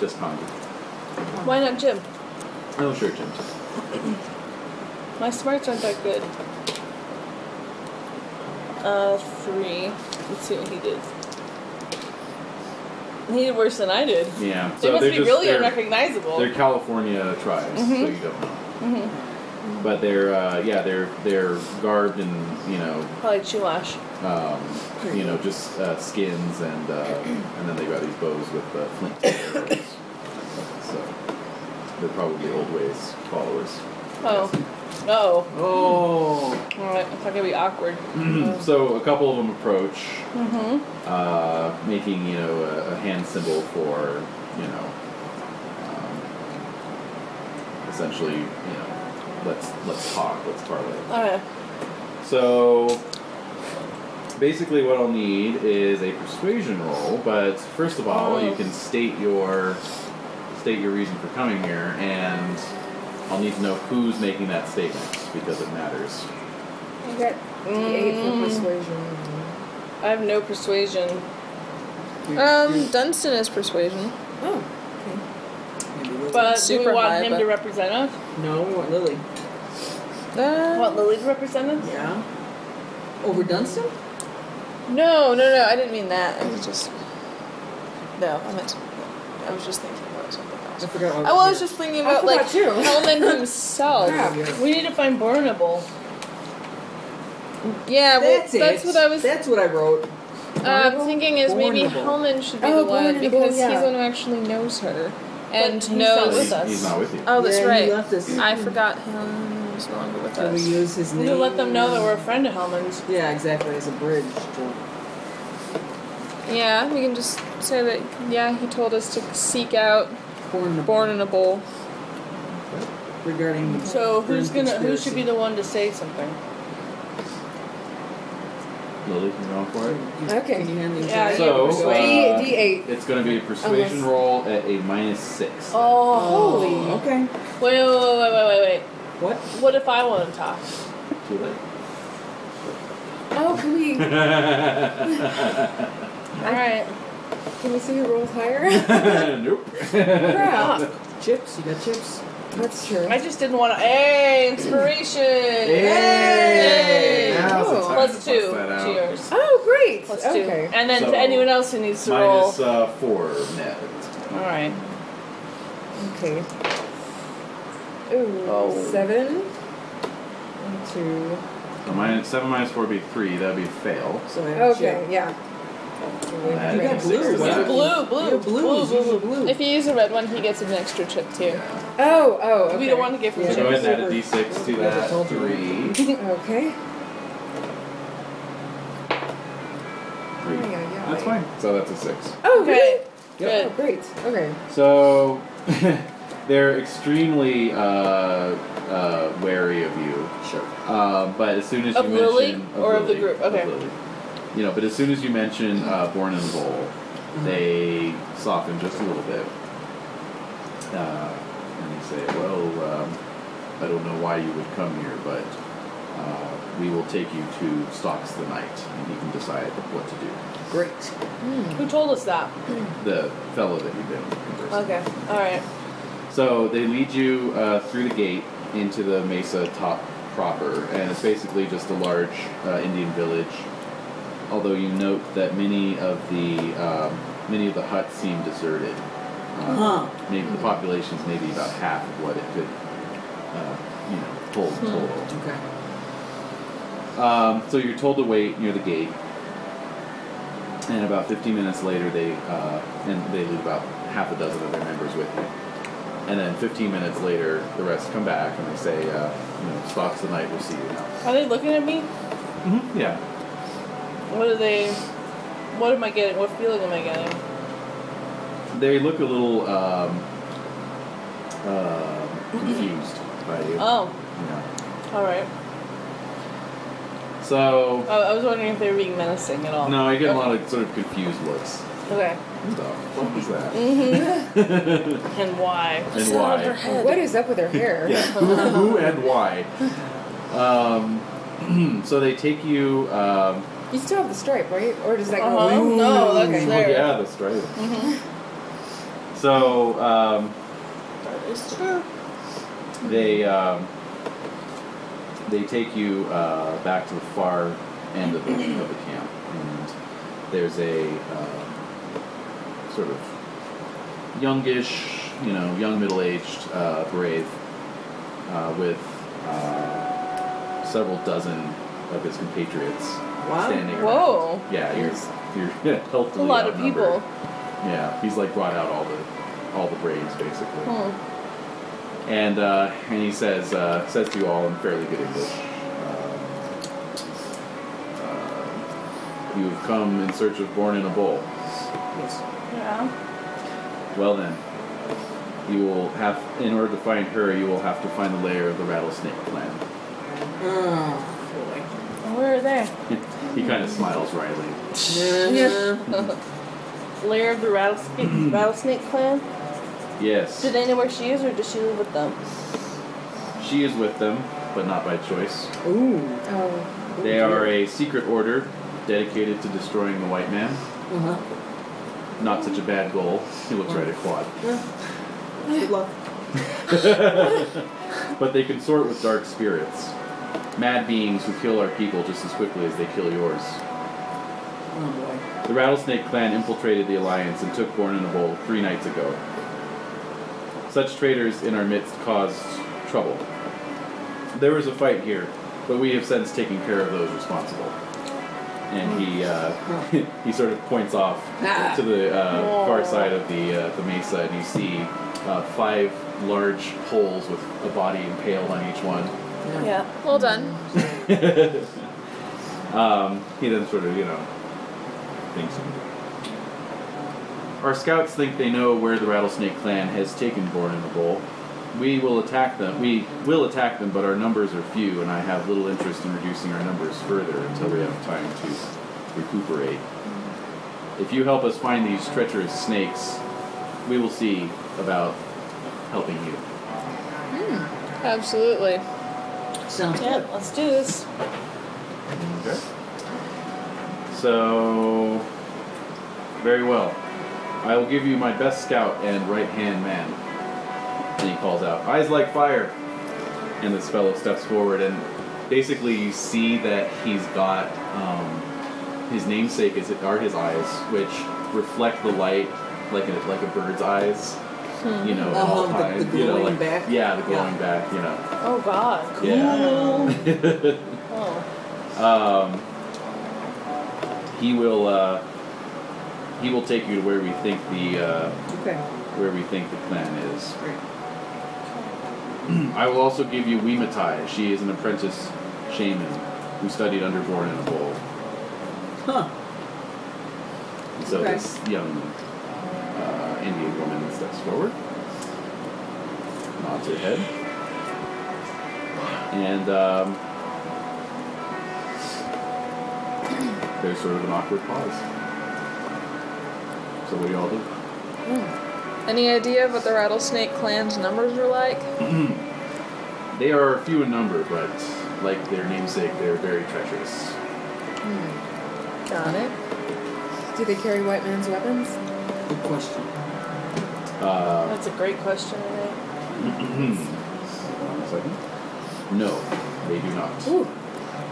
Just conjure. Why not Jim? Oh, sure, Jim. My smarts aren't that good. Uh, three. Let's see what he did. He did worse than I did. Yeah. they so must they're be just- really they're- unrecognizable. They're California tribes, so you don't know. But they're uh, yeah, they're they're garbed in you know Probably Chumash. um, you know just uh, skins and uh, and then they got these bows with uh, flint. arrows. so they're probably old ways followers. Oh. Oh. Oh. Alright, it's not gonna be awkward. so a couple of them approach, uh, making you know a, a hand symbol for you know um, essentially you know let's let's talk, let's parlay. Alright. So basically, what I'll need is a persuasion roll. But first of all, you Oh. can state your state your reason for coming here, and I'll need to know who's making that statement because it matters. I got eight for persuasion. I have no persuasion. Um, Dunstan has persuasion. Maybe Lily. But do Super we want high, him but- to represent us? no, we want Lily. Um, want Lily to represent us? Yeah. Over Dunstan? No, no, no. I didn't mean that. I was just. No, I meant. I was just thinking about something else. I forgot. I was just thinking about like forgot too. Hellman himself. Crap. Yeah. We need to find Burnable. Yeah, well, That's that's, it. what I was That's what I wrote. uh, thinking. Is maybe Vulnerable. Hellman should be Oh, the one vulnerable, because he's yeah. the one who actually knows her and he's not knows. with He's, us. he's not with you. Oh, that's yeah, right. He left us. I forgot him was no longer with Can we us. use his We name? need to let them know that we're a friend of Hellman's. Yeah, exactly. As a bridge. To... Yeah, we can just say that. Yeah, he told us to seek out Born, Born in a Bowl. regarding. So who's gonna who should be the one to say something? Oh. Lily, you going for it? Okay. Can you hand these Yeah, out? So D- uh, D8. it's going to be a persuasion Unless- roll at a minus six. Oh, Holy. Okay. Wait, wait, wait, wait, wait, wait, What? wait. What if I want to talk? Too late. Oh, can we All right. can we see who rolls higher? nope. Crap. Chips? You got chips? That's true. I just didn't want to. Hey, inspiration. Hey! Now's the time Oh. Plus to bust two that to out. yours. Oh, great. Plus two. okay. And then So, to anyone else who needs to roll. Minus uh, four net. All right. Okay. Ooh, Oh. seven. And two. So minus seven minus four would be three. That'd be fail. So I have Okay, chip. yeah. Add You got six blue. to What's that. it? Blue, blue, You got blues. blue, These blue. are blue. If you use a red one, he gets an extra chip too. Oh, oh, okay. We don't want to give him So Yeah. go chips. ahead and add a d6 to I that. told you. Three. Okay. Oh, Three. yeah, yeah. That's fine. So that's a six. Oh, Okay. really? Yep. Oh, great. Okay. So they're extremely uh, uh, wary of you. Sure. Uh, but as soon as Of you Lily mention or of the Lily, group? Okay. Lily. You know, but as soon as you mention uh, Born in the Bowl, they soften just a little bit, uh, and they say, "Well, um, I don't know why you would come here, but uh, we will take you to Stocks the Night, and you can decide what to do." Great. Who told us that? The fellow that you've been conversing. with. Okay. All right. So they lead you uh, through the gate into the mesa top proper, and it's basically just a large uh, Indian village. Although you note that many of the um, many of the huts seem deserted. Um, Huh. Maybe the population's maybe about half of what it could, uh, you know, hold total. Okay. Um, so you're told to wait near the gate, and about 15 minutes later, they uh, and they leave about half a dozen of their members with you. And then 15 minutes later, the rest come back and they say, uh, you know, stocks the night. We'll see you now. Are they looking at me? Mm-hmm. Yeah. What are they? What am I getting? What feeling am I getting? They look a little um, uh, um, confused by you. Oh, Yeah. All right. So Oh, I was wondering if they were being menacing at all. no, I get a lot of sort of confused looks. Okay. So what was that? Mm-hmm. and and why? why? What is up with her hair? Yeah. Who, who and why? Um, so they take you. Um, You still have the stripe, right? Or does that go Uh-huh. away? No, that's okay. there. Yeah, that's right. So um, It's true. they um, they take you uh, back to the far end of the, of the camp, and there's a um, sort of youngish, you know, young middle-aged uh, brave uh, with uh, several dozen of his compatriots Wow. standing. around. Whoa. Yeah, you're you're That's a lot of people. Yeah, he's like brought out all the all the brains basically Hmm. and uh, and he says uh, says to you all in fairly good English, uh, uh, "You have come in search of born in a bowl. Yes. Yeah. Well then, you will have in order to find her, you will have to find the lair of the rattlesnake clan." Oh, Where are they? He kind of smiles wryly. boy. Lair of the rattlesnake, rattlesnake clan. Yes, Do they know where she is, or does she live with them? she is with them, but not by choice. Ooh. Oh. They are a secret order dedicated to destroying the white man. Uh-huh. Not such a bad goal. He looks right at Quad. Good luck. But they consort with dark spirits, mad beings who kill our people just as quickly as they kill yours. Oh, The Rattlesnake clan infiltrated the Alliance and took Born in a Bowl three nights ago. Such traitors in our midst caused trouble. There was a fight here, but we have since taken care of those responsible. And he uh, he sort of points off Ah. to the uh, far side of the uh, the mesa, and you see uh, five large poles with a body impaled on each one. Yeah. Well done. Um, he then sort of, you know, thinks. Our scouts think they know where the rattlesnake clan has taken Born in the Bowl. We will attack them. We will attack them, but our numbers are few, and I have little interest in reducing our numbers further until we have time to recuperate. If you help us find these treacherous snakes, we will see about helping you. Absolutely. Sounds Yeah. Let's do this. Okay. So, very well. I will give you my best scout and right hand man. And he calls out, Eyes like fire! And this fellow steps forward, and basically, you see that he's got um, his namesake is are his eyes, which reflect the light like a, like a bird's eyes. Hmm. You know, at Oh, all the- time. the you know, glowing like, back? Yeah, the glowing Yeah. back. You know. Oh God. Yeah. Oh. Um, he will uh, he will take you to where we think the uh, Okay. where we think the clan is. Great. I will also give you Weematai. She is an apprentice shaman who studied underborn in a bowl. Huh. So Okay. this young uh, Indian woman steps forward, nods her head, and um, there's sort of an awkward pause. So what do y'all do? Any idea what the rattlesnake clan's numbers are like? They are few in number, but like their namesake, they're very treacherous. Got it. Do they carry white man's weapons? Good question. Uh, That's a great question. I think. One second. No, they do not. Ooh.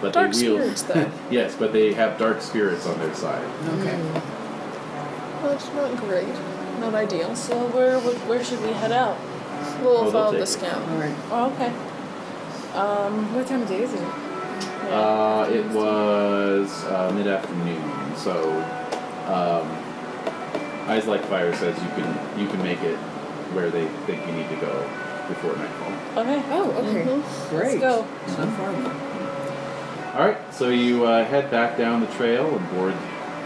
But Dark they wield. spirits, though. yes, but they have dark spirits on their side. Mm. Okay. Oh, Well, it's not great. Not ideal. So where would- where should we head out? We'll they'll follow take the it. scout. All right. Oh, okay. Um. What time of day is it? Yeah. Uh, it was uh, mid afternoon, so um, Eyes Like Fire says you can you can make it where they think you need to go before nightfall. okay. Mm-hmm. Oh, okay. Great. Let's go. It's not far away. All right, so you uh, head back down the trail and board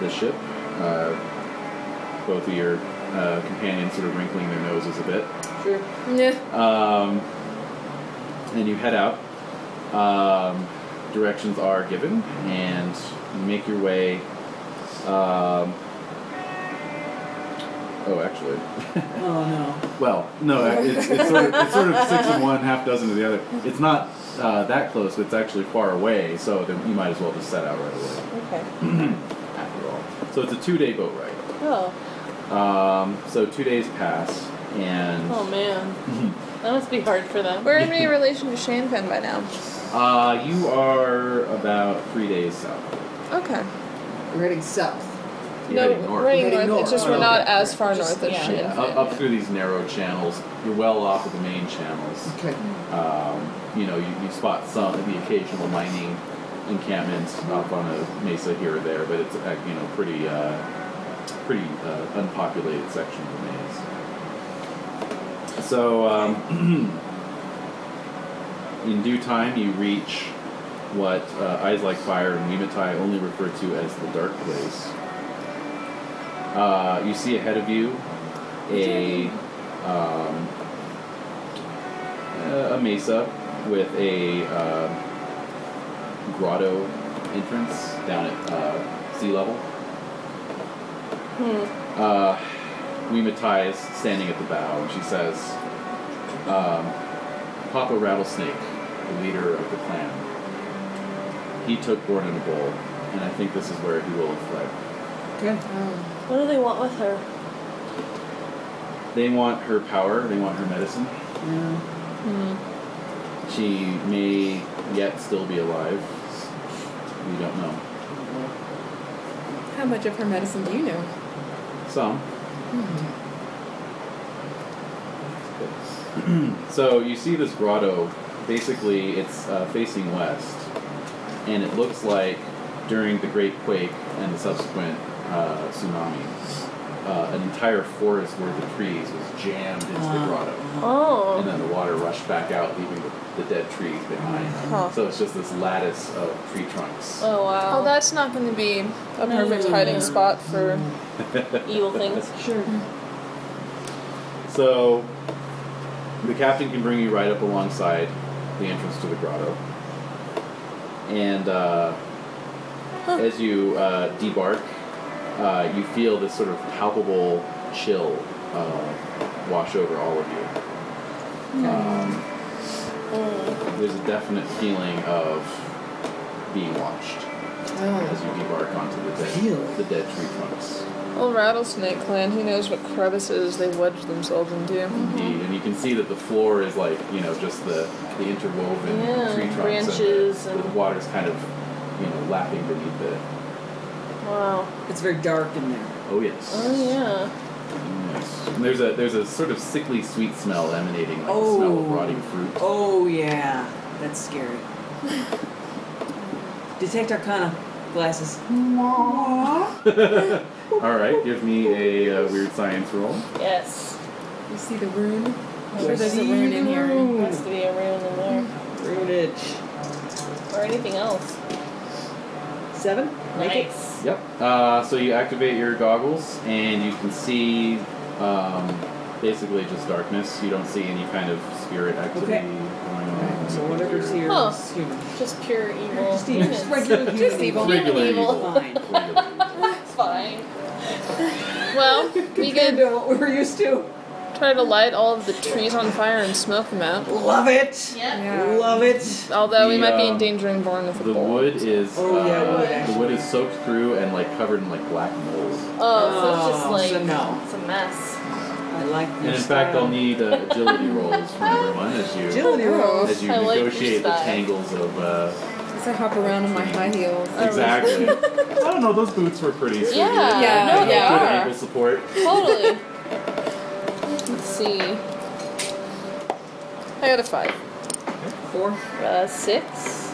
the ship. Uh, both of your uh, companions sort of wrinkling their noses a bit. Sure. Yeah. Um, and you head out, Um, directions are given, and you make your way. Um, oh, actually, Oh no. well, no, it's, it's, sort of, it's sort of six of one, half dozen of the other. It's not uh, that close, but it's actually far away, so then you might as well just set out right away Okay. after all. So it's a two-day boat ride. Oh. Um, so two days pass, and Oh man. that must be hard for them. We're in any relation to Shanfen by now. uh, you are about three days south. Okay. We're heading south. You're no, heading we're north. heading Heading north. north. It's just Oh, we're not okay. as far Just- north as yeah. she Yeah, is. up, up through these narrow channels, you're well off of the main channels. Okay. Um, you know, you, you spot some the occasional mining encampment up on a mesa here or there, but it's a, you know pretty uh, pretty uh, unpopulated section of the maze. So um, in due time, you reach what uh, Eyes Like Fire and Mimatai only refer to as the Dark Place. Uh, you see ahead of you a um, uh, a mesa with a uh, grotto entrance down at uh, sea level. Uh, Weematai is standing at the bow, and she says, um, "Papa Rattlesnake, the leader of the clan, he took Born in a Bowl, and I think this is where he will have fled." What do they want with her? They want her power. They want her medicine. She may yet still be alive. We don't know. How much of her medicine do you know? Some. so you see this grotto. Basically, it's uh, facing west, and it looks like during the Great Quake and the subsequent uh, tsunami, uh, an entire forest worth of trees was jammed into the grotto. and Oh. then the water rushed back out, leaving the, the dead trees behind. Huh. So it's just this lattice of tree trunks. Oh wow. Oh, that's not going to be a perfect Mm. hiding spot for. evil things. Sure. So the captain can bring you right up alongside the entrance to the grotto, and uh, as you uh, debark, uh, you feel this sort of palpable chill uh, wash over all of you. Um, there's a definite feeling of being watched. Oh. as you debark onto the Peel. dead, the dead tree trunks. Old rattlesnake clan. He knows what crevices they wedge themselves into. Indeed, Mm-hmm. and you can see that the floor is like you know just the the interwoven Yeah, tree trunks branches and the, and- the water's kind of you know lapping beneath it. Wow. It's very dark in there. Oh yes. Oh yeah. Yes. And there's a there's a sort of sickly sweet smell emanating like the smell of Oh. rotting fruit. Oh yeah, that's scary. Detect Arcana glasses. All right, give me a uh, weird science roll. Yes. You see the rune? I'm sure there's a rune in here. Has to be a rune in there. Rootage. Or anything else. Seven. Make it. nice. Yep. Uh, so you activate your goggles, and you can see um, basically just darkness. You don't see any kind of spirit activity Okay. going on. So whatever's here Huh. is human. Just pure evil. Just evil. Just humans. regular human. Just evil. Regular evil. evil. Fine. Fine. Well, we Compared could to what we're used to. try to light all of the trees on fire and smoke them out. Love it. Yeah. Yeah. Love it. Although we The, might be um, endangering Born with a the Bowl. wood is Oh, yeah, uh, wood, the actually. wood is soaked through and like covered in like black mold. Oh, so it's just Oh, like so no. it's a mess. I like And your in fact, style. I'll need uh, agility rolls from everyone as you agility rolls. as you I like your negotiate the style. tangles of. Uh, As I hop around in my high heels. Oh, exactly. I don't know. Those boots were pretty. sturdy. Yeah. Yeah, You know, no, they good are. ankle support. Totally. Let's see. I got a five. Four. Uh, six.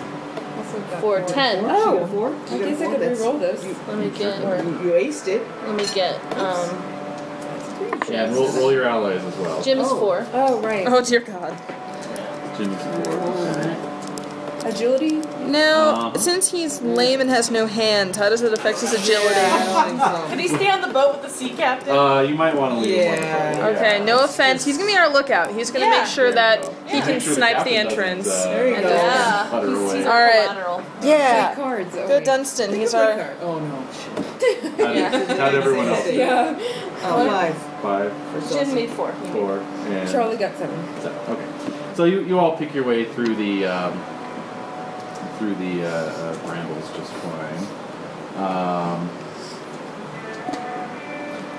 Also got Four, four. ten. Oh. Four. I guess I could reroll those. Let me get. You, you aced it. Let me get. Um, Yeah, and roll, roll your allies as well. Jim is Oh. four. Oh, right. Oh dear God. Jim is four. Agility? Now, Uh-huh. since he's lame and has no hands, how does it affect his agility? Can he stay on the boat with the sea captain? Uh, you might want to leave. Oh. Yeah. One of them. Okay, no offense. He's gonna be our lookout. He's gonna Yeah. make sure that he Make can sure snipe the captain doesn't, entrance. Uh, There you and go. just- yeah. Putter He's, away. he's All right. collateral. Play Yeah, cards. Oh, go wait. Dunstan. Think He's of my our. card. Oh no. Shit. Not- Not everyone else. Yeah. Oh, five. Five, Jim made four. four, and Charlie got seven. So, okay. So you, you all pick your way through the um, through the uh, uh, brambles just fine. Um,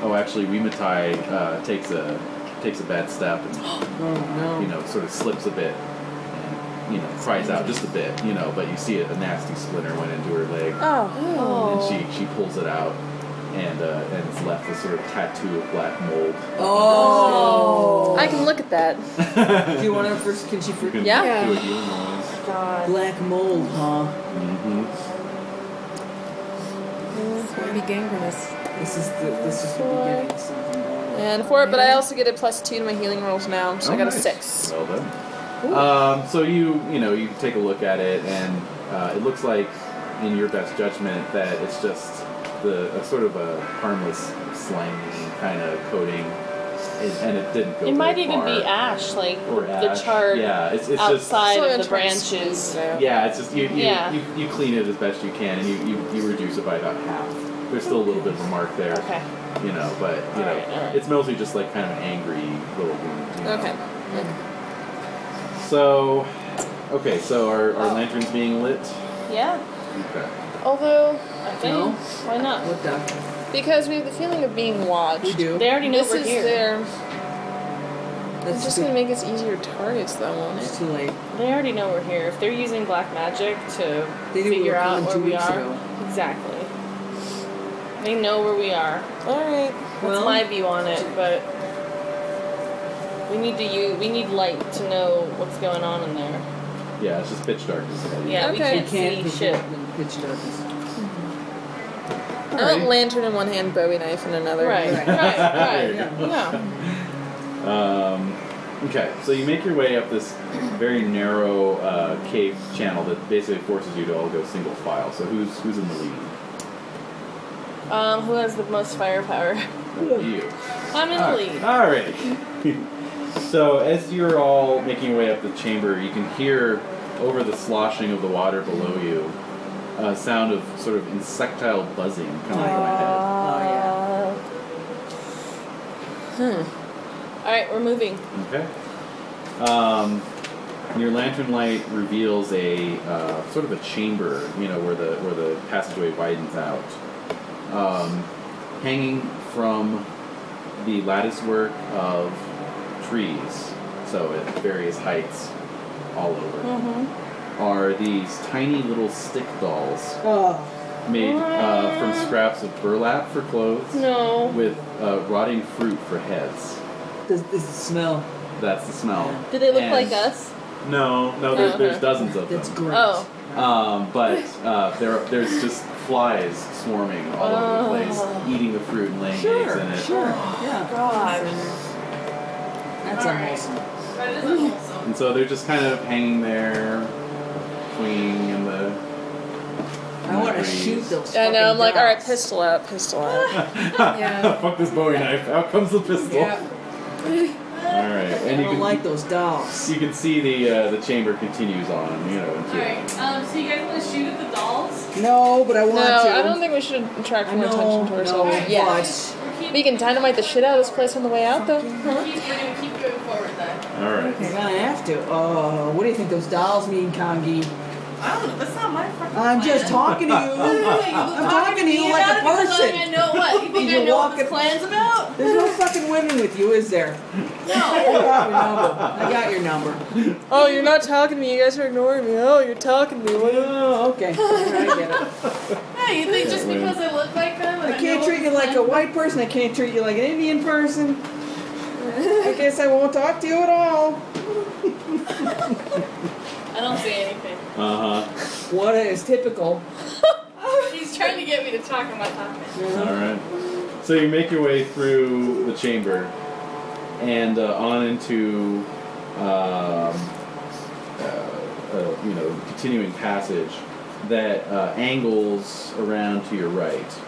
oh, actually, Wimatai uh, takes a takes a bad step and Oh no. you know sort of slips a bit, and, you know cries out just a bit, you know. But you see it, a nasty splinter went into her leg, Oh, and she she pulls it out, and uh, and is left with sort of tattoo of black mold. Oh. I can look at that. Do you want to first? Can she? You First? can Yeah. do a healing noise. Black mold, huh? hmm It's going to be gangrenous. This is the this is the beginning of something. bad. And four, but I also get a plus two to my healing rolls now, so I Oh, got a nice. six. Well done. Um, so you you know you take a look at it, and uh, it looks like, in your best judgment, that it's just the a sort of a harmless slimy kind of coating, it, and it didn't go. It might very even be far. ash, like or ash. the charred Yeah, it's, it's just outside So of the intense. branches. yeah, it's just you you, Yeah. you you clean it as best you can, and you, you, you reduce it by about half. There's still a little bit of a mark there, Okay. you know, but you know Alright, alright. it's mostly just like kind of an angry little wound. You know? Okay. So, okay, so are, are lanterns being lit? Yeah. Okay. Although, I think. No. Why not? What doctor? because we have the feeling of being watched. We do. They already know This we're is here. their. That's It's just too- gonna make us easier targets, though, won't It's it? too late. They already know we're here. If they're using black magic to They knew we figure were out coming where two we weeks are, ago. exactly. They know where we are. All right. That's my view on it, but we need to use, we need light to know what's going on in there. Yeah, it's just pitch dark. Isn't it? Yeah, we Okay. you can't, can't see shit. pitch darkness. I want lantern in one hand, Bowie knife in another. Right, Right. right, right. Ah, There you go. No. Um, okay, so you make your way up this very narrow uh, cave channel that basically forces you to all go single file. So who's who's in the lead? Um, who has the most firepower? You. I'm in the lead. All right. so as you're all making your way up the chamber, you can hear over the sloshing of the water below you a sound of sort of insectile buzzing coming from ahead. Oh yeah. Uh, hmm. All right, we're moving. Okay. Um, your lantern light reveals a uh, sort of a chamber, you know, where the where the passageway widens out. Um, hanging from the latticework of trees, so at various heights all over, are these tiny little stick dolls Oh. made uh, from scraps of burlap for clothes, No. with uh, rotting fruit for heads. Does does it smell? That's the smell. Do they look And- like us? No, no, there's, Oh, there's okay. dozens of That's them. great. Oh. Um, but uh, there, there's just flies swarming all over Oh. the place, eating the fruit and laying eggs in Sure. it. Sure. Yeah. God. That's All right. unwholesome. That is awesome. And so they're just kind of hanging there, swinging in the. I want to shoot those. I know. I'm like, all right, fucking dogs. pistol up, pistol up. Yeah. Fuck this Bowie knife! Out comes the pistol. All right, and I you don't can like those dolls. you can see the uh, the chamber continues on, you know. Into, Um, so you guys want to shoot at the dolls? No, but I want No, to. I don't think we should attract I more know, attention to ourselves no, yet. but- We can dynamite the shit out of this place on the way out, though. Huh? going to keep going forward then. All right. You're gonna have to. Oh, what do you think those dolls mean, Kongi? I don't know. That's not my fucking I'm just talking to you. I'm talking to you like a person. I know what. You think You're I know what walking- this plan's about? There's no fucking winning with you, is there? No. I got your number. I got your number. Oh, you're not talking to me. You guys are ignoring me. Oh, you're talking to me. What? Oh, okay. I get it. Hey, you think just Wait. because I look like them? I can't treat you like a white person. I can't treat you like an Indian person. I guess I won't talk to you at all. I don't say anything. Uh huh. What is typical? He's trying to get me to talk. I'm not talking. All right. So you make your way through the chamber and uh, on into um, uh, a you know continuing passage that uh, angles around to your right,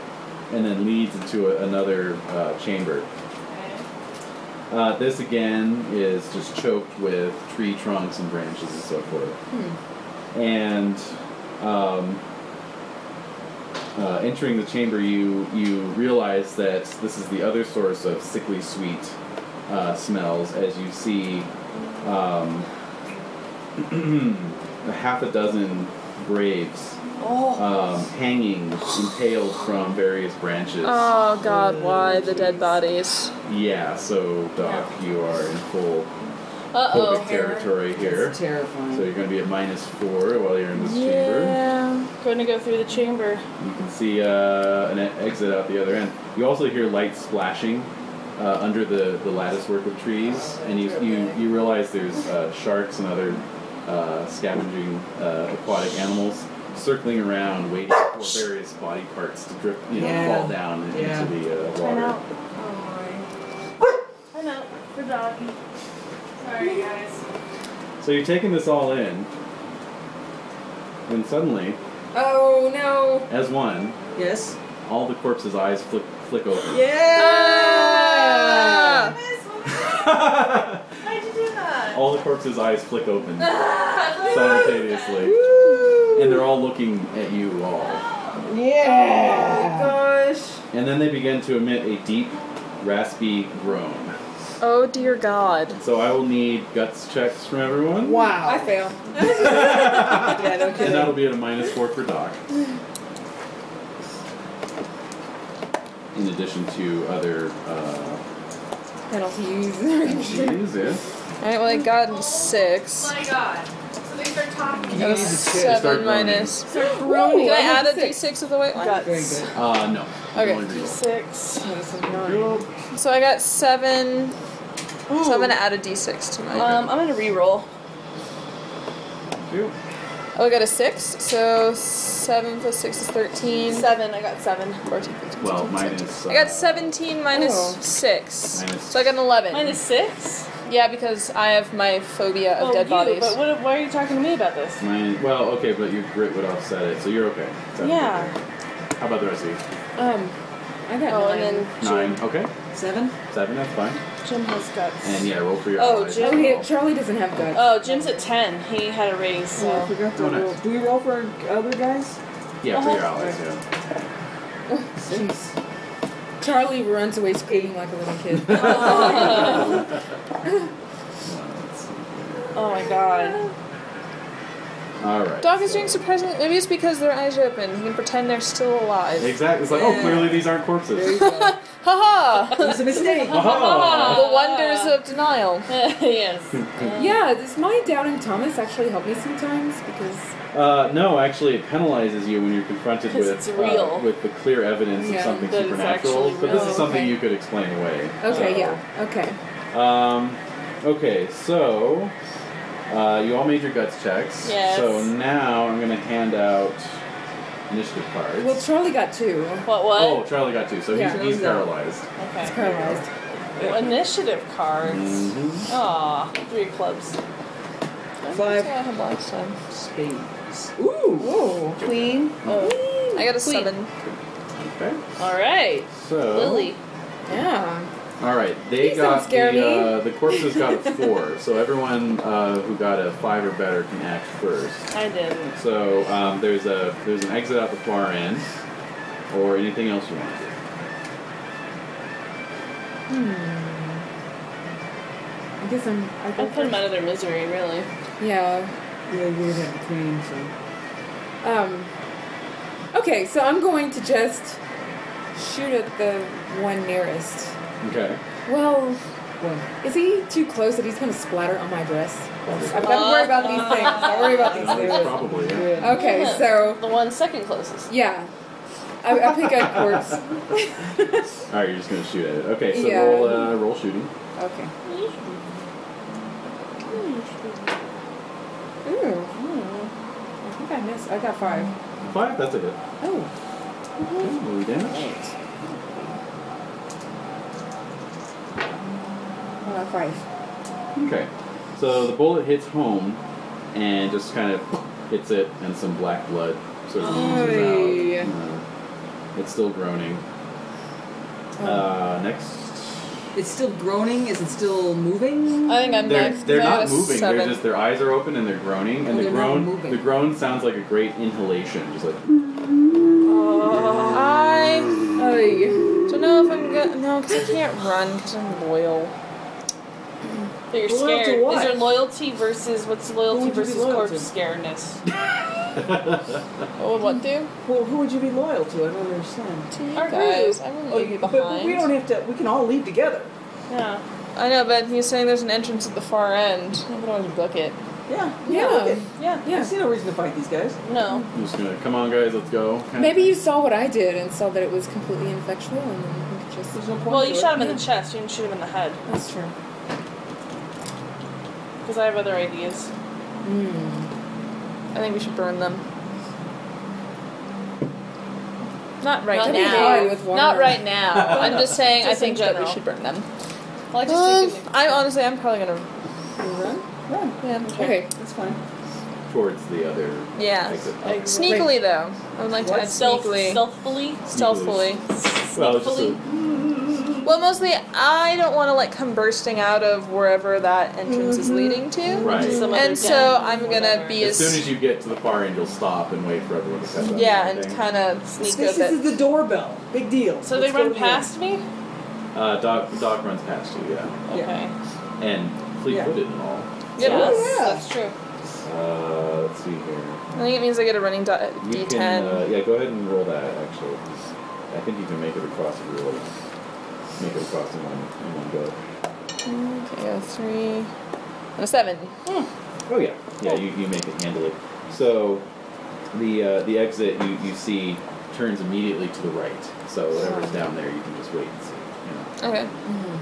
and then leads into a, another uh, chamber. Uh, this again is just choked with tree trunks and branches and so forth. And um, uh, entering the chamber, you you realize that this is the other source of sickly sweet uh, smells. As you see, um, a half a dozen graves Oh. um, hanging, impaled from various branches. Uh. Oh God, why the dead bodies? Yeah, so Doc, you are in full Uh phobic oh. territory here. It's So terrifying. you're going to be at minus four while you're in this chamber. Yeah, going to go through the chamber. You can see uh, an e- exit out the other end. You also hear light splashing uh, under the, the lattice work of trees, and you you, you realize there's uh, sharks and other uh, scavenging uh, aquatic animals circling around, waiting for various body parts to drip, you know, Yeah. fall down into Yeah. the uh, Time water. out. Oh my. Time out for doggy. Sorry, guys. So you're taking this all in, and suddenly, Oh no. as one, Yes. all the corpses' eyes flick flick open. Oh Yeah. Miss, what- Why'd you do that? all the corpses' eyes flick open simultaneously, Woo. and they're all looking at you all. Yeah. Gosh. And then they begin to emit a deep, raspy groan. Oh dear God. So I will need guts checks from everyone. I Wow. fail. Yeah, no And kidding. that'll be at a minus four for Doc. In addition to other uh, Penalties. cheese, yeah. Alright, well, I got six. Oh My God. So they start talking. That was seven Start growing. minus. Start Can I groaning. add a d6 of the white one? Very good. Uh, no. Okay. Only reroll. Six. Reroll. So I got seven. So I'm gonna add a d6 to mine. Um, I'm gonna re-roll. Two. Oh, I got a six. So seven plus six is thirteen. Seven. I got seven. Fourteen. 15, Well, 16, 17. minus, I got uh, seventeen minus Oh. six. Minus- So I got an eleven. Minus six? yeah, because I have my phobia of Well, dead you, bodies. But what, why are you talking to me about this? Mine, Mm, well, okay, but your grit would offset it, so you're okay. Seven. Yeah. How about the rest of you? Um. I got oh, nine. and then Nine. Okay. Seven. Seven, that's fine. Jim has guts. And yeah, roll for your Oh, eyes. Jim. Oh, yeah, Charlie doesn't have guts. Oh, Jim's at ten. He had a raise. So. Oh, I forgot to Oh, nice. roll. Do we roll for other guys? Yeah, for your allies, yeah. Jeez. Charlie runs away screaming like a little kid. Oh my God. Alright. dog is so- doing surprisingly. Maybe it's because their eyes are open. He can pretend they're still alive. Exactly. It's like, oh, clearly these aren't corpses. Haha! It was a mistake. Oh. the wonders of denial. yes. yeah, does my doubting Thomas actually help me sometimes? Because Uh, no, actually, it penalizes you when you're confronted 'Cause with it's real. Uh, with the clear evidence Yeah, of something that it's supernatural. actually But this real. is something Okay. you could explain away. okay, Oh. so- yeah, okay. Um, okay, so uh, you all made your guts checks. Yes. So now I'm going to hand out initiative cards. Well, Charlie got two. What? What? oh, Charlie got two, so Yeah. he's, he's paralyzed. Okay. Paralyzed. Initiative cards. Mhm. Aw, three clubs. That's Five. what I had last time. Spades. Ooh. Whoa. Queen. I got a Oh. Queen. seven. Okay. All right, So. Lily. Oh. Yeah. All right, they Please don't got scare the me. uh, the corpses got a four, so everyone uh, who got a five or better can act first. I didn't. So um, there's a there's an exit out the far end, or anything else you want to do. I guess I'm. I I go put them first. out of their misery, really. Yeah. Yeah, you would have the queen, so. Um. Okay, so I'm going to just shoot at the one nearest. Okay. Well, Well, is he too close that he's going to splatter on my dress? I've got to worry about these things. I worry about these Uh, things. probably. yeah. good. Okay, so The one second closest. yeah, I, I pick up corpse. All right, you're just gonna shoot at it. Okay, so Yeah. roll uh, roll shooting. Okay. Ooh. hmm. I think I missed. I got five. Five. That's a hit. Oh. Okay, roll your damage. I got five. Okay. So the bullet hits home, and just kind of hits it, and some black blood sort of oozes out. Uh, it's still groaning. Uh, next. It's still groaning. Is it still moving? I think I'm They're, next. they're I not got a moving. Seven. They're just their eyes are open and they're groaning, and the They're not groan moving. the groan sounds like a great inhalation, just like I Oy. don't know if I'm good. No, because I can't run because I'm loyal. But you're Loyal to scared. Is what? there loyalty versus what's would loyalty you be versus loyal corpse to? scaredness? Oh, what would what do? Well, who would you be loyal to? I don't understand. Our guys. I wouldn't Oh, leave you but, behind. but we don't have to. We can all leave together. Yeah. I know, but he's saying there's an entrance at the far end. I would always book it. Yeah. Yeah. okay. Yeah. I see no reason to fight these guys. No. I'm just gonna come on guys, let's go. Maybe you saw what I did and saw that it was completely ineffectual, and then you could just. There's no point. Well, to you it. shot him in the chest. You didn't shoot him in the head. That's true. Because I have other ideas. I think we should burn them. Not right That'd be now. fine with water. Not right now. I'm just saying. I Just in think that we general. should burn them. Well, I Um, just think I honestly, I'm probably gonna. Run. Run. Yeah. Okay. That's fine. Towards the other Yeah. exit. Sneakily though, I would like to What? add Self, sneakily, stealthily. stealthily. Well, it's just a- Well, mostly I don't want to like come bursting out of wherever that entrance is leading to. Right. Some other And so den, I'm whatever. gonna be as as, soon as you get to the far end, you'll stop and wait for everyone to cut up. yeah, and everything. kind of sneak This a bit. is the doorbell. Big deal. So Let's they go run to here. past me? Uh, Doc, Doc runs past you, yeah, Okay. and fleet-footed and all. Yeah, Oh, yeah. that's, that's true. Uh, let's see here. I think it means I get a running di- You d10. can, uh, yeah, go ahead and roll that. Actually, I think you can make it across if you roll. Make it across in one, in one go. okay, a three and a seven. Oh yeah, yeah. You, you make it handily. So the uh, the exit you, you see turns immediately to the right. So whatever's down there, you can just wait and see. You Okay.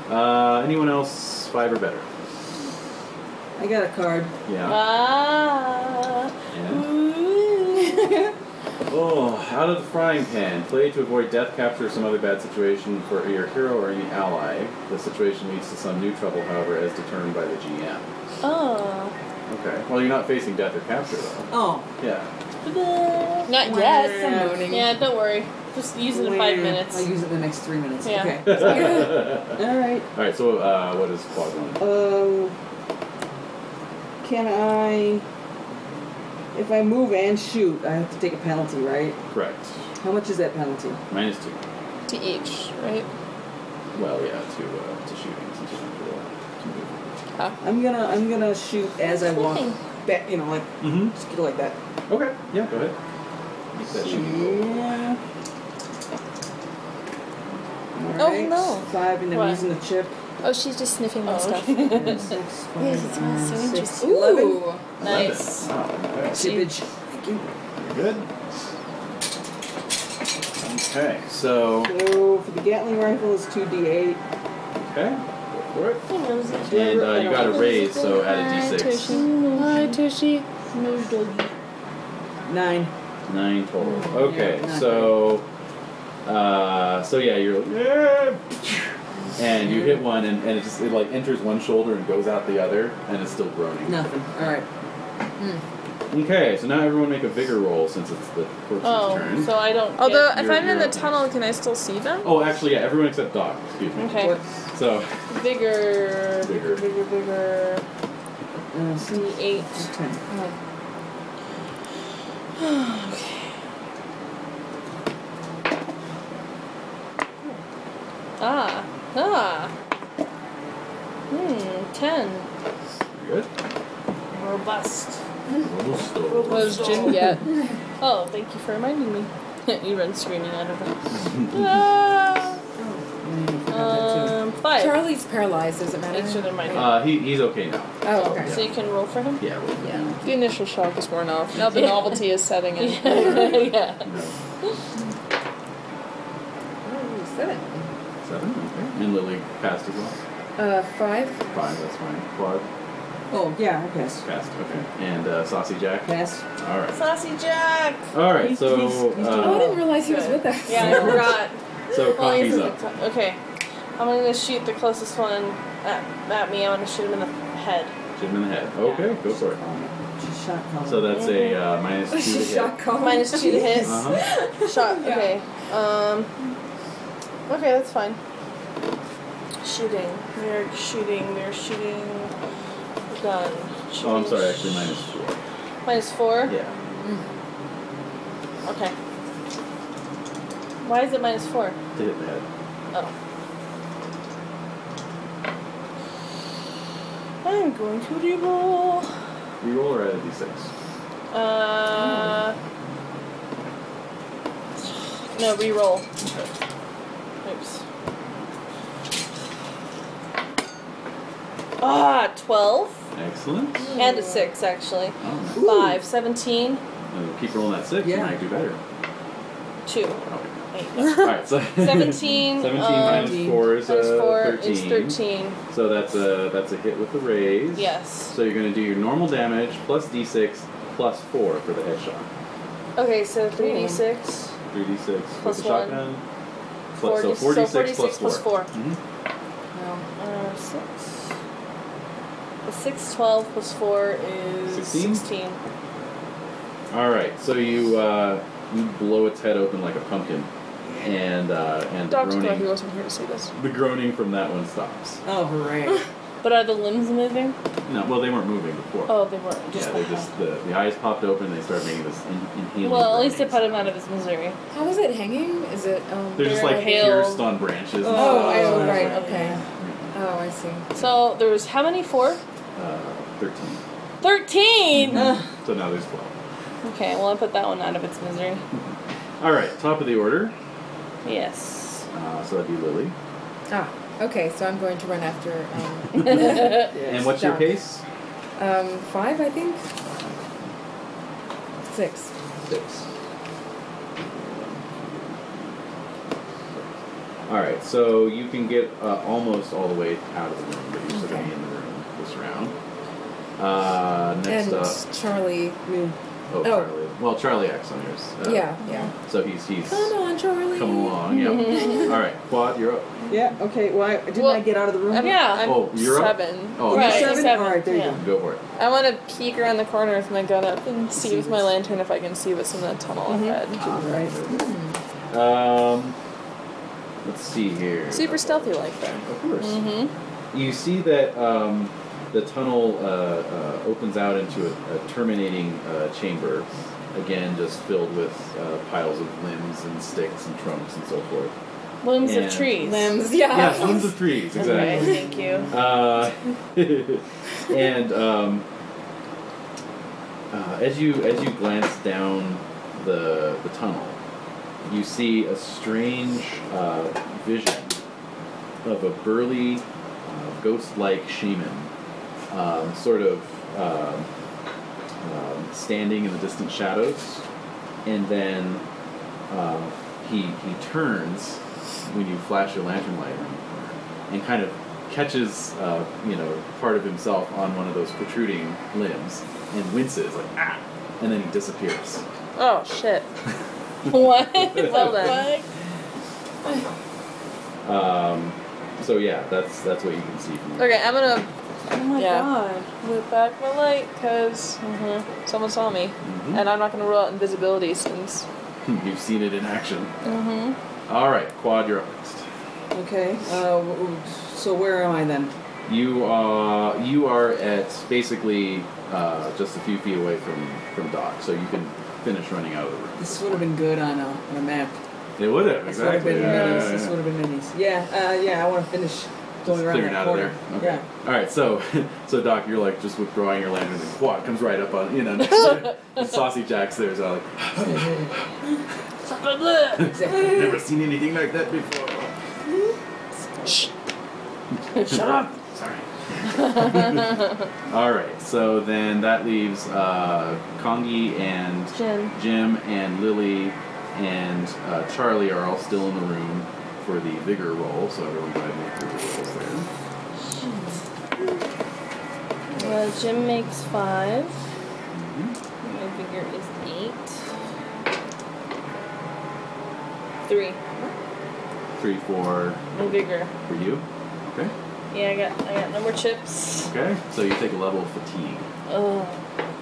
know. uh, anyone else five or better? I got a card. Yeah. Ah. yeah. Oh, out of the frying pan. Play to avoid death, capture, or some other bad situation for your hero or any ally. The situation leads to some new trouble, however, as determined by the GM. Oh. Okay. Well, you're not facing death or capture though. Oh. Yeah. Not Yes, yet. I'm moaning. Yeah, don't worry. Just use it in five minutes. I use it in the next three minutes. Yeah. Okay. All right. All right. So, uh, what is quad one? Um, can I? If I move and shoot, I have to take a penalty, right? Correct. How much is that penalty? Minus two. To each, right? Well, yeah, to uh, to shooting since you don't have to roll to move. I'm gonna I'm gonna shoot as I walk back. You know, like Mm-hmm. just go like that. Okay. Yeah. Go ahead. Make that shooting roll. Yeah. Oh, Alright, no. Five, and I'm What? using the chip. Oh, she's just sniffing my Oh, stuff. And six, five, Yes, it smells so uh, six, interesting. 11. Ooh. Nice. Eleven. Wow. Okay. Chippage. Thank you. You're good. Okay. So. So for the Gatling rifle is two D8. Okay. Go for it. And uh, you got a raise, so add a d6. Hi, Tushy. Nine. Nine total. Okay, Yeah, not so, uh, so yeah, you're like, "Yeah!" and you hit one, and, and it just it like enters one shoulder and goes out the other, and it's still groaning. Nothing. All right. Okay, so now everyone make a vigor roll since it's the corpse's Oh, turn. so I don't. Although, You're- if I'm in you're- the tunnel, can I still see them? oh, actually, yeah, everyone except Doc. Excuse me. Okay. What? So get bigger, Bigger. bigger, bigger, bigger. Uh, six, Eight. ten. Ah, ah. Hmm. Ten. you're good. Robust. Robusto. Was Jim yet? Oh, thank you for reminding me. you run screaming out of it. ah, um, five. Charlie's paralyzed. Does it matter? Thanks for the reminder. Uh, he, he's okay now. Oh, okay. so you can roll for him. Yeah. We're good. Yeah. The initial shock is worn off. Now the Yeah. novelty is setting in. yeah. No. Ooh, Oh, seven. Seven. mm, Okay. And Lily passed as well. Uh, five. Five. That's fine. Quad Oh yeah, I passed. passed. Okay. And uh, Saucy Jack. Passed. All right. Saucy Jack! All right, He's- so he's- he's- Oh, I uh, didn't realize he was Good. with us. Yeah, I forgot. so Well, Oh, he coffee's isn't up. the co- okay. I'm gonna shoot the closest one at, at me. I'm gonna shoot him in the head. Jim in the head. Okay, go for it. Jeez. Shot collar. So that's a uh, minus two to hit. Shot collar. Minus two to hit. Uh-huh. Shot. Okay. Um. Okay, that's fine. Shooting. They're shooting. They're shooting. Gun. Oh, I'm Shooting sorry. Actually, minus four. Minus four. Yeah. Okay. Why is it minus four? To hit the head. Oh. I'm going to re-roll. Reroll or add a d6. Uh. No, re-roll. Oops. Ah, 12. Excellent. And a 6, actually. Oh, 5, 17, nice. And keep rolling that six. Yeah. You might do better. 2. Okay. Eight. All right. So 17, 17 um, minus four is times uh, 4 13. is 13. So that's a that's a hit with the raise. Yes. So you're gonna do your normal damage plus d6 plus four for the headshot. Okay, so 3d6. Three d6 Plus one. with the shotgun. Plus, Four so d- 4 so d6 4d6 plus 4. Mhm. Uh, 6. The 6, 12 plus 4 is 16? 16. All right. Mm-hmm. So you uh, you blow its head open like a pumpkin, and uh, and the Doc's glad he groaning, wasn't here to see this. the groaning from that one stops. Oh, hooray. But are the limbs moving? No, well they weren't moving before. Oh, they weren't. Just yeah, they just the, the eyes popped open. They started making this in, inhaling. Well, at least it groanings. put him out of his misery. How is it hanging? Is it? Um, They're just They're like hail. pierced on branches. and oh, stuff. I- Oh, right. right. Okay. Oh, I see. So there was how many? Four? Uh, Thirteen. Thirteen! So now there's twelve. Okay, well, I put that one out of its misery. All right, top of the order. Yes. Uh, so that'd be Lily. Ah, okay. So I'm going to run after um, and what's your Doc. pace? um, five, I think. Six. Six. All right, so you can get uh, almost all the way out of the room, but you're still going to be in the room this round. Uh, next and up, Charlie. oh, oh. Charlie. Well, Charlie acts on yours. Uh, yeah, yeah. So he's he's Come on, Charlie. coming along. Yeah. all right, Quad, you're up. Yeah, okay. Why well, didn't I Well, get out of the room? I'm, Yeah. I'm Oh, you're up? seven. Oh, Right, okay. seven? seven, All right, there you yeah. Go for it. I want to peek around the corner with my gun up and see with my lantern if I can see what's in that tunnel ahead. All right. Um, let's see here. Super stealthy like that. Of course. Mm-hmm. You see that um, the tunnel uh, uh, opens out into a, a terminating uh, chamber, again just filled with uh, piles of limbs and sticks and trunks and so forth. Limbs And- of trees. Limbs. Yeah. Yes, limbs of trees, Okay, exactly. thank you. Uh, and um, uh, as you as you glance down the the tunnel, you see a strange uh, vision of a burly, uh, ghost-like shaman, um, sort of um, um, standing in the distant shadows, and then uh, he he turns when you flash your lantern light on him, and kind of catches uh, you know part of himself on one of those protruding limbs and winces like ah, and then he disappears. Oh shit. What? Well then. Um, so yeah, that's that's what you can see. From Okay, I'm gonna Oh my Yeah. god. whip back my light because someone saw me, Mhm. and I'm not gonna rule out invisibility since. You've seen it in action. Mm-hmm. All right, Quad, you're up next. Okay. Uh, w- w- so where am I then? You uh, you are at basically uh, just a few feet away from from Doc, so you can finish running out of the room. This would have been good on a, on a map. It would have This would have exactly. been yeah, minis. yeah, This yeah. would have been minis. Yeah. Uh, yeah. I want to finish going around Clearing that out corner. of there. Okay. Yeah. All right. So, so Doc, you're like just withdrawing your lantern, and quad comes right up on you know. Next to and sausage acts there, so like Exactly. I've never seen anything like that before. Shut up. Sorry. All right. So then that leaves uh, Kongi and Jim. Jim and Lily and uh, Charlie are all still in the room for the vigor roll, so everyone go ahead and make vigor rolls there. Well, Jim makes five. Mm-hmm. My figure is eight. Three. Three, four My vigor. for you. Okay. Yeah, I got I got no more chips. Okay. So you take a level of fatigue. Oh.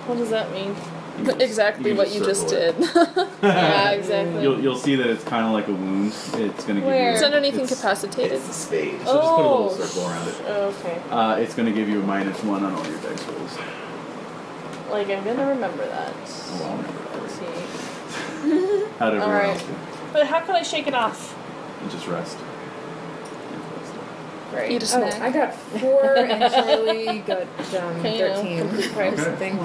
What does that mean? just- exactly you what just you just circle did. yeah, exactly. You'll, you'll see that it's kind of like a wound. It's going to give Where? you. Is anything it's- incapacitated? It's a spade. So Oh. just put a little circle around it. Okay. Uh, it's going to give you a minus one on all your dice rolls. Like, I'm gonna remember that. Oh, I'll remember that. Let's see. How did everyone All right. else do? But how can I shake it off? And just rest. Great. Eat a Oh, snack. I got four, and Charlie got um, Okay, you know, thirteen. Right. Something.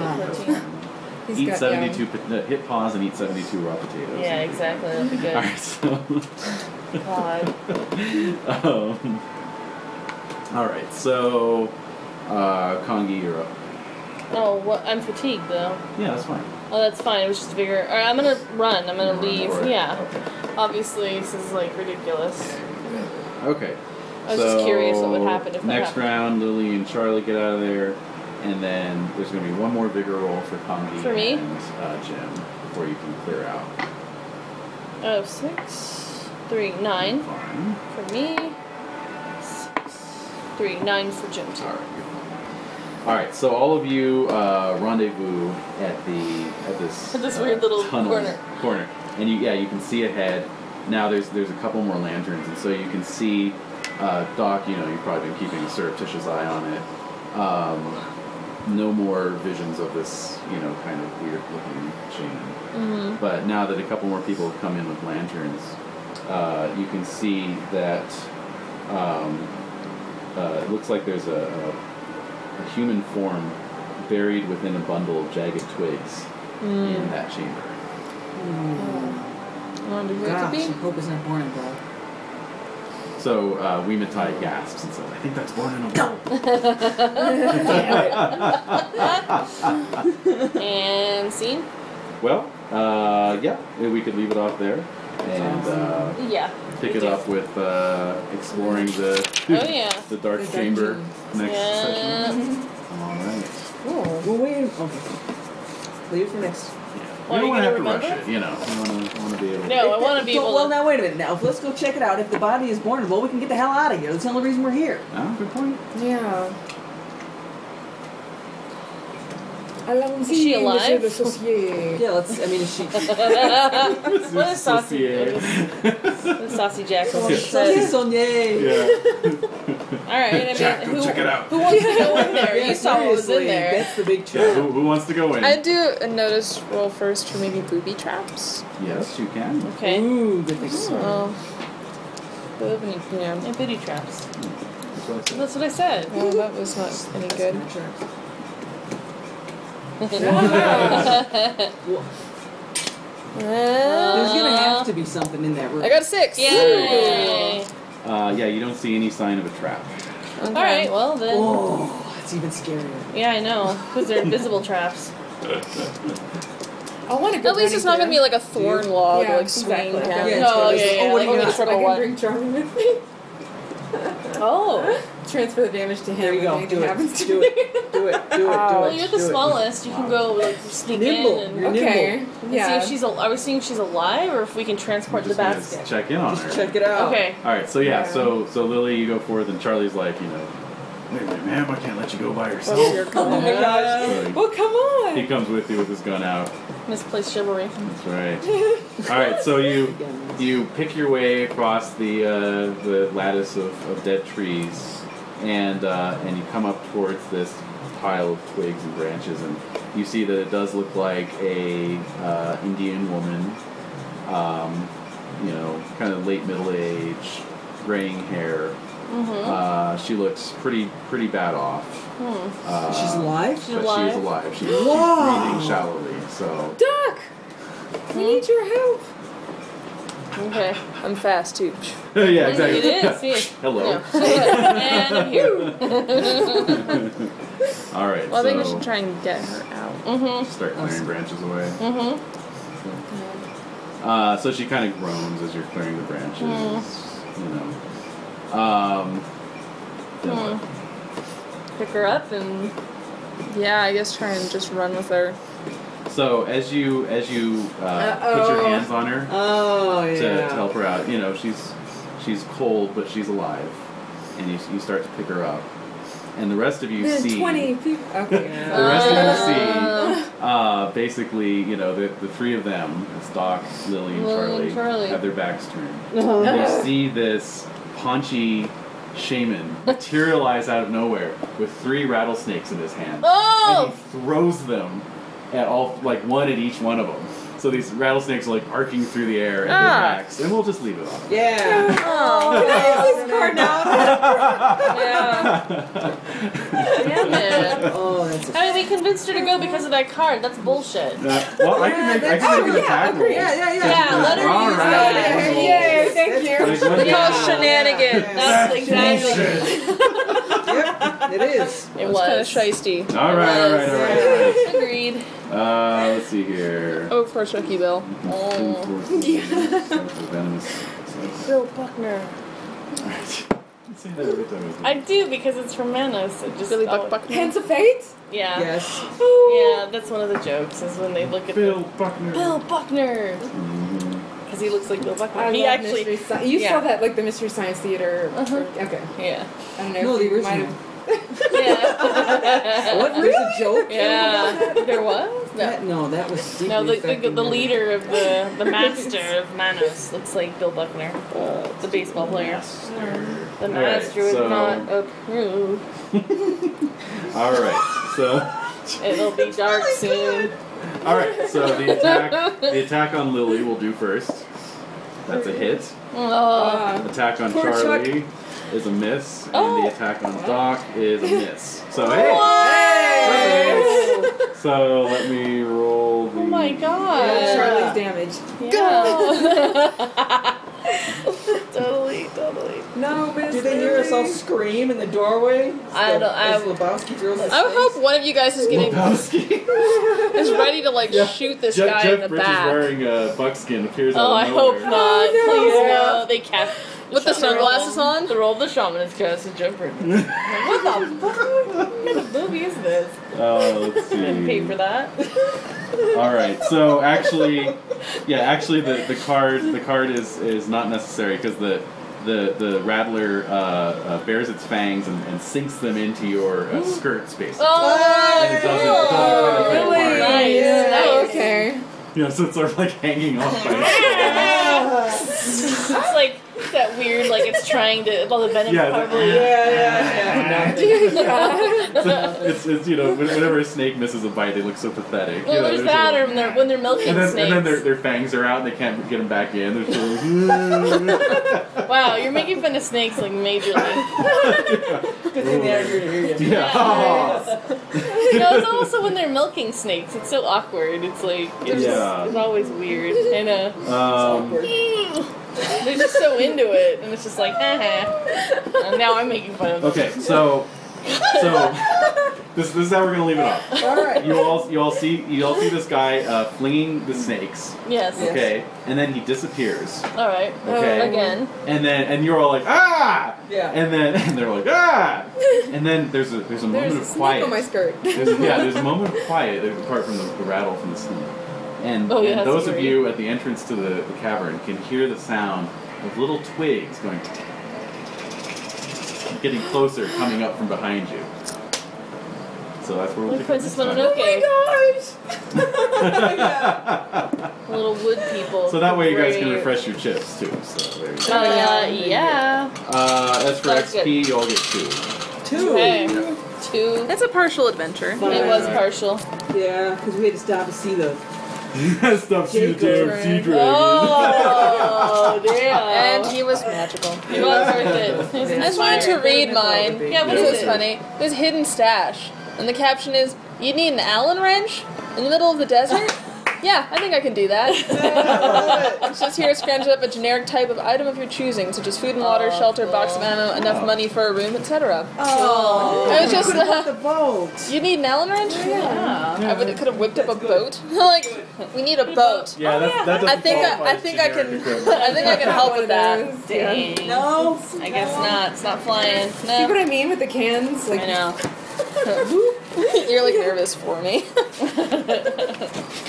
He's eat got, um, 72, pot- no, hit pause and eat 72 raw potatoes. Yeah, exactly. That'd be good. Alright, so. God. um, all right, so uh, Kongi, you're up. Oh, what? I'm fatigued though. Yeah, that's fine. Oh, that's fine. It was just a bigger. All right, I'm gonna run. I'm gonna leave. Alright, Yeah. Obviously, this is like ridiculous. Okay. okay. I was just so curious what would happen if that next happened. round, Lily and Charlie get out of there, and then there's going to be one more vigor roll for Kongi For me? and uh, Jim before you can clear out. Oh, six, three, nine Fine. for me. Six, three, nine for Jim. All right. you're fine. All right. So all of you uh, rendezvous at the at this At this uh, weird little tunnel corner. corner, and you yeah you can see ahead. Now there's there's a couple more lanterns, and so you can see uh, Doc. You know you've probably been keeping a surreptitious eye on it. Um, no more visions of this you know kind of weird looking shaman. Mm-hmm. But now that a couple more people have come in with lanterns, uh, you can see that um, uh, it looks like there's a, a, a human form buried within a bundle of jagged twigs Mm. in that chamber. Wonder who it could Gosh, I be. hope it's not boring, bro. So uh, Weematai gasps and says, I think that's born in a bottle." and scene. Well, uh, yeah, we could leave it off there and uh, Yeah. pick it up with uh, exploring the, Oh yeah. the dark The chamber dungeon. next session. Yeah. All right. Well, wait. Okay. Leave it for next. Why we are don't you want to have gonna to rush remember? it, you know. We want to, want to be able. No, I If want that- to be so- able. Well, to, now wait a minute. Now, if let's go check it out. If the body is vulnerable, we can get the hell out of here. That's the only reason we're here. Ah, good point. Yeah. Allons-y, Is she monsieur alive? le sorcier. Yeah, let's. I mean, if she. what is sausage? The sausage jack Sassy says. Sonier. Yeah. All right. I mean, Jack, go who, check it out. who wants to go in there? Yeah, you saw what was in seriously, there. That's the big yeah. trap. Who, who wants to go in? I do a notice roll first for maybe booby traps. Yes, you can. Okay. Ooh, good thing. Oh. Do we have any- yeah. And booty traps. That's what I said. That's what I said. Oh, that was not any good. There's gonna have Uh, to be something in that room. I got a six. Yay! Uh, yeah, you don't see any sign of a trap. Okay. All right. Well then. Oh, that's even scarier. Yeah, I know. Because they're invisible traps. I want to go At least it's not gonna be like a thorn log Yeah, like swinging exactly. down. Yeah, No, it's gonna be- yeah, yeah, yeah, oh, what like, do you only got? the circle I can one. bring Charlie with me. Oh, Transfer the damage to him. There you if go. anything Do it. happens to Do me. it. Do it. Do it. Wow. Do well, it. Oh, you're the do it. smallest. You can go like sneak Nimble. in and You're Okay. and see Yeah. if she's. Al- are we seeing if she's alive or if we can transport the Just gonna s- basket? check in on Just her. check it out. Okay. All right. So yeah, Yeah. So so Lily, you go forth, and Charlie's like, you know, wait a minute, ma'am, I can't let you go by yourself. Oh my gosh. So Well, come he- he on. comes with you with his gun out. Misplaced chivalry. That's right. All right. So you you pick your way across the uh, the lattice of, of dead trees, and uh, and you come up towards this pile of twigs and branches, and you see that it does look like a uh, Indian woman, um, you know, kind of late middle age, graying hair. Mm-hmm. Uh, she looks pretty pretty bad off. Hmm. Uh, She's alive. but alive? she's alive. She, she's Wow. breathing shallowly. So Duck! We need your help. Okay. I'm fast too. yeah, It exactly. is. See. Hello. uh, and I'm here. All right. Well, I so think we should try and get her out. Mm-hmm. start clearing branches away. Mm-hmm. Uh, so she kind of groans as you're clearing the branches. Mm. You know. Um, then Hmm. what? Pick her up and Yeah, I guess try and just run with her. So as you as you uh, put your Uh-oh. hands on her Oh to, yeah. to help her out, you know she's she's cold but she's alive, and you, you start to pick her up, and the rest of you There's see 20 people. Okay. the Uh, rest of you see uh, basically you know the, the three of them it's doc lily and Lily charlie, and Charlie. have their backs turned they see this paunchy shaman materialize out of nowhere with three rattlesnakes in his hand Oh! and he throws them at all like one at each one of them so these rattlesnakes are like arcing through the air at Ah. their backs and we'll just leave it off Yeah. Can I use this card now? Yeah. Yeah. Oh, that's a I mean, we convinced her to go because of that card. That's bullshit. Uh, well, I can make, I Oh, can make an yeah, attack roll. agree. Yeah, yeah, yeah. Yeah, let her All use right. that. Yay, thank It's- you. But it's not They yet. call it shenanigan. Yeah. That's exactly. yep, it is. It Kind of was. shisty. All right, all right, all right. all right. Agreed. Uh, let's see here. Oh, for Shucky Bill. Oh. Bill Buckner. I do because it's from Manos. It just Billy oh, Buck Buckner. Hands of Fate? Yeah. yeah. Yes. that's one of the jokes is when they look at Bill Bill, Buckner. Bill Buckner because he looks like Bill Buckner. I he love actually. mystery sci- you yeah. saw that like the Mystery Science Theater. Uh-huh. Okay, Yeah. I don't know. No, if the you might original. Uh, have- Yeah. What? There's a joke? Yeah. There was no. That, no, that was secret. No, the, the, the leader of the the master of Manos looks like Bill Buckner, uh, the baseball player. The All right, master so- would not approve. All right, so It'll Oh be dark soon. all right, so the attack, the attack on Lily will do first. That's a hit. Oh. Uh, Attack on Poor Chuck. Charlie is a miss, and Oh. the attack on Doc is a miss. So hey, What? so let me roll the. Oh my yeah, god. Charlie's damage. Yeah. totally, totally. No, Miss Did they hear us all scream in the doorway? I don't- I- As Lebowski drills his I would face? hope one of you guys is getting Lebowski. is ready to like shoot this Jeff, guy Jeff in the Bridges back wearing a buckskin appears out Oh, of I nowhere. hope not. no. Please Yeah. no. They cap with the sunglasses on. The role of the shaman is cast as Jeff Bridges. what the fuck? What kind of movie is this? Oh, let's I didn't pay see. for that. All right. So actually, yeah, actually the, the card the card is is not necessary because the the the rattler uh, uh, bears its fangs and, and sinks them into your uh, skirts basically. Oh, And it doesn't- it doesn't really really? hurt. Nice. Yeah, Oh, nice. okay. You know, so it's sort of like hanging off. By It's like that weird, like it's trying to, all the venom Yeah, the- probably. Yeah, yeah, yeah. it's, it's you know when- whenever a snake misses a bite, they look so pathetic. Well, you know, there's there's that, a- or when they're, when they're milking and then, snakes. and then their, their fangs are out and they can't get them back in. They're just like, Wow, you're making fun of snakes like majorly. Good thing they are here to hear you. yeah. no, it's also when they're milking snakes. It's so awkward. It's like it's, Yeah. just, it's always weird. I know. Um, They're just so into it, and it's just like, haha. And now I'm making fun of them. Okay, so so this, this is how we're gonna leave it off. All right. You all you all see you all see this guy uh, flinging the snakes. Yes. Yeah. Okay, and then he disappears. All right. Uh, Okay. Again. And then and you're all like ah, Yeah. and then and they're like ah, and then there's a there's a moment There's a of snake quiet. on my skirt. There's, yeah, there's a moment of quiet apart from the, the rattle from the snake. And, Oh, yeah, and that's those of great. you at the entrance to the, the cavern can hear the sound of little twigs going getting closer, coming up from behind you. So that's where we'll Like pick up Princess next Oh Mononoke. time. Little wood people. so that way you guys can Great. refresh your chips too. So there you go. Uh, yeah. Uh, as for That's XP, you all get two. Two. Okay. Two. That's a partial adventure. Fine. It was partial. Yeah, because we had to stop and see the. Stuff you, damn sea dragon. Oh, damn. And he was magical. It was worth it. It was Yeah. I just wanted to inspiring. read mine. Yeah, what This Yeah. is was it? funny. There's hidden stash, and the caption is, "You need an Allen wrench in the middle of the desert." yeah, I think I can do that. it says here, scrounge up a generic type of item of your choosing, such as food and water, Oh, shelter, box of cool. ammo, enough money for a room, etc. Oh. I was just, Could've uh, got the boat. You need an Allen wrench? Yeah. I would could have whipped up a That's boat. like, we need a boat. Yeah, that, that doesn't I think qualify I, I as think I can generic equipment. I think I can help with that. Dang. No. I guess not. It's not flying. See what No. I mean with the cans? I Like, know. You're like nervous for me.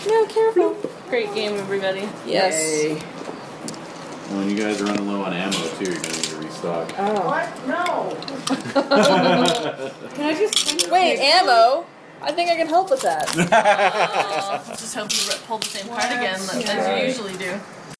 No, careful. Great game, everybody. yes. Yay. When you guys are running low on ammo too, you're gonna need to restock. oh. What? No. Can I just Wait, ammo? I think I can help with that. All Just hope you re- pull the same card again that- as you usually do.